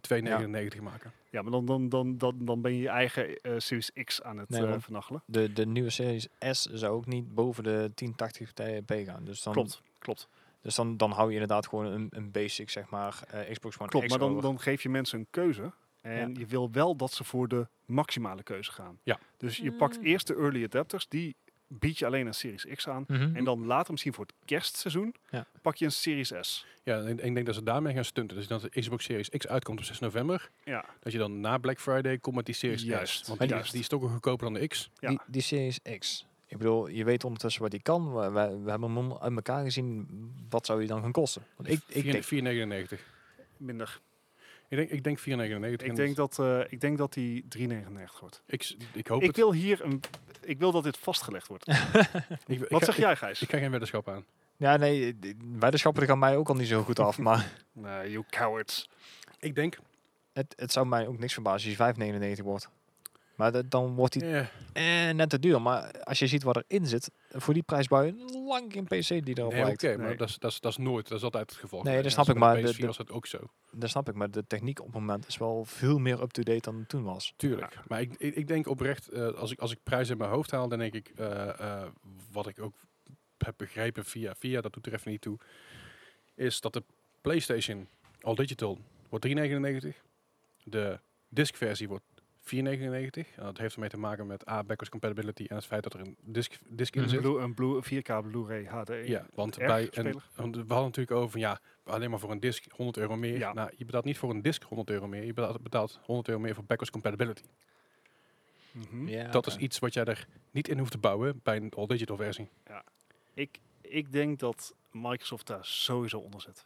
A: 2,99 maken.
B: Ja, maar dan, dan, dan, dan, dan ben je je eigen eh, Series X aan het
C: Nee,
B: eh,
C: want-
B: vernachelen.
C: De, de nieuwe series S zou ook niet boven de 1080 p gaan. Dus dan,
B: Klopt, klopt.
C: Dus dan, dan hou je inderdaad gewoon een, een basic, zeg maar, eh, Xbox One
B: Klopt,
C: X
B: maar dan,
C: over.
B: dan geef je mensen een keuze. En je wil wel dat ze voor de maximale keuze gaan.
A: Ja.
B: Dus je pakt eerst de early adapters, die bied je alleen een Series X aan.
C: Mhm.
B: En dan later misschien voor het kerstseizoen
C: Ja.
B: pak je een Series S.
A: Ja, en ik- ik denk dat ze daarmee gaan stunten. Dus dat de Xbox Series X uitkomt op 6 november.
B: Ja,
A: Dat je dan na Black Friday komt met die Series
B: Juist,
A: S. Want die, is,
B: juist.
A: die is toch wel goedkoper dan de X.
B: Ja.
C: Die, die Series X. Ik bedoel, je weet ondertussen wat die kan. We, we, we hebben hem uit elkaar gezien. Wat zou die dan gaan kosten? Want ik, ik denk,
A: 4,99.
B: minder.
A: Ik denk, ik denk 4,99.
B: Ik denk, dat, eh, ik denk dat die 3,99 wordt.
A: ik, ik hoop
B: Ik
A: het.
B: wil hier een... Ik wil dat dit vastgelegd wordt.
A: Ik- ik
B: Wat
A: ga-
B: zeg
A: ik-
B: jij, Gijs?
A: Ik krijg geen weddenschap aan.
C: ja, nee, d- weddenschappen gaan mij ook al niet zo goed af. maar
B: Nee, you cowards.
A: Ik denk.
C: het, het zou mij ook niks verbazen als die 5,99 wordt. Maar dat- dan wordt die
A: eh,
C: eh, net te duur. Maar als je ziet wat erin zit, voor die prijs bouw je lang geen PC die erop
A: nee, oké,
C: lijkt.
A: maar
B: Nee.
A: dat is, dat, is, dat is nooit. Dat is altijd het geval.
C: Nee, dat
A: Ja,
C: snap
A: dus
C: ik,
A: met
C: maar
A: de
C: de-
A: PS4
C: de-
A: was dat ook zo.
C: Dat snap ik, maar de techniek op het moment is wel veel meer up-to-date dan het toen was.
A: Tuurlijk. Maar ik, ik, ik denk oprecht, eh, als, ik, als ik prijzen in mijn hoofd haal, dan denk ik, eh, eh, wat ik ook heb begrepen via via, dat doet er even niet toe, is dat de PlayStation All Digital wordt 3,99. De discversie wordt 4,99. En dat heeft ermee te maken met A, backwards compatibility en het feit dat er een disc, disc in
C: Mhm.
A: zit.
B: Blue, een Blue, 4K Blu-ray HD.
A: Ja, want
B: Erg
A: bij een,
B: spelig.
A: want we hadden natuurlijk over van ja, alleen maar voor een disc 100 euro meer.
B: Ja.
A: Nou, je betaalt niet voor een disc 100 euro meer, je betaalt, betaalt 100 euro meer voor backwards compatibility.
B: Mhm.
A: Dat is iets wat jij er niet in hoeft te bouwen bij een all-digital versie.
B: Ik, ik denk dat Microsoft daar sowieso onder zit.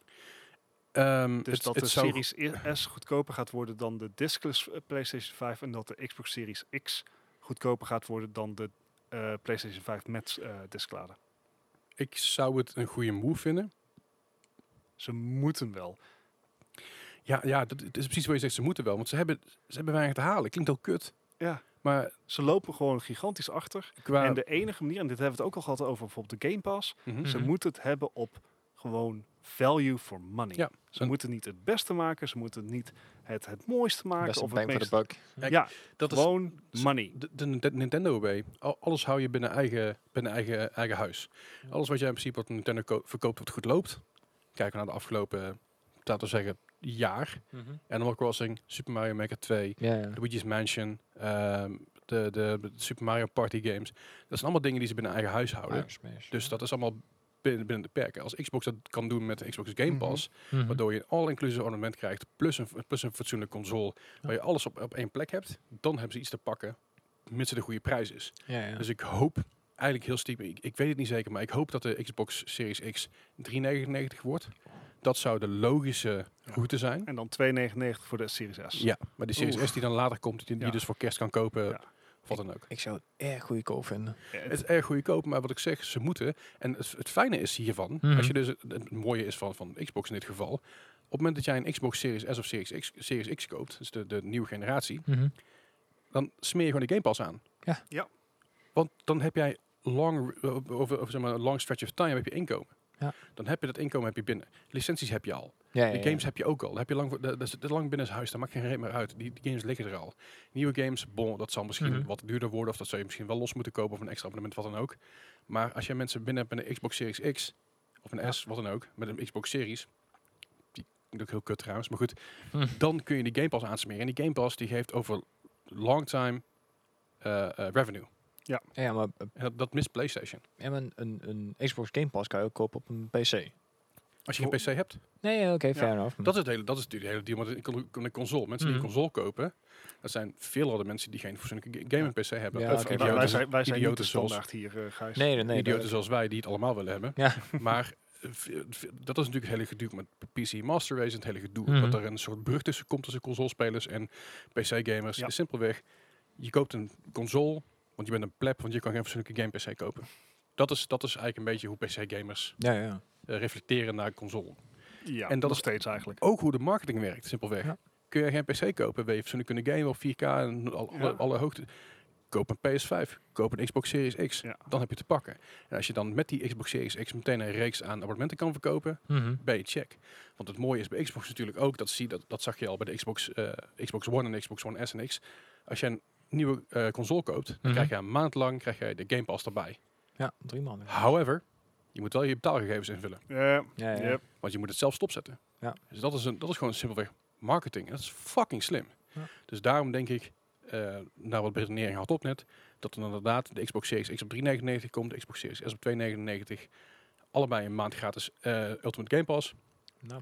A: Ehm,
B: Dus
A: het-
B: dat
A: het
B: de
A: zou-
B: Series S goedkoper gaat worden dan de discless eh, PlayStation 5 en dat de Xbox Series X goedkoper gaat worden dan de eh, PlayStation 5 met eh diskladen.
A: Ik zou het een goede move vinden.
B: Ze moeten wel.
A: Ja, ja dat, het is precies wat je zegt. Ze moeten wel, want ze hebben, ze hebben weinig te halen. Klinkt al kut.
B: Ja.
A: Maar
B: Ze lopen gewoon gigantisch achter.
A: qua...
B: en de enige manier, en dit hebben we het ook al gehad over bijvoorbeeld de Game Pass,
A: Mhm.
B: ze
C: Mhm.
B: moeten het hebben op gewoon value for money.
A: Ja,
B: Ze
A: en-
B: moeten niet het beste maken, ze moeten niet het, het mooiste maken.
C: Best
B: of
C: een
B: het
C: bang voor de
B: meest,
C: buck.
B: ja,
A: dat is
B: gewoon money.
A: de, de Nite- Nintendo way. Al- Alles hou je binnen eigen, binnen eigen, eigen huis.
C: Ja.
A: Alles wat jij in principe wat Nintendo ko- verkoopt, wat goed loopt. Kijken we naar de afgelopen, laten we zeggen, jaar.
C: Mhm.
A: Animal Crossing, Super Mario Maker 2,
C: Ja, ja.
A: Luigi's Mansion, ehm, de, de, de Super Mario Party games. Dat zijn allemaal dingen die ze binnen eigen huis houden.
C: Mario Smash.
A: Dus dat is allemaal binnen, binnen de perken. Als Xbox dat kan doen met de Xbox Game
B: Mhm.
A: Pass,
C: Mhm.
A: waardoor je een all-inclusive ornament krijgt, plus een, plus een fatsoenlijk console, waar je alles op, op één plek hebt, dan hebben ze iets te pakken, mits het de goede prijs is.
C: Ja, ja.
A: Dus ik hoop, eigenlijk heel stiekem, ik, ik weet het niet zeker, maar ik hoop dat de Xbox Series X 399 wordt. Dat zou de logische route zijn.
B: En dan 2,99 voor de Series S.
A: Ja, maar die Series
B: Oeh.
A: S die dan later komt, die, die
B: Ja.
A: dus voor kerst kan kopen,
B: Ja.
A: of wat dan ook.
C: Ik zou het erg goedkoop vinden.
B: Ja, het-
A: Het is erg goedkoop, maar wat ik zeg, ze moeten. En het, het fijne is hiervan,
C: Mhm.
A: als je dus het, het mooie is van, van Xbox in dit geval, op het moment dat jij een Xbox Series S of Series X, Series X koopt, dus de, de nieuwe generatie,
C: Mhm.
A: dan smeer je gewoon de Game Pass aan.
C: Ja.
B: Ja.
A: Want dan heb jij long, eh, over, over zeg maar, een long stretch of time heb je inkomen.
C: Ja.
A: Dan heb je dat inkomen heb je binnen. Licenties heb je al.
C: Ja, ja,
A: De
C: ja.
A: games heb je ook al. Dat Heb je lang, voor- dat dat zit lang binnen het huis. Dat maakt geen reet meer uit. Die, die games liggen er al. Nieuwe games, bon, dat zal misschien
C: Mhm.
A: wat duurder worden. Of dat zou je misschien wel los moeten kopen. Of een extra abonnement, wat dan ook. Maar als je mensen binnen hebt met een Xbox Series X. Of een S, wat dan ook. Met een Xbox Series. Die doe ik heel kut trouwens. Maar goed.
C: Hm.
A: Dan kun je die Game Pass aansmeren. En die Game Pass die heeft over long time eh, eh, revenue.
C: Ja, maar,
A: En dat, dat mist PlayStation.
C: ja, maar een, een, een Xbox Game Pass kan je ook kopen op een PC.
A: Als je geen PC hebt.
C: Nee, ja, oké, fair
B: Ja.
C: enough.
A: Dat is, het hele, dat is natuurlijk de hele deal met een con- con- een console. Mensen
B: Mm.
A: die een
C: Mhm.
A: console kopen, dat zijn veel andere mensen die geen fatsoenlijke ga- gaming PC hebben.
C: Ja,
A: Of
C: oké.
B: eh, Wij-
A: idioten,
B: wij zijn, wij zijn niet de
A: idioten zoals-
B: standaard hier, eh, Gijs.
C: nee, nee, nee.
A: idioten
C: dat-
A: zoals wij die het allemaal willen hebben.
C: Ja.
A: Maar eh, v- v- dat is natuurlijk het hele gedoe met PC Master Race en het hele gedoe.
B: Mm.
C: Mhm.
A: Dat er een soort brug tussen komt tussen consolespelers en PC-gamers.
B: Ja.
A: Simpelweg, je koopt een console, want je bent een pleb, want je kan geen fatsoenlijke game PC kopen. Dat is, dat is eigenlijk een beetje hoe PC-gamers
C: Ja, ja.
A: eh, reflecteren naar console.
B: Ja,
A: En dat
B: nog
A: is-
B: steeds eigenlijk.
A: ook hoe de marketing werkt, simpelweg.
C: Ja.
A: Kun je geen PC kopen, wil je ze kunnen gamen op 4K en al- alle,
B: Ja.
A: alle hoogte. Koop een PS5, koop een Xbox Series X,
B: Ja.
A: dan heb je te pakken. En als je dan met die Xbox Series X meteen een reeks aan abonnementen kan verkopen,
C: Mhm.
A: ben je check. Want het mooie is bij Xbox natuurlijk ook, dat, zie, dat, dat zag je al bij de Xbox, eh, Xbox One en de Xbox One S en X. Als je een nieuwe eh, console koopt, dan
C: Mhm.
A: krijg je een maand lang krijg je de Game Pass erbij.
C: Ja, drie maanden.
A: However, je moet wel je betaalgegevens invullen.
B: Eh,
C: Ja, ja.
B: yep.
A: Want je moet het zelf stopzetten.
C: Ja.
A: Dus dat is, een, dat is gewoon simpelweg marketing. En dat is fucking slim.
C: Ja.
A: Dus daarom denk ik, eh naar wat Bretonering had op net, dat er inderdaad de Xbox Series X op 3,99 komt, de Xbox Series S op 2,99. Allebei een maand gratis eh, Ultimate Game Pass.
C: Nou.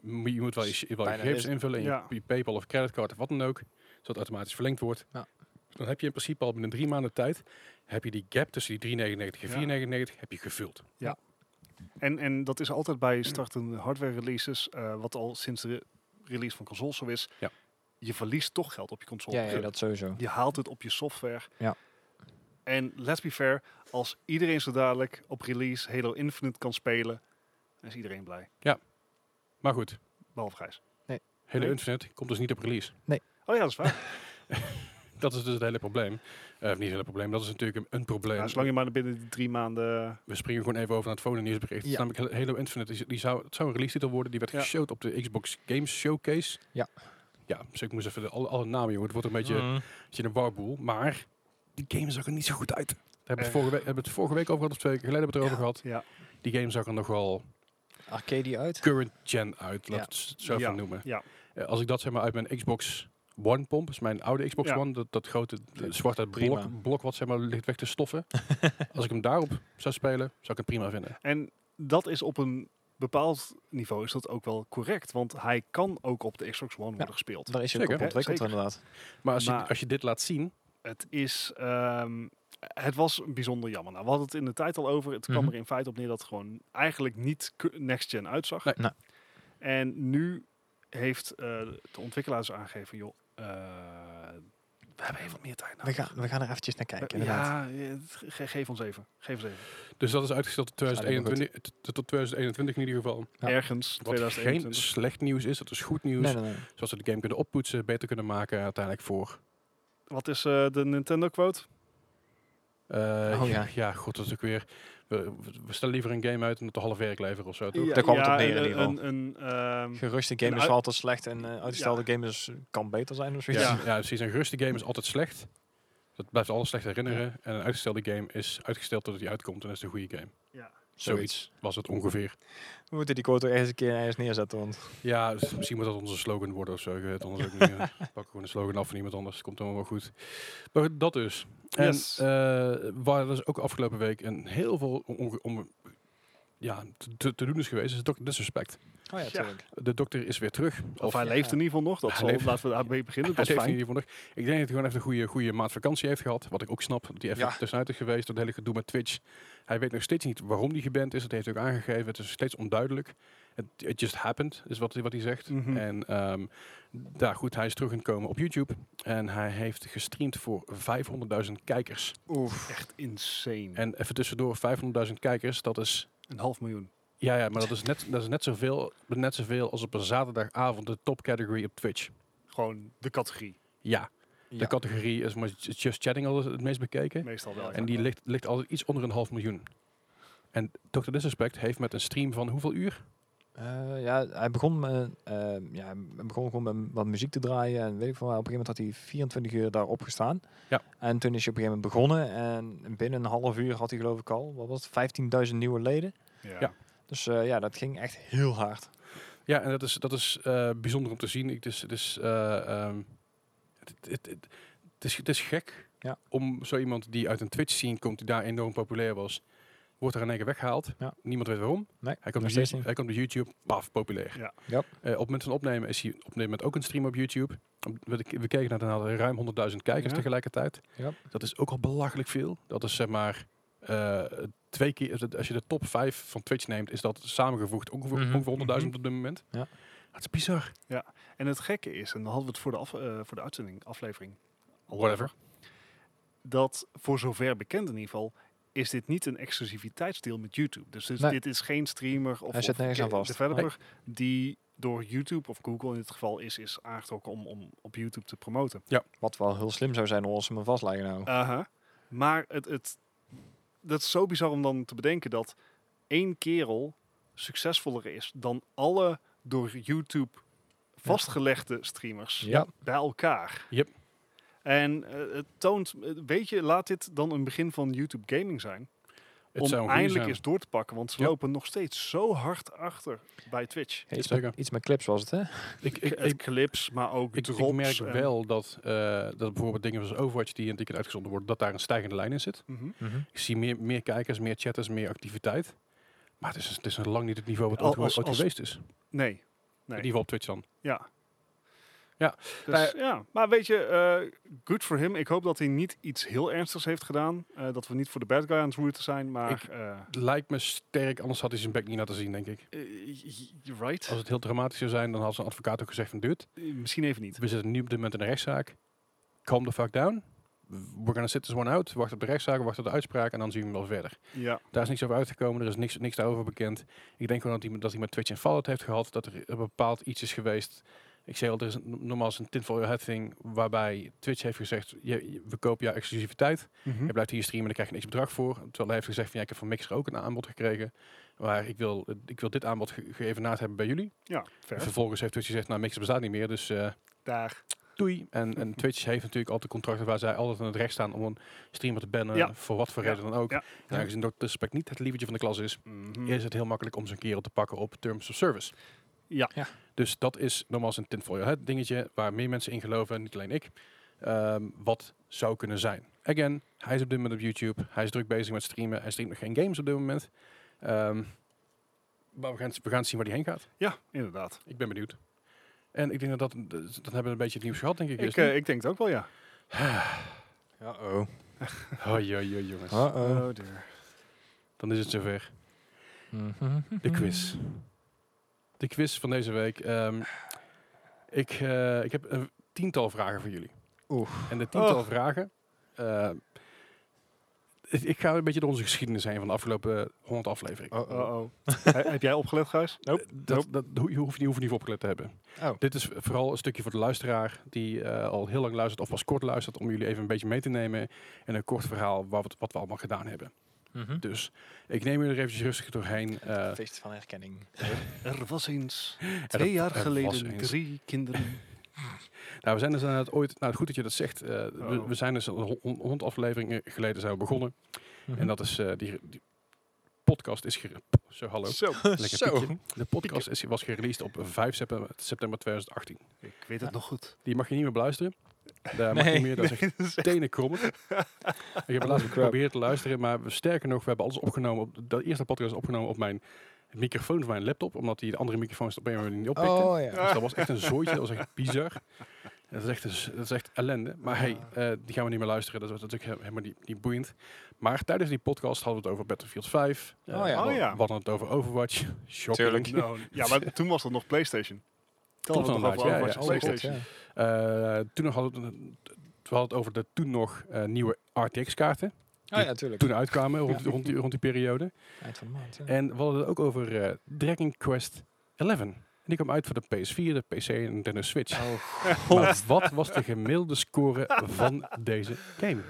A: M- je moet wel je,
C: Is
A: wel je
C: bijna
A: gegevens
C: wezen.
A: invullen in je-
B: Ja.
A: je Paypal of creditcard of wat dan ook, zodat het automatisch verlengd wordt.
C: Ja.
A: Dan heb je in principe al binnen drie maanden tijd, heb je die gap tussen die 3,99 en 4,99 heb je gevuld.
B: En, en dat is altijd bij startende hardware releases, eh, wat al sinds de re- release van consoles zo is.
A: Ja.
B: Je verliest toch geld op je console.
C: Ja, ja, dat sowieso.
B: Je haalt het op je software.
C: Ja.
B: En let's be fair, als iedereen zo dadelijk op release Halo Infinite kan spelen, dan is iedereen blij.
A: Maar goed,
B: Behalve Gijs.
A: hele
B: Nee.
A: internet komt dus niet op release.
B: Oh ja, dat is waar.
A: Dat is dus het hele probleem. Eh, of niet het hele probleem, dat is natuurlijk een, een probleem.
B: Nou, zolang je maar binnen die drie maanden... eh,
A: We springen gewoon even over naar het volgende nieuwsbericht. Het is
C: Ja.
A: Namelijk Halo Infinite, is- die zou, het zou een release titel worden. Die werd
B: Ja.
A: geshowd op de Xbox Games Showcase.
C: Ja.
A: Ja, dus ik moest even de, alle, alle namen, jongen. Het wordt een beetje,
C: Mm.
A: beetje een warboel. Maar die game zag er niet zo goed uit. Daar hebben we het vorige week, hebben we het vorige week over gehad, of twee weken geleden hebben we het erover
B: Ja.
A: gehad. Die game zag er nogal
C: Arcadia uit.
A: current gen uit, laat
C: Ja.
A: het s- zo even
B: Ja,
A: noemen.
B: ja.
A: Eh, als ik dat zeg maar uit mijn Xbox One pomp, is mijn oude Xbox
B: Ja.
A: One, dat, dat grote eh, zwarte
C: Prima.
A: blok, blok wat zeg maar ligt weg te stoffen. als ik hem daarop zou spelen, zou ik het prima vinden.
B: En dat is op een bepaald niveau is dat ook wel correct. Want hij kan ook op de Xbox One worden gespeeld.
C: Daar is je
A: Zeker.
C: ook op
B: Ja,
C: ontwikkeld
B: zeker.
C: inderdaad.
A: Maar als, je,
B: Maar-
A: als je dit laat zien,
B: Het is... ehm, het was bijzonder jammer. Nou, we hadden het in de tijd al over. Het kwam
C: Mhm.
B: er in feite op neer dat het gewoon eigenlijk niet cu- next-gen uitzag.
A: Nee.
C: Nee.
B: En nu heeft eh, de ontwikkelaars aangegeven... joh, eh, we hebben even wat meer tijd
C: We
B: nodig.
C: gaan, we gaan er eventjes naar kijken
B: Eh,
C: inderdaad.
B: ja, eh, ge- ge- geef ons even. Geef ons even.
A: Dus dat is uitgesteld tot
C: Zou die nog
A: 2021, t- tot 2021 in ieder geval.
C: Ja.
B: Ergens
A: Wat geen
B: 2021.
A: slecht nieuws is, dat is goed nieuws.
C: Nee, nee, nee.
A: Zoals ze de game kunnen oppoetsen, beter kunnen maken uiteindelijk voor.
B: Wat is eh, de Nintendo-quote?
A: eh,
C: Oh, ja.
A: ja, god, dat is ook weer. We, we stellen liever een game uit omdat de half werk leveren of zo. toch?
C: Daar kwam het op neer in
B: een-
C: ieder geval.
B: Een, een, ehm,
C: Geruste
B: En
C: game is
B: uit-
C: altijd slecht en eh, uitgestelde game is, kan beter zijn of
A: Ja,
C: zoiets.
A: ja. precies. Een geruste game is altijd slecht. Dat blijft alles slecht herinneren. En een uitgestelde game is uitgesteld totdat die uitkomt en dat is de goede game.
B: ja.
A: Zoiets was het ongeveer.
C: We moeten die quote ook eens een keer ergens neerzetten, want
A: Ja, dus misschien moet dat onze slogan worden of zo. Ik weet het anders ook niet. meer. We pakken gewoon een slogan af van iemand anders. Komt dan wel goed. Maar goed, dat dus. En
B: Yes.
A: eh, waar dus ook afgelopen week een heel veel om, om- om- ja, te, te doen is geweest, is Dr. Disrespect.
C: oh ja, tuurlijk.
A: De dokter is weer terug.
B: Of hij
C: ja.
B: leeft in ieder geval nog. Dat
A: Hij
B: zal,
A: leeft.
B: laten we daarmee beginnen.
A: Hij
B: Dat is
A: leeft in
B: fijn.
A: ieder geval nog. Ik denk dat hij gewoon even een goede, goede maand vakantie heeft gehad. Wat ik ook snap, dat hij even
C: Ja.
A: tussenuit is geweest. Dat hele gedoe met Twitch. Hij weet nog steeds niet waarom hij geband is. Dat heeft hij ook aangegeven. Het is steeds onduidelijk. Het it just happened, is wat, hij- wat hij zegt.
B: Mhm.
A: En ehm daar goed, hij is terug aan het komen op YouTube. En hij heeft gestreamd voor 500.000 kijkers.
B: Oef. Echt insane.
A: En even tussendoor, 500.000 kijkers, dat is
B: een half miljoen.
A: Ja, ja maar dat is net, dat is net, zoveel, net zoveel als op een zaterdagavond de top category op Twitch.
B: Gewoon de categorie.
A: Ja, de
C: Ja.
A: categorie is maar It's Just Chatting al het meest bekeken.
B: Meestal wel.
C: Ja,
B: ja.
A: en die ligt, ligt altijd iets onder een half miljoen. En Dr. Disrespect heeft met een stream van hoeveel uur?
C: Eh, ja, hij begon, met, eh, ja, hij begon gewoon met wat muziek te draaien. En weet ik veel, wat. op een gegeven moment had hij 24 uur daarop gestaan.
A: Ja.
C: En toen is hij op een gegeven moment begonnen. En binnen een half uur had hij geloof ik al, wat was het, 15.000 nieuwe leden.
B: Ja.
A: ja.
C: Dus eh, ja, dat ging echt heel hard.
A: Ja, en dat is, dat is eh, bijzonder om te zien. Ik, het, is, het, is, eh, ehm, het, het, het- het is, het is gek
C: Ja.
A: om zo iemand die uit een Twitch-scene komt, die daar enorm populair was, wordt er in één keer weggehaald.
C: Ja.
A: Niemand weet waarom.
C: Nee,
A: Hij
C: nog
A: komt, op
C: steeds
A: YouTube,
C: niet.
A: hij komt op YouTube, paf, populair.
B: Ja.
C: Ja.
A: Eh, op het moment van opnemen is hij op dit moment ook een stream op YouTube. Op- We, we keken naar dan hadden we ruim 100.000 kijkers
B: Ja.
A: tegelijkertijd.
C: Ja.
A: Dat is ook al belachelijk veel. Dat is zeg maar eh, twee keer, als je de top 5 van Twitch neemt, is dat samengevoegd ongeveer,
C: Mhm,
A: ongeveer 100.000
C: mhm.
A: op dit moment.
C: Ja.
A: Dat is bizar.
B: En het gekke is, en dan hadden we het voor de, af, eh, voor de uitzending, aflevering,
A: Whatever.
B: dat voor zover bekend in ieder geval, is dit niet een exclusiviteitsdeal met YouTube. Dus dit,
C: Nee.
B: dit is geen streamer of,
C: Hij zit
B: of
C: nergens aan
B: ke-
C: vast.
B: developer die door YouTube of Google in dit geval is, is aangetrokken om, om op YouTube te promoten.
C: Wat wel heel slim zou zijn om ons hem vastleggen nou.
B: Aha. Maar het, het, dat is zo bizar om dan te bedenken dat één kerel succesvoller is dan alle door YouTube vastgelegde streamers
C: Ja.
B: bij elkaar.
A: Yep.
B: En eh, het toont, eh, weet je, laat dit dan een begin van YouTube gaming zijn.
A: Het zou
B: om
A: een goeie
B: eindelijk
A: zijn.
B: eens door te pakken. Want ze
A: Ja.
B: lopen nog steeds zo hard achter bij Twitch.
C: Iets,
A: Zeker.
C: met, iets met clips was het, hè?
A: Ik, ik,
B: Het
A: ik,
B: clips, maar ook
A: ik, ik
B: drops
A: merk
B: en-
A: wel dat, eh, dat bijvoorbeeld dingen als Overwatch die een ticket uitgezonden wordt, dat daar een stijgende lijn in zit.
B: Mhm.
A: Ik zie meer, meer kijkers, meer chatters, meer activiteit. Maar het is, het is nog lang niet het niveau wat het
B: Al-
A: ooit-
B: als-
A: ooit
B: als-
A: geweest is.
B: Nee.
A: In ieder geval op Twitch dan.
B: Ja.
A: Ja,
B: Dus, ja. Maar weet je, eh, good for him. Ik hoop dat hij niet iets heel ernstigs heeft gedaan. Eh, dat we niet voor de bad guy aan het roeren zijn. Maar,
A: Ik-
B: eh,
A: Lijkt me sterk, anders had hij zijn bek niet laten zien, denk ik.
B: eh, y- y- right?
A: Als het heel dramatisch zou zijn, dan had zijn advocaat ook gezegd van... Dude,
B: Eh, Misschien even niet.
A: we zitten nu op dit moment in een rechtszaak. Calm the fuck down. We're gonna sit this one out. Wacht op de rechtszaak, wacht op de uitspraak en dan zien we hem wel verder.
B: Ja.
A: Daar is niks over uitgekomen, er is niks, niks daarover bekend. Ik denk gewoon dat hij, dat hij met Twitch en Fallout heeft gehad. Dat er een bepaald iets is geweest. Ik zei al, er is een- normaal is een tinfoil hat thing... waarbij Twitch heeft gezegd, je- je- we kopen jouw exclusiviteit.
B: Hm.
A: Je blijft hier streamen en dan krijg je niks bedrag voor. Terwijl hij heeft gezegd van ja, ik heb van Mixer ook een aanbod gekregen. Maar ik wil, ik wil dit aanbod ge geëvenaard hebben bij jullie.
B: Ja,
A: En
B: ver.
A: vervolgens heeft Twitch gezegd, nou Mixer bestaat niet meer, dus eh,
B: Daar.
A: doei. En,
B: Hm.
A: en Twitch heeft natuurlijk altijd contracten waar zij altijd aan het recht staan om een streamer te bannen.
B: Ja.
A: Voor wat voor
B: Ja.
A: reden dan ook.
B: Ja.
A: En aangezien Dr. Spec niet het lievertje van de klas is,
B: Mhm.
A: is het heel makkelijk om zijn kerel te pakken op Terms of Service.
B: Ja.
C: Ja.
A: Dus dat is normaal een tinfoil hat dingetje waar meer mensen in geloven, niet alleen ik. ehm, wat zou kunnen zijn. Again, hij is op dit moment op YouTube. Hij is druk bezig met streamen. Hij streamt nog geen games op dit moment. Ehm, maar we gaan, we gaan zien waar hij heen gaat.
B: Ja, inderdaad.
A: Ik ben benieuwd. En ik denk dat dat, dat hebben we een beetje het nieuws gehad, denk ik.
B: Ik,
A: eerst.
B: eh, ik denk het ook wel, ja.
C: Uh-oh.
A: Hoi, hoi, hoi, jongens.
C: Uh-oh.
B: Oh, dear.
A: Dan is het zover. De quiz. De quiz van deze week. Ehm, ik, eh, ik heb een tiental vragen voor jullie.
C: Oeh.
A: En de tiental
B: Och.
A: vragen. eh, ik ik ga een beetje door onze geschiedenis heen van de afgelopen 100 afleveringen.
B: Oh,
C: Uh-oh.
B: Uh-oh. He- Heb jij opgelet, Gijs?
A: Eh, Dat, dat, hoe- je, hoeft niet, hoeft niet voor opgelet te hebben.
C: Oh.
A: Dit is vooral een stukje voor de luisteraar die eh, al heel lang luistert of pas kort luistert. Om jullie even een beetje mee te nemen in een kort verhaal wat, wat we allemaal gedaan hebben.
C: Mhm.
A: Dus ik neem jullie er eventjes rustig doorheen. eh,
C: Feest van herkenning.
B: Er was eens
A: er-
B: twee jaar
A: er was
B: geleden
A: eens.
B: drie kinderen.
A: Nou, we zijn dus inderdaad ooit... Nou, goed dat je dat zegt. eh, we,
B: Oh.
A: we zijn dus hon- honderd afleveringen geleden zijn we begonnen.
B: Mhm.
A: En dat is... eh, die, die podcast is... gere- Zo, hallo.
B: Zo.
A: Lekker piekje. De podcast is, was gereleased op 5 september, september 2018.
B: Ik weet het nog goed.
A: Die mag je niet meer beluisteren. Daar mag je
C: Nee.
A: niet meer... Dat is echt
B: dat is echt-
A: tenen krommen. Ik heb
C: Oh,
A: laatst
C: crap.
A: geprobeerd te luisteren, maar we- sterker nog, we hebben alles opgenomen. Op, de eerste podcast is opgenomen op mijn microfoon van mijn laptop, omdat die de andere microfoons op een of andere manier niet oppikte.
C: Oh ja.
A: Dus dat was echt een zooitje, dat was echt bizar. Dat is echt, een z- dat is echt ellende. Maar hey, eh, die gaan we niet meer luisteren. Dat is natuurlijk he- helemaal niet, niet boeiend. Maar tijdens die podcast hadden we het over Battlefield 5. Eh,
C: Oh ja.
A: We
B: Oh ja.
A: hadden het over Overwatch. Shocking.
C: Tuurlijk.
B: Nou, ja, maar toen was dat nog PlayStation.
A: Klopt
B: hadden we
A: inderdaad,
B: nog over
A: ja,
B: Overwatch
A: ja,
B: en
A: oh,
B: PlayStation.
C: ja.
A: Eh, toen nog hadden we, we hadden het over de toen nog eh, nieuwe RTX-kaarten.
C: Oh ja, tuurlijk.
A: Toen uitkwamen rond, rond, die, rond die periode.
C: Eind van de maand. Ja.
A: En we hadden het ook over eh, Dragon Quest 11. En die kwam uit voor de PS4, de PC en de Nintendo Switch.
C: Oh,
A: Maar wat was de gemiddelde score van deze game?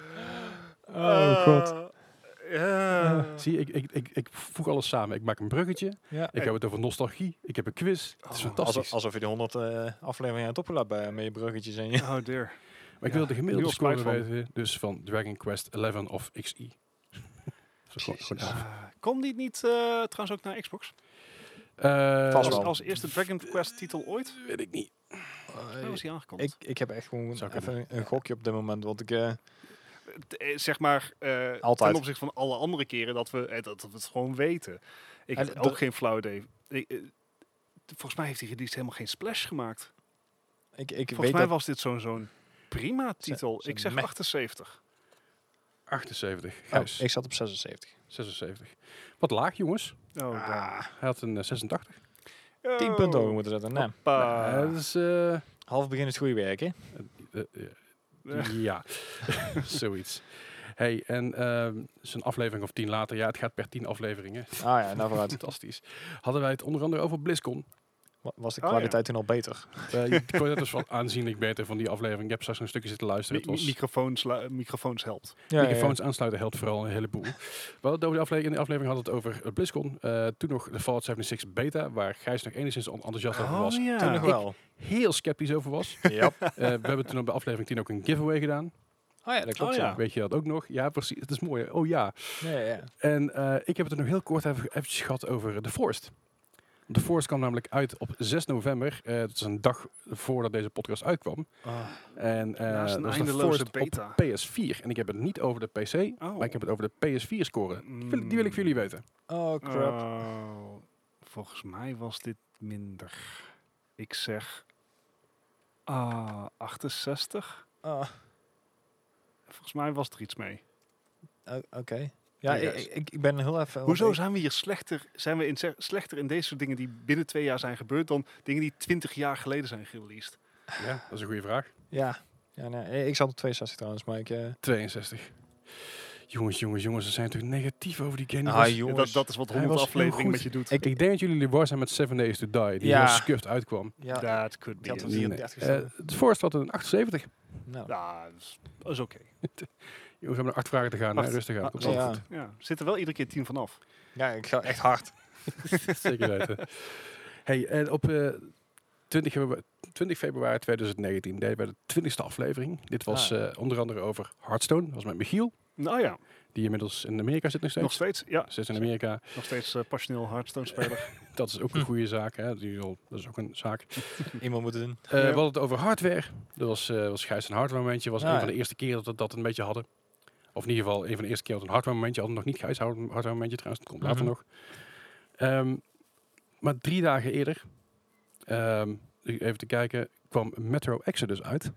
C: oh god.
B: Eh, ja.
A: Zie je, ik, ik, ik, ik voeg alles samen. Ik maak een bruggetje.
C: Ja.
A: Ik heb het over nostalgie. Ik heb een quiz. Het is
B: Oh,
A: fantastisch.
C: Alsof, alsof je de 100 eh afleveringen hebt opgelapt bij met je bruggetjes en je.
B: Oh dear.
A: maar ik wil de gemiddelde
B: nu al spijt
A: score weten. Dus van Dragon Quest 11 of XI. Zo gewoon- gewoon elf.
B: Ah, Kwam die niet eh, trouwens ook naar Xbox?
A: Eh,
C: Vast
B: Als,
C: wel.
B: als eerste Dragon Quest titel ooit?
A: Weet ik niet.
B: Waar was die aangekondigd?
C: ik, ik heb echt gewoon
A: Zou
C: even
A: kunnen.
C: een, een gokje op dit moment. Want ik. eh,
B: Eh, zeg maar eh,
C: Altijd.
B: ten opzichte van alle andere keren dat we, eh, dat we het gewoon weten. Ik
C: En
B: heb
C: dat-
B: ook geen flauw idee. Ik, eh, volgens mij heeft hij release helemaal geen splash gemaakt.
C: ik, ik
B: volgens
C: weet
B: mij
C: dat.
B: was dit zo'n zo'n prima titel.
C: ze
B: ik zeg
C: me-
B: 78.
A: 78.
C: Oh,
A: Gijs,
C: ik zat op 76.
A: 76. Wat laag, jongens.
B: Oh,
A: Hij had een eh, 86.
C: 10 punten Ah, over moeten zetten.
B: Oh.
C: Nou,
A: Eh,
B: Hoppa.
A: dat is... eh, eh,
C: half begin het goede werk, hè?
A: eh, ja, zoiets. Hey, en ehm zijn aflevering of tien later. Ja, het gaat per tien afleveringen.
C: Ah ja, nou vooruit.
A: Fantastisch. Hadden wij het onder andere over BlizzCon.
C: Wa- Was de
B: Oh, ja.
C: kwaliteit toen al beter?
A: Eh, ik vond het dus wel aanzienlijk beter van die aflevering. Ik heb straks een stukje zitten luisteren.
B: Mi-
A: Het
B: mi-
A: was
B: microfoons, lu- microfoons helpt.
C: Ja,
A: microfoons aansluiten helpt vooral een heleboel. We hadden het over de aflevering, in de aflevering hadden we het over eh, BlizzCon. Eh, toen nog de Fallout 76 beta, waar Gijs nog enigszins on- enthousiast over was.
B: Oh, ja.
C: Toen nog wel.
A: Heel sceptisch over was.
C: Ja.
A: Eh, we hebben toen op de aflevering 10 ook een giveaway gedaan.
C: Oh ja,
A: Dat klopt,
C: dat klopt.
B: Oh
A: ja.
B: ja.
A: Weet je dat ook nog? Ja, precies. Het is mooi. hè? Oh ja.
C: ja, ja.
A: En eh, ik heb het er nog heel kort even eventjes gehad over The Forest. The Forest kwam namelijk uit op 6 november. Eh, dat is een dag voordat deze podcast uitkwam.
C: Ah.
A: En eh
B: Naast een
A: dat is The
B: eindeloze
A: Forest
B: beta.
A: op PS4. En ik heb het niet over de PC,
B: Oh. Mm.
A: maar ik heb het over de PS4-score. Die wil ik voor jullie weten.
C: Oh, crap.
B: Oh, volgens mij was dit minder. Ik zeg ah 68.
C: Ah,
B: Volgens mij was er iets mee.
C: o- Oké. Ja,
B: Hey,
C: ik,
B: guys.
C: ik, ik ben heel even... want
B: Hoezo
C: ik-
B: zijn we hier slechter? Zijn we in, ze- slechter in deze soort dingen die binnen twee jaar zijn gebeurd dan dingen die 20 jaar geleden zijn gereleased?
A: Ja, dat is een goede vraag.
C: Ja. ja nee, Eh, ik zat op 62 trouwens, maar ik... eh
A: 62. Jongens, jongens, jongens, ze zijn toch negatief over die game.
C: Ah,
A: Dat was-
C: jongens.
B: Dat, dat is wat
A: Hij
B: 100
A: was heel
B: afleveringen
A: goed.
B: met je doet.
C: Ik-
A: Ik denk dat jullie war zijn met Seven Days to Die, die
C: Ja.
A: heel scuffed uitkwam.
C: ja,
B: Dat could
C: ik had
B: be.
C: een
B: it.
A: Nee.
C: 34
A: Eh
C: gestemd.
A: The Forest had een 78.
C: Nou,
B: Ja, dat is- dat is oké.
A: Jongens, we hebben nog acht vragen te gaan. hè?
B: Acht.
A: Rustig aan.
B: Ah,
A: Komt
C: ja.
A: allemaal
B: Ja, zit er wel iedere keer 10 vanaf.
C: ja, ik ga echt hard.
A: goed. Zeker weten. Hey, en op eh 20, februari, 20 februari 2019 deden wij de 20ste aflevering. Dit was
C: Ah.
A: eh, onder andere over Hearthstone. Dat was met Michiel,
B: Nou ja,
A: die inmiddels in Amerika zit nog steeds.
B: nog steeds. Ja,
A: Zit in Amerika.
B: nog steeds eh, passioneel Hearthstone speler.
A: Dat is ook een goede zaak. Hè? Die is al- dat is ook een zaak.
C: Iemand moet het doen.
A: Eh, we
B: Ja.
A: hadden het over hardware. Dat was, eh was Gijs een hardware momentje. was
C: Ah,
A: een
C: ja.
A: van de eerste keren dat we dat een beetje hadden. Of in ieder geval een van de eerste keer dat we een hardware momentje hadden. Nog niet Gijs hard- hardware momentje trouwens. Dat komt later
C: Mhm.
A: nog. Ehm, maar drie dagen eerder, ehm, even te kijken, kwam Metro Exodus uit.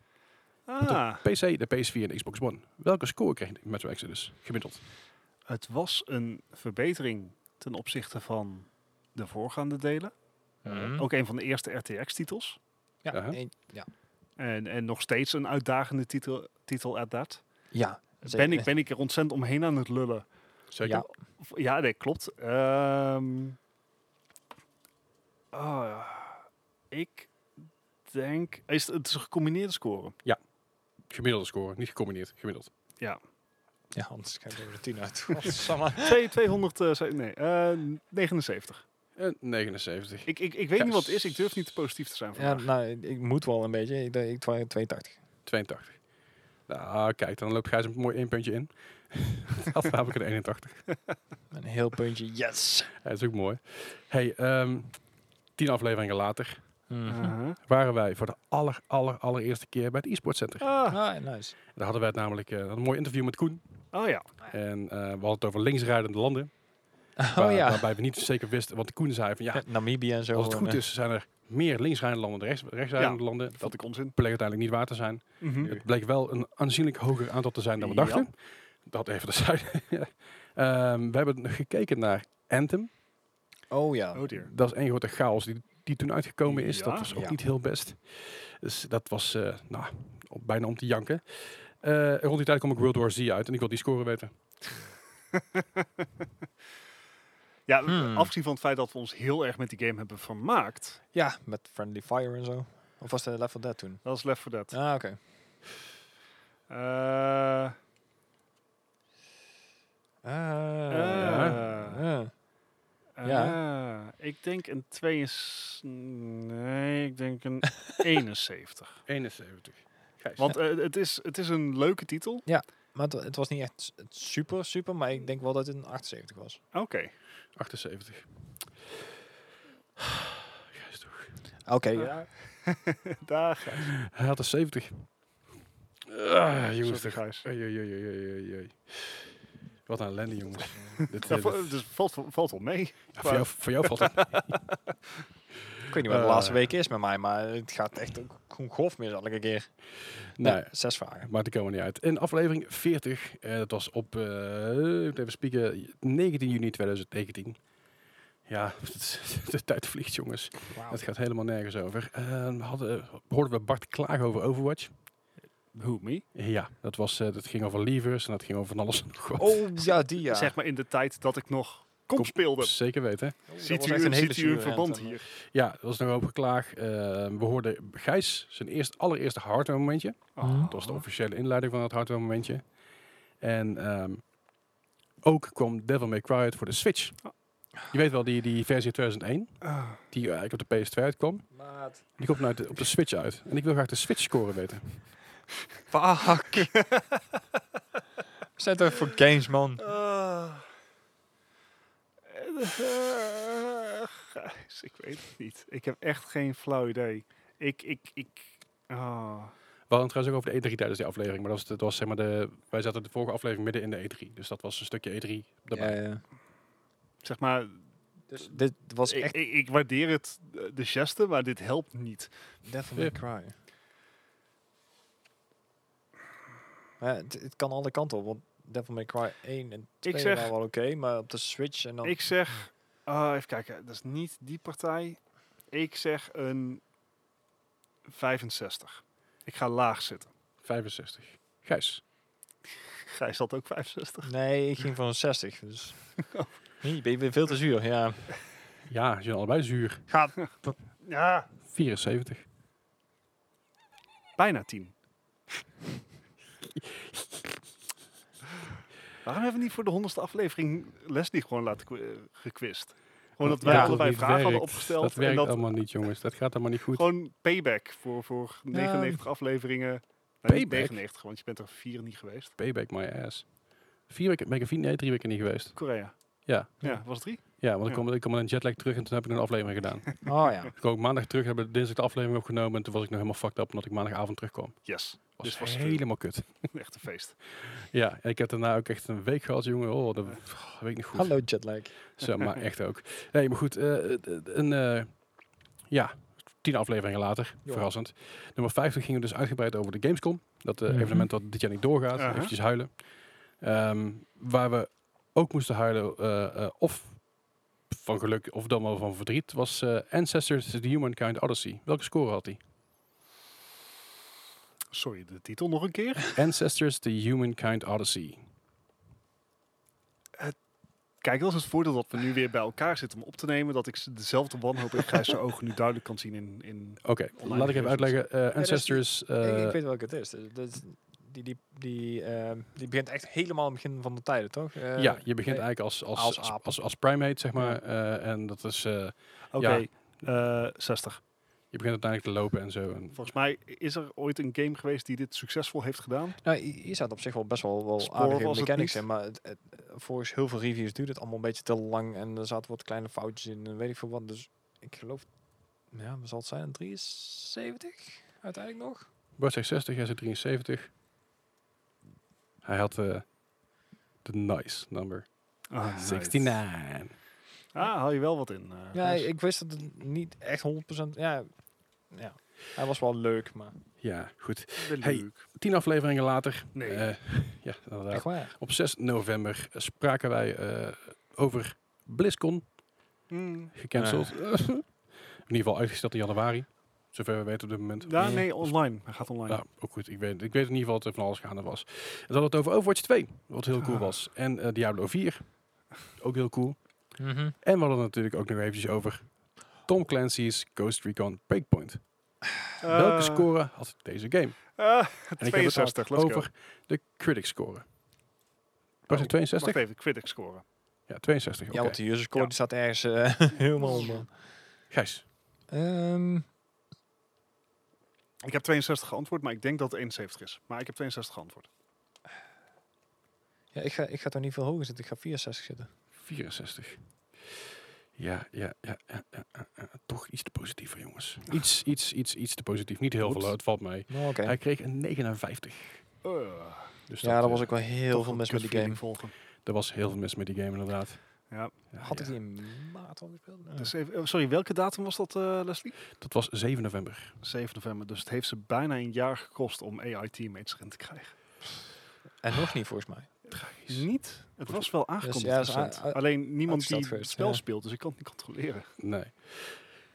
B: Ah,
A: PC, de PS4 en de Xbox One. Welke score kreeg Metro Exodus gemiddeld?
B: het was een verbetering ten opzichte van de voorgaande delen.
C: Mhm.
B: Ook een van de eerste RTX-titels.
C: Ja,
A: Aha.
C: nee, ja.
B: En, en nog steeds een uitdagende titel, titel at that.
C: ja
B: Ben ik, ben ik er ontzettend omheen aan het lullen.
A: Zeker.
C: Ja.
B: Of- Ja, nee, klopt. Ehm, ah, ik denk... Is het, het is een gecombineerde score.
A: Gemiddelde score, niet gecombineerd. Gemiddeld.
C: Ja, anders krijg ik er de 10 uit. Godsamme.
B: Twee- 200... eh, zei- nee, eh, 79.
A: Eh, 79.
B: Ik, ik, ik weet niet wat het is. Ik durf
A: Yes.
B: niet te positief te zijn
C: Ja,
B: vandaag.
C: nou, ik- ik moet wel een beetje. Ik, denk- ik twa- 82.
A: 82. Nou, kijk, dan loopt Gijs een mooi één puntje in. dat heb ik een 81.
C: Een heel puntje. Yes!
A: Ja, dat is ook mooi. Hey, ehm, tien afleveringen later
C: Mhm.
B: Uh-huh.
A: waren wij voor de aller, aller, allereerste keer bij het e-sport center.
B: Ah,
C: Ah, nice.
A: Daar hadden wij het namelijk eh, een mooi interview met Koen.
B: oh ja.
A: En eh, we hadden het over linksrijdende landen.
C: Oh
A: waar-
C: ja.
A: Waarbij we niet zeker wisten, want Koen zei van ja,
C: Met Namibië en zo.
A: als het
C: en,
A: goed
C: eh,
A: is zijn er meer linksrijdende landen dan rechts, rechtsrijdende landen.
B: Dat vond
A: Dat
B: ik onzin.
A: bleek uiteindelijk niet waar te zijn.
B: Mhm.
A: Het bleek wel een aanzienlijk hoger aantal te zijn dan we
B: Ja.
A: dachten. Dat even de zijde. Ehm, we hebben gekeken naar Anthem.
C: Oh ja.
B: Oh dear.
A: Dat is één grote chaos die, die toen uitgekomen is. Dat
B: Ja.
A: was ook
C: Ja.
A: niet heel best. Dus dat was eh, nou, op- bijna om te janken. Eh, rond die tijd kom ik World War Z uit en ik wil die score weten.
B: Ja,
C: Hmm.
B: afgezien van het feit dat we ons heel erg met die game hebben vermaakt.
C: Ja, met Friendly Fire en zo. Of was de Level Dead toen?
B: Dat is Left 4 Dead.
C: Ah, oké.
B: Eh,
C: Ah,
B: Ja.
C: ah.
B: eh, ik denk een 72. Nee, ik denk een 71.
A: 71. Gijs.
B: Want eh, het, is, het is een leuke titel.
C: Maar het, wa- het was niet echt s- het super, super, maar ik denk wel dat het een 78 was.
B: Oké.
A: 78. Gijs toch.
C: Oké,
B: ja. Dag.
A: Hij had een 70. Ah, jongens.
B: Sorry,
A: toch.
B: Gijs.
A: Oei, oei, oei, oei, oei, oei. Wat een ellende, jongens. dit, eh,
B: Dat va-
A: dit-
B: dus valt, valt wel mee.
A: ja, voor, jou, voor jou valt het.
C: ik weet niet wat de
A: Eh.
C: laatste week is met mij, maar het gaat echt ook gewoon golf meer elke keer.
A: nee.
C: Nee, zes vragen.
A: Maar die komen we niet uit. In aflevering 40, eh, dat was op, eh, ik moet even spieken, 19 juni 2019. Ja, het is- de tijd vliegt, jongens.
C: Wauw.
A: Het gaat helemaal nergens over. Eh, we hadden, hoorden we Bart klagen over Overwatch?
B: Who, me?
A: Ja, dat, was, eh, dat ging over levers en dat ging over van alles. en nog wat.
C: Oh ja, die ja.
B: Zeg maar in de tijd dat ik nog
A: Kom-
B: kom speelde.
A: Zeker weten.
C: Oh, dat
B: Ziet
C: was
B: u,
C: echt
B: een ziet u
C: zure
B: een verband
C: rente.
B: hier?
A: Ja, er was nog een hoop geklaag. Eh, we hoorden Gijs, zijn eerst, allereerste hardware momentje.
B: Oh.
C: Mhm.
A: Dat was de officiële inleiding van het hardware momentje. En ehm, ook kwam Devil May Cry uit voor de Switch. Je weet wel, die, die versie 2001,
B: Ah.
A: die eigenlijk op de PS2 uitkwam.
C: Maat.
A: Die komt nou uit de- op de Switch uit. En ik wil graag de Switch score weten.
C: Fuck. Zet toch voor games, man.
B: Ah. Eh, eh, Gijs, ik weet het niet. Ik heb echt geen flauw idee. Ik, ik, ik. ah.
A: We hadden het trouwens ook over de E3 tijdens die aflevering. Maar dat was, dat was zeg maar de... Wij zaten de vorige aflevering midden in de E3. Dus dat was een stukje E3 daarbij.
B: Zeg maar,
C: Dus dit was
B: ik,
C: echt
B: ik, ik waardeer het, eh, de geste, maar dit helpt niet.
C: Devil May
A: Ja.
C: Cry. Maar ja, het, het kan alle kanten op, want Devil May Cry 1 en 2
B: zeg-
C: waren wel oké, maar op de Switch en dan...
B: Ik zeg, ah, even kijken, dat is niet die partij. Ik zeg een 65. Ik ga laag zitten.
A: 65. Gijs.
B: Gijs had ook 65.
C: Nee, ik ging voor een 60, dus... Nee, ben je weer veel te zuur, ja.
A: Ja, ze zijn allebei zuur.
C: Gaat...
B: Ja,
A: 74.
B: bijna 10. Waarom hebben we niet voor de honderdste aflevering Leslie gewoon laten qu- eh, gequist? Gewoon Oh, dat wij
C: Ja,
B: allebei
A: dit
B: vragen hadden
A: werkt.
B: opgesteld.
A: Dat werkt
B: en dat
A: allemaal niet, jongens. Dat gaat allemaal niet goed.
B: gewoon payback voor, voor 99 afleveringen. Nou, niet
A: Payback?
B: 99, want je bent er vier niet geweest.
A: Payback my ass. Vier weken, ben ik er vier, nee, drie weken niet geweest.
B: Korea.
A: Ja,
B: Ja, was het drie?
A: ja want
B: Ja.
A: ik kwam, ik kwam met een jetlag terug en toen heb ik een aflevering gedaan.
C: Oh ja.
A: ik kwam ook maandag terug, hebben dinsdag de aflevering opgenomen en toen was ik nog helemaal fucked up omdat ik maandagavond terugkwam.
B: Yes.
A: Was
B: Dit was helemaal
A: helemaal kut.
B: echt een feest.
A: Ja, en ik heb daarna ook echt een week gehad, jongen. Oh, dat pff, weet ik niet goed.
C: Hallo jetlag.
A: Zo, maar echt ook. Nee, maar goed, eh, eh, een, eh, ja, tien afleveringen later,
C: Ja.
A: verrassend. Nummer 50 gingen we dus uitgebreid over de Gamescom. Dat eh,
C: Mhm.
A: evenement dat dit jaar niet doorgaat,
B: Aha.
A: eventjes huilen. Ehm, waar we ook moesten huilen, eh, eh, of van geluk, of dan wel van verdriet, was eh, Ancestors The Humankind Odyssey. Welke score had hij?
B: Sorry, de titel nog een keer.
A: Ancestors The Humankind Odyssey.
B: Kijk, dat is het voordeel dat we nu weer bij elkaar zitten om op te nemen. Dat ik z- dezelfde wanhoop in Gijs' ogen nu duidelijk kan zien in... in
A: Oké, laat ik even
B: gegevens.
A: uitleggen. Eh, Ancestors...
C: ik,
A: eh,
C: ik weet welke het is. Dus dat is- die, die, die, ehm, die begint echt helemaal aan het begin van de tijden, toch? Eh,
A: ja, je begint
C: nee.
A: eigenlijk als, als,
C: Als
A: als, als,
C: aap.
A: als primate, zeg maar. eh, en dat is... eh,
B: Oké, eh, 60.
A: Je begint uiteindelijk te lopen en zo. En
B: Volgens mij is er ooit een game geweest die dit succesvol heeft gedaan.
C: Nou, hi- hier staat op zich wel best wel, wel
B: Spoor
C: aardige
B: was het
C: mechanics
B: niet.
C: in, maar het, het- volgens heel veel reviews duurt het allemaal een beetje te lang en er zaten wat kleine foutjes in en weet ik veel wat. Dus ik geloof, ja, wat zal het zijn? Een 73 uiteindelijk nog?
A: Bart zegt 60, jij zegt 73. Hij had eh, de nice number.
B: Ah, nice.
A: 69.
B: Ah, haal je wel wat in. eh,
C: Ja,
B: Gijs.
C: ik wist dat het niet echt 100%, ja, ja. Hij was wel leuk, maar
A: Ja, goed. hey.
B: Leuk.
A: Tien afleveringen later.
B: Nee.
A: eh, ja, inderdaad.
C: echt waar.
A: Op 6 november eh, spraken wij eh, over BlizzCon.
B: Hmm.
A: Gecanceld.
C: Ah.
A: in ieder geval uitgesteld in januari. Zover we weten op dit moment.
B: Ja, nee, online. Hij gaat online.
A: Nou, ook goed. Ik weet, ik weet in ieder geval dat er van alles gaande was. En dat het over Overwatch 2, wat heel cool
B: Ah.
A: was. En eh, Diablo 4, ook heel cool. En we hadden het natuurlijk ook nog eventjes over Tom Clancy's Ghost Recon Breakpoint. Welke
B: Eh,
A: score had deze game?
B: eh,
A: En ik heb het
B: 62,
A: al
B: let's go. Oh,
A: over de critic score. Was het
B: Wacht
A: 62?
B: even, critic scoren.
A: Ja, 62. Oké.
C: Ja, want de user score
B: Ja.
C: die staat ergens eh, helemaal onder.
A: Gijs,
C: Ehm,
B: Ik heb 62 geantwoord, maar ik denk dat het 71 is. Maar ik heb 62 geantwoord.
C: ja, ik ga, ik ga toch niet veel hoger zitten, ik ga 64 zitten.
A: 64. Ja, ja, ja, ja, ja, ja, ja. Toch iets te positiever, jongens. Iets, iets, iets, iets te positief. Niet heel
B: Oeps.
A: veel, het valt mee.
C: Nou, Oké.
A: Hij kreeg een 59.
B: Eh.
A: Dus
C: Ja, daar
A: eh,
C: was ook wel heel
B: Toch
C: veel
B: een
C: mis met die game.
B: kutfeeling volgen.
A: er was heel veel mis met die game, inderdaad.
B: Ja.
A: Ja,
C: Had ik
A: ja.
C: die in maart al gespeeld? Eh,
B: Dus even, eh, sorry, welke datum was dat, eh, Leslie?
A: Dat was 7 november.
B: 7 november. Dus het heeft ze bijna een jaar gekost om AI-teammates erin te krijgen.
C: Eh, En nog niet volgens mij.
A: Tragisch.
B: Niet? Het was wel aangekondigd.
C: ja, is a-
B: recent.
C: a-
B: Alleen niemand die
C: uitgesteld
B: het
C: geweest,
B: spel
C: ja.
B: speelt, dus ik kan het niet controleren.
A: Nee.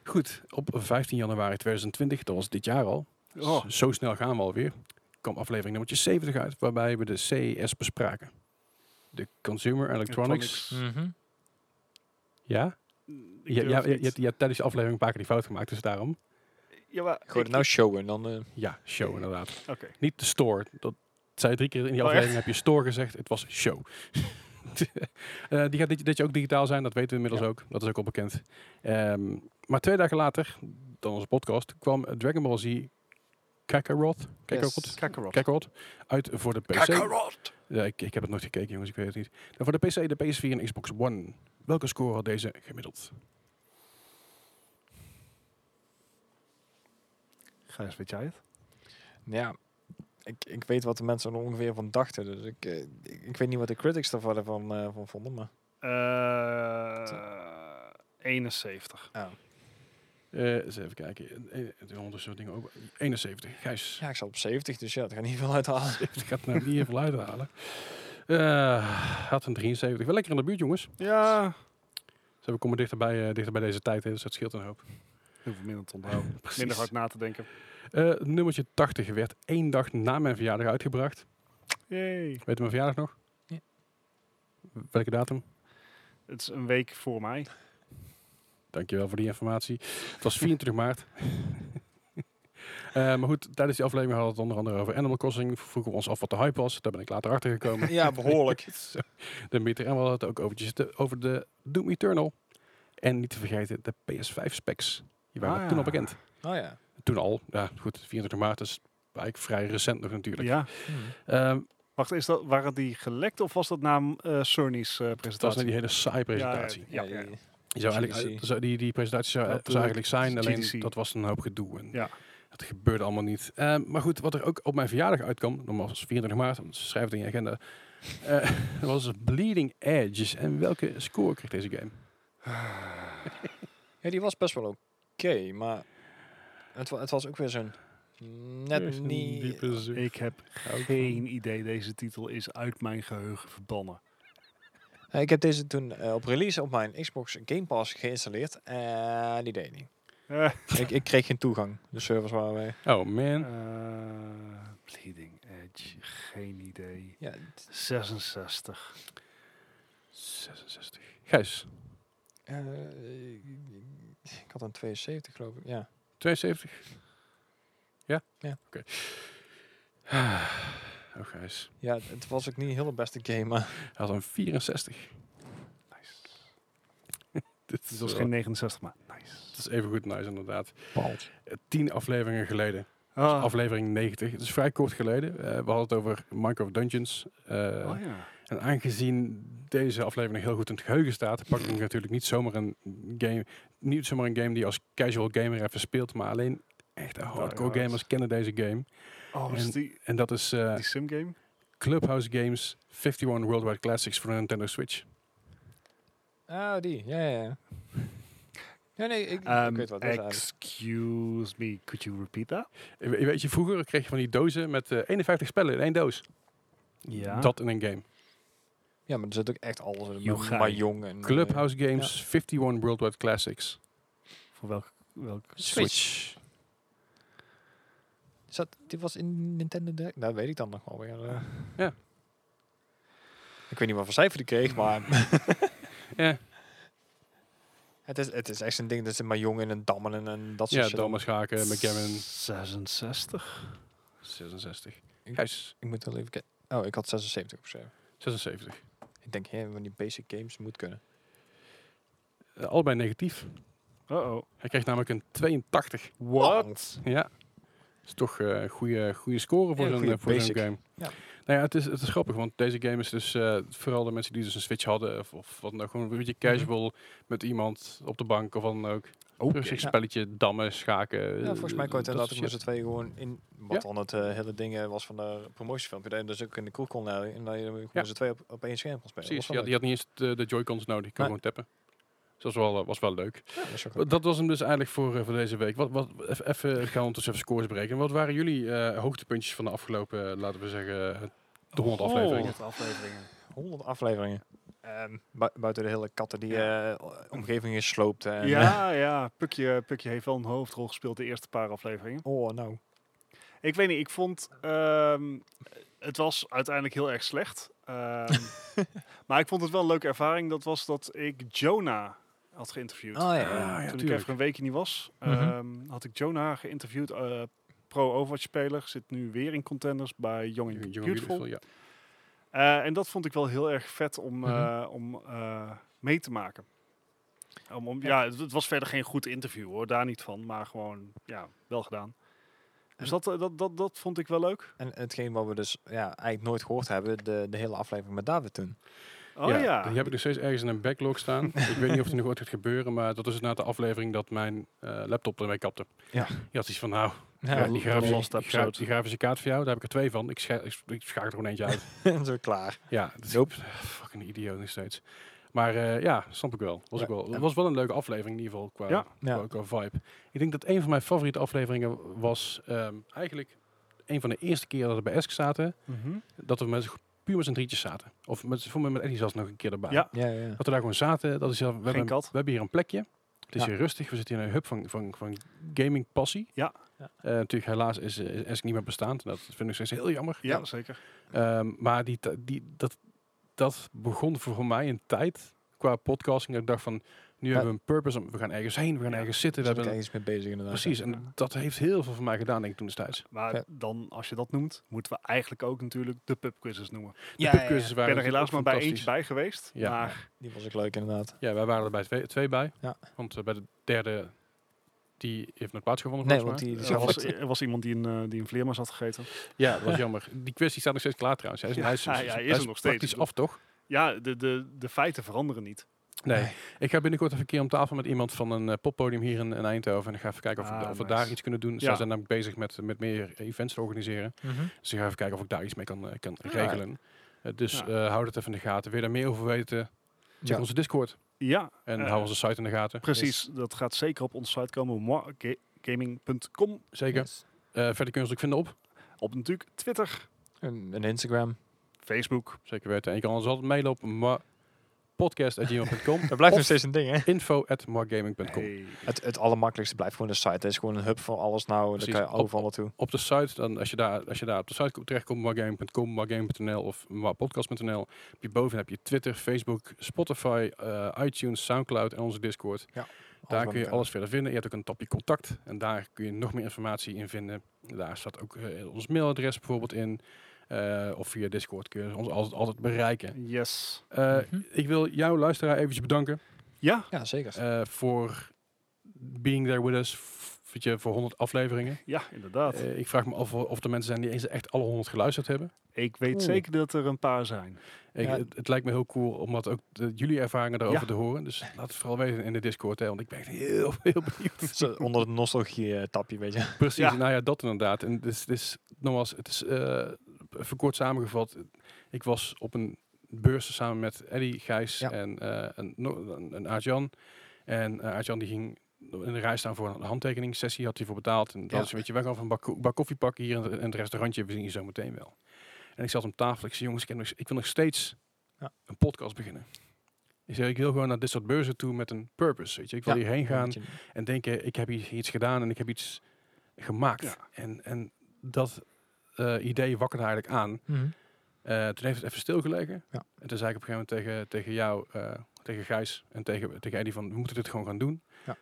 A: Goed, op 15 januari 2020, dat was dit jaar al.
B: Oh,
A: Z- Zo snel gaan we alweer. kwam aflevering nummertje 70 uit, waarbij we de CES bespraken. De Consumer Electronics.
C: Hmm.
A: Ja?
B: Mm, ik
A: Ja,
B: durf
A: ja,
B: het
A: je, je,
B: niet.
A: hebt- je hebt tijdens de aflevering een paar keer die fout gemaakt, dus daarom.
B: Ja, maar
C: Gooi
B: ik-
C: het nou showen, dan... eh,
A: Ja, show inderdaad.
B: Oké.
A: Niet de store. Dat zei je drie keer in die
B: Oh,
A: aflevering, heb je store gezegd. Het was show. Eh, die gaat dit, dit jaar ook digitaal zijn, dat weten we inmiddels ook. Dat is ook al bekend. Ehm, maar twee dagen later, dan onze podcast, kwam Dragon Ball Z Kakarot. Kakarot.
B: Kakarot.
A: Kakarot. Uit voor de PC.
B: Kakarot!
A: Ja, ik, ik heb het nooit gekeken, jongens. Ik weet het niet. En voor de PC, de PS4 en Xbox One. Welke score had deze gemiddeld?
B: Gijs, weet jij het?
C: Ja, ik, ik weet wat de mensen er ongeveer van dachten. Dus ik, eh, ik, ik weet niet wat de critics ervan van, eh, van vonden, maar...
B: Eh 71.
C: Oh.
A: Eh, eens even kijken. Eh, eh, Ondertussen dingen ook. 71. Gijs,
C: Ja, ik zat op 70, dus ja, dat gaat niet veel uithalen.
A: ik ga het nou niet even uithalen. Eh, had een 73. Wel lekker in de buurt, jongens.
B: Ja.
A: Ze we komen dichter bij, eh, dichter bij deze tijd, hè, dus dat scheelt een hoop.
B: Heel veel minder te onthouden.
A: Precies.
B: minder hard na te denken.
A: Eh, nummertje 80 werd één dag na mijn verjaardag uitgebracht.
B: Yay.
A: Weet u mijn verjaardag nog?
C: Ja.
A: Welke datum?
B: Het is een week voor mij.
A: Dankjewel voor die informatie. Het was 24 maart. Eh, maar goed, tijdens die aflevering hadden we het onder andere over Animal Crossing. Vroegen we ons af wat de hype was. Daar ben ik later achter gekomen.
C: Ja, behoorlijk.
A: Zo, de meter. En we hadden het ook eventjes de- over de Doom Eternal. En niet te vergeten de PS5 specs. Die waren
B: Ah.
A: toen al bekend.
C: Oh ja.
A: Toen al, ja goed, 24 maart is eigenlijk vrij recent nog natuurlijk.
B: Ja.
C: Hm.
A: Ehm,
B: Wacht, is dat, waren die gelekt of was dat na eh Sony's
A: het was
B: eh,
A: net
B: presentatie?
A: die hele saaie presentatie.
B: Ja, ja, ja.
A: Die, zou eigenlijk,
C: GDC.
A: eh, zou- die, die presentatie zou,
B: Dat,
A: zou
B: eh,
A: eigenlijk zijn, alleen
B: GDC.
A: dat was een hoop gedoe. En
B: Ja.
A: Dat gebeurde allemaal niet. Eh, maar goed, wat er ook op mijn verjaardag uitkwam, normaal was het 24 maart, want ze schrijven het in je agenda, eh, dat was Bleeding Edge. En welke score kreeg deze game?
C: Ja, die was best wel oké, maar het, wa- het was ook weer zo'n net niet...
B: Ik heb geen idee. Deze titel is uit mijn geheugen verbannen.
C: Eh, ik heb deze toen eh, op release op mijn Xbox Game Pass geïnstalleerd en die deed niet.
B: Eh,
C: ik, ik kreeg geen toegang, de servers waren weg.
A: Oh man.
B: eh, Bleeding Edge, geen idee.
C: Ja, het-
B: 66.
A: 66. Gijs,
C: eh, ik- ik- ik had een 72 geloof ik, ja.
A: 72? Ja?
C: Ja.
A: Oké. Oh Gijs,
C: Ja, het- het was ook niet heel de beste game, maar...
A: hij had een 64.
B: Nice.
A: Dit is,
B: Dus dat is
A: wel-
B: geen 69, maar nice.
A: dit is even goed nice inderdaad. Eh, Tien afleveringen geleden.
B: Ah,
A: aflevering 90. Het is vrij kort geleden. Eh, we hadden het over Minecraft Dungeons. Eh,
B: oh ja.
A: En aangezien deze aflevering heel goed in het geheugen staat, pak ik natuurlijk niet zomaar een game, niet zomaar een game die je als casual gamer even speelt, maar alleen echte hardcore
B: Diehards.
A: gamers kennen deze game.
B: Oh, is
A: En-
B: die,
A: En dat is eh,
B: die simgame?
A: Clubhouse Games 51 Worldwide Classics voor de Nintendo Switch.
C: Ah, die, ja, ja, ja. Ja, nee, ik, ik
B: Um,
C: weet wat het is eigenlijk.
B: excuse me, could you repeat that?
A: Eh, we- Weet je, vroeger kreeg je van die dozen met eh, 51 spellen in één doos.
B: Ja.
A: Dat in een game.
C: Ja, maar er zit ook echt alles in. Maar,
B: Yogai.
C: maar jong en... eh,
A: Clubhouse Games 51 Worldwide Classics.
B: Voor welk, welk
C: Switch. Zat, dit was in Nintendo Direct? Nou, Dat weet ik dan nog wel weer. eh.
A: Ja.
C: Ik weet niet wat voor cijfer die kreeg, maar...
A: Ja.
C: Het is, het is echt een ding dat ze maar jong in een dammen en, en dat soort
A: Ja,
C: shit.
A: Thomas
B: eh,
A: Schaken, McGavin
B: 66?
A: 66.
C: Ik-
A: Gijs.
C: Ik moet wel even kijken. Oh, ik had 76 opgeschreven.
A: 76.
C: Ik denk, hé, van die basic games moet kunnen.
A: Eh, allebei negatief.
B: Uh-oh.
A: Hij kreeg namelijk een 82.
B: What?
A: Ja. Dat is toch eh, een goede, goede score voor
C: Ja,
A: zo'n
C: goede
A: eh, voor zo'n
C: basic.
A: game.
C: Ja.
A: Nou ja, het is, het is grappig, want deze game is dus eh, vooral de mensen die dus een Switch hadden of, of wat dan ook, gewoon een beetje
C: Mhm.
A: casual met iemand op de bank of wat dan ook.
B: Oké.
A: Rustig spelletje, dammen, schaken.
C: Oh,
A: eh,
C: Ja, volgens mij kon je
A: dat
C: het inderdaad ook
A: soort
C: met z'n
A: shit.
C: tweeën gewoon in... Wat dan het eh, hele ding eh, was van de promotiefilmpje. Dat je dus ook in de kroeg kon leren. En dat je gewoon
A: Ja.
C: met z'n tweeën op, op één scherm kon spelen.
A: Precies,
C: Dat
A: je
C: was
A: had, je
C: wel
A: had niet eens de, de Joy-Cons nodig, je kon
C: Nee.
A: gewoon tappen. Dus dat was wel, eh, was wel leuk.
C: leuk. Ja, dat is ook wel-
A: Dat was hem dus eigenlijk voor, eh, voor deze week. Wat, wat, eff- even, ik ga ondertussen even scores breken. Wat waren jullie eh, hoogtepuntjes van de afgelopen, eh, laten we zeggen, eh, de 100
B: Oh.
A: afleveringen?
B: 100 afleveringen.
C: 100 afleveringen. Ehm, bui- buiten de hele katten die eh, o- omgeving is sloopt. En, eh,
B: Ja, ja. Pukje, Pukje heeft wel een hoofdrol gespeeld de eerste paar afleveringen.
C: oh, nou.
B: Ik weet niet, ik vond... ehm, het was uiteindelijk heel erg slecht. Ehm, maar ik vond het wel een leuke ervaring. Dat was dat ik Jonah had geïnterviewd.
C: Ah, ja, ja.
A: Ah, ja,
B: Toen ik
A: tuurlijk.
B: even een weekje niet was,
C: Mhm.
B: ehm, had ik Jonah geïnterviewd. eh, Pro-Overwatch-speler. Zit nu weer in contenders bij Young
A: Young
B: and
A: and
B: Beautiful.
A: ja.
B: Eh, en dat vond ik wel heel erg vet om,
C: Mhm.
B: eh, om eh, mee te maken. Om, om, ja, het, het was verder geen goed interview hoor, daar niet van, maar gewoon, ja, wel gedaan. Dus dat, eh, dat, dat, dat vond ik wel leuk.
C: En hetgeen wat we dus ja, eigenlijk nooit gehoord hebben, de, de hele aflevering met David toen.
B: Oh ja.
A: Die heb ik nog steeds ergens in een backlog staan. ik weet niet of die nog ooit gaat gebeuren, maar dat is na de aflevering dat mijn eh, laptop ermee kapte.
C: Ja.
A: Je had iets van, nou,
C: Ja,
A: die,
B: dat
A: grafische,
B: was de
A: die gra-
B: episode.
A: die grafische kaart voor jou, daar heb ik er twee van. Ik, scha ik, ik schaak er gewoon eentje uit.
C: zo klaar.
A: ja, dat is
C: Nope.
A: fucking idioot nog steeds. Maar eh, ja, snap ik wel. Was
C: Ja,
A: ik wel.
C: en-
A: Het was wel een leuke aflevering in ieder geval qua,
B: Ja.
A: qua,
C: Ja.
A: qua vibe. Ik denk dat een van mijn favoriete afleveringen was ehm, eigenlijk een van de eerste keer dat we bij Esk zaten.
C: mhm.
A: Dat we met, puur met z'n drietjes zaten. Of met, voor mij met Eddie zelfs nog een keer erbij.
B: Ja.
C: Ja, ja, ja.
A: Dat we daar gewoon zaten. Dat is, ja, we, hebben, een-
B: kat.
A: we hebben hier een plekje. Het is
C: Ja.
A: hier rustig. We zitten in een hub van, van, van gaming passie.
B: Ja.
C: Ja.
A: Eh, natuurlijk helaas is, eh, is Esk niet meer bestaand. En dat vind ik steeds heel jammer.
B: Ja,
C: Ja.
B: zeker.
A: Ehm, maar die, ti- die, dat, dat begon voor mij een tijd qua podcasting. Dat ik dacht van, nu hebben we een purpose. om- We gaan ergens heen, we gaan
B: Ja.
A: ergens zitten.
C: Dus
A: We
C: daar ben
A: hebben,
C: ik eens mee bezig inderdaad.
A: precies,
B: ja.
A: en dat heeft heel veel voor mij gedaan, denk ik, toen destijds.
B: Maar
C: Ja.
B: dan, als je dat noemt, moeten we eigenlijk ook natuurlijk de pubquizzes noemen.
A: De
C: Ja,
A: pubcursussen
B: Ik
A: waren
B: ben er helaas maar
A: natuurlijk
B: bij
A: ook
B: eentje bij geweest.
A: Ja.
B: Maar
C: Die was ook leuk inderdaad.
A: fantastisch. Ja, wij waren er bij twee, twee bij.
C: Ja.
A: Want eh, bij de derde, die heeft nooit plaatsgevonden.
C: Nee, want
A: volgens mij.
C: die, die
B: er,
C: zag
B: was,
C: was...
B: er was iemand die een, eh, die een vleermuis had gegeten.
A: Ja, dat was jammer. Die quiz die staat nog steeds klaar trouwens. Hij is,
B: Ja,
A: hij is,
B: ja,
A: hij is-
B: hij is
A: hij
B: er
A: is
B: nog steeds.
A: praktisch af, toch?
B: Ja, de, de, de feiten veranderen niet.
A: Nee. Ik ga binnenkort even een keer om tafel met iemand van een eh, poppodium hier in, in Eindhoven. En ik ga even kijken of, we
B: Ah,
A: da- of we
B: nice.
A: daar iets kunnen doen. Zij
B: Ja.
A: zijn namelijk bezig met, met meer events te organiseren. Dus ik ga even kijken of ik daar iets mee kan, eh, kan regelen. Eh, dus
B: Ah. Ja.
A: eh, hou dat even in de gaten. Wil je daar meer over weten? Check onze Discord.
B: Ja,
A: En
B: Eh,
A: hou onze site in de gaten.
B: precies. Dat gaat zeker op onze site komen. moagaming.com.
A: Zeker. Eh, verder kun je ons ook vinden op.
B: Op natuurlijk Twitter,
C: En, en Instagram.
B: Facebook.
A: Zeker weten. En je kan ons altijd mailen op ma- podcast.gmail.com.
C: Dat
A: Of
C: blijft nog steeds een ding, hè?
A: info at markgaming.com.
B: Hey.
C: Het, het allermakkelijkste blijft gewoon de site. Het is gewoon een hub voor alles nou.
A: Precies.
C: Daar kan
A: Op-
C: je overal naartoe.
A: Op de site, dan als, je daar, als je daar op de site ko- terechtkomt, margaming.com, margaming.nl of podcast.nl. Op je boven heb je Twitter, Facebook, Spotify, eh, iTunes, Soundcloud en onze Discord. Daar
C: Alles
A: kun je
C: bij
A: alles verder vinden. Je hebt ook een tapje contact en daar kun je nog meer informatie in vinden. Daar staat ook eh, ons mailadres bijvoorbeeld in. Eh, of via Discord kun je ons altijd, altijd bereiken.
B: Yes.
A: Eh,
C: Mhm.
A: Ik wil jouw luisteraar eventjes bedanken
B: Ja,
C: elkaar. Ja, zeker.
A: eh, voor being there with us. f- Weet je, voor 100 afleveringen.
B: ja, inderdaad.
A: Eh, ik vraag me af of er mensen zijn die eens echt alle 100 geluisterd hebben.
B: Ik weet
C: Oeh.
B: zeker dat er een paar zijn.
A: Ik,
C: Ja.
A: het, het lijkt me heel cool om dat ook de- jullie ervaringen daarover
B: Ja.
A: te horen. Dus laat het vooral weten in de Discord, hè, want ik ben echt heel, heel benieuwd.
C: Zo Eh, onder het nostalgie-tapje, weet je.
A: Precies,
B: Ja.
A: nou ja, dat inderdaad. En dus, dus nogmaals, het is eh even kort samengevat. Ik was op een beurs samen met Eddy, Gijs
C: Ja.
A: en, eh en, no- en- en Arjan. En eh, Arjan die ging in de rij staan voor een handtekeningssessie, had hij voor betaald. En dat
C: Ja.
A: is een beetje weg af een bak, ko- bak koffie pakken hier in het- in het restaurantje, we zien je zo meteen wel. En ik zat om tafel, ik zei jongens, ik, heb nog, ik wil nog steeds
C: Ja.
A: een podcast beginnen. Ik zei, ik wil gewoon naar dit soort beurzen toe met een purpose, weet je. Ik wil
C: Ja.
A: hierheen gaan
C: Ja,
A: en denken, ik heb hier iets gedaan en ik heb iets gemaakt.
B: Ja.
A: En, en dat eh, idee wakkerde eigenlijk aan.
C: Mhm.
A: Eh, toen heeft het even stilgelegen.
C: Ja.
A: En toen zei ik op een gegeven moment tegen, tegen jou, eh, tegen Gijs en tegen, tegen Eddie van, we moeten dit gewoon gaan doen.
C: Ja.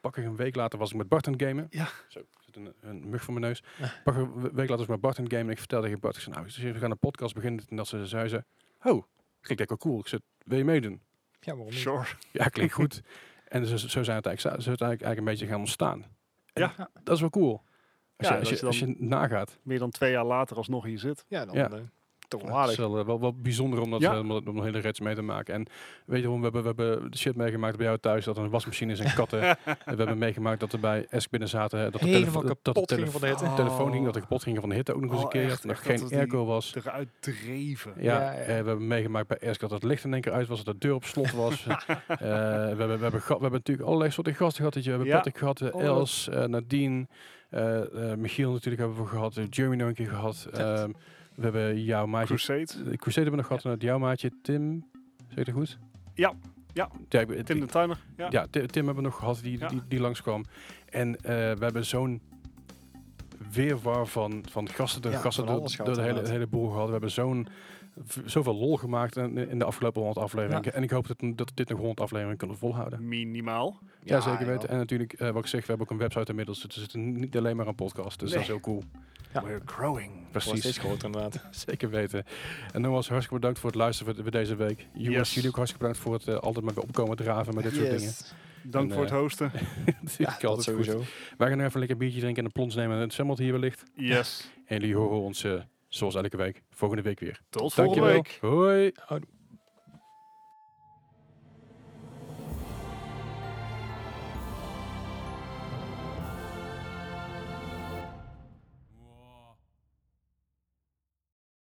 A: Pakweg een week later was ik met Bart aan het gamen.
B: Ja.
A: Zo, er zit een, een mug voor mijn neus.
C: Ja.
A: Pakweg een we- week later was ik met Bart aan het gamen en ik vertelde tegen Bart, ik zei, nou, ik zeg, we gaan een podcast beginnen. En dat ze zei ze, oh, klinkt echt wel cool. Ik zei, wil je meedoen?
C: Ja, waarom niet?
B: Sure.
A: Ja, klinkt goed. En zo, zo zijn het eigenlijk, zo is het eigenlijk, eigenlijk een beetje gaan ontstaan. En
B: Ja.
A: Dat is wel cool. Als,
B: Ja,
A: je, als,
B: dat
A: je,
B: je
A: als je nagaat.
B: Meer dan twee jaar later alsnog hier zit.
C: Ja, dan
A: Ja.
C: eh, toch wel
A: Het is
C: aardig.
A: wel, eh, wel, wel bijzonder om, dat,
B: Ja.
A: eh, om, dat- om een hele reds mee te maken. En weet je, we hebben, we hebben de shit meegemaakt bij jou thuis. Dat er een wasmachine is en katten. en eh, we hebben meegemaakt dat er bij Esk binnen zaten. eh, Dat de,
C: Helemaal
A: telefo- dat- dat de
C: kapot gingen van de hitte.
A: telefo- telefoon ging, dat de kapot ging van de hitte ook nog eens
B: Oh,
A: een keer.
B: echt,
A: dat er
B: echt, dat
A: geen
B: was die-
A: airco was.
B: Eruit dreven.
A: Ja,
C: Ja, ja.
A: eh, we hebben meegemaakt bij Esk dat het licht in één keer uit was, dat de deur op slot was. Eh, we, hebben, we, hebben ga- we hebben natuurlijk allerlei soorten gasten gehad. weet je. We hebben
B: Ja.
A: Patrick gehad, eh,
C: Oh.
A: Els, eh, Nadine, eh, eh, Michiel natuurlijk hebben we gehad, eh, Jeremy nog een keer gehad.
C: Ja.
A: Ehm, we hebben jouw maatje,
B: Crusade.
A: de Crusade hebben we nog gehad, en jouw maatje Tim, zeg ik dat goed?
B: Ja, ja.
A: Ja, ik-
B: Tim de Tuiner. Ja.
A: ja, Ti- Tim hebben we nog gehad die,
B: Ja.
A: die, die langskwam. En eh, we hebben zo'n weerwar van, van gasten, de
C: Ja,
A: gasten
C: van
A: door,
C: alles
A: door de
C: gehad,
A: hele,
C: inderdaad.
A: hele boel gehad. We hebben zo'n, v- zoveel lol gemaakt in, in de afgelopen 100 afleveringen. En ik hoop dat, dat we dit nog 100 afleveringen kunnen volhouden.
B: Minimaal.
A: Ja, zeker weten. En natuurlijk, eh, wat ik zeg, we hebben ook een website inmiddels. Dus er zitten niet alleen maar een podcast. Dus
B: Nee.
A: dat is heel cool.
C: Ja.
B: We're growing.
C: Precies.
A: Precies.
C: Steeds groter inderdaad.
A: Zeker weten. En nogmaals, hartstikke bedankt voor het luisteren voor, voor deze week. Jongens,
B: Yes.
A: jullie ook hartstikke bedankt voor het eh, altijd maar weer opkomen draven met dit soort dingen.
B: Dank
A: En,
B: voor het
A: eh,
B: hosten.
A: dat vind
C: Ja,
A: ik
C: dat
A: altijd goed.
C: sowieso.
A: Wij gaan nog even lekker biertje drinken en een plons nemen. Het zwembad hier wellicht.
B: Yes.
A: En jullie horen ons, eh, zoals elke week, volgende week weer.
B: Tot volgende
A: Dankjewel.
B: week.
A: Hoi.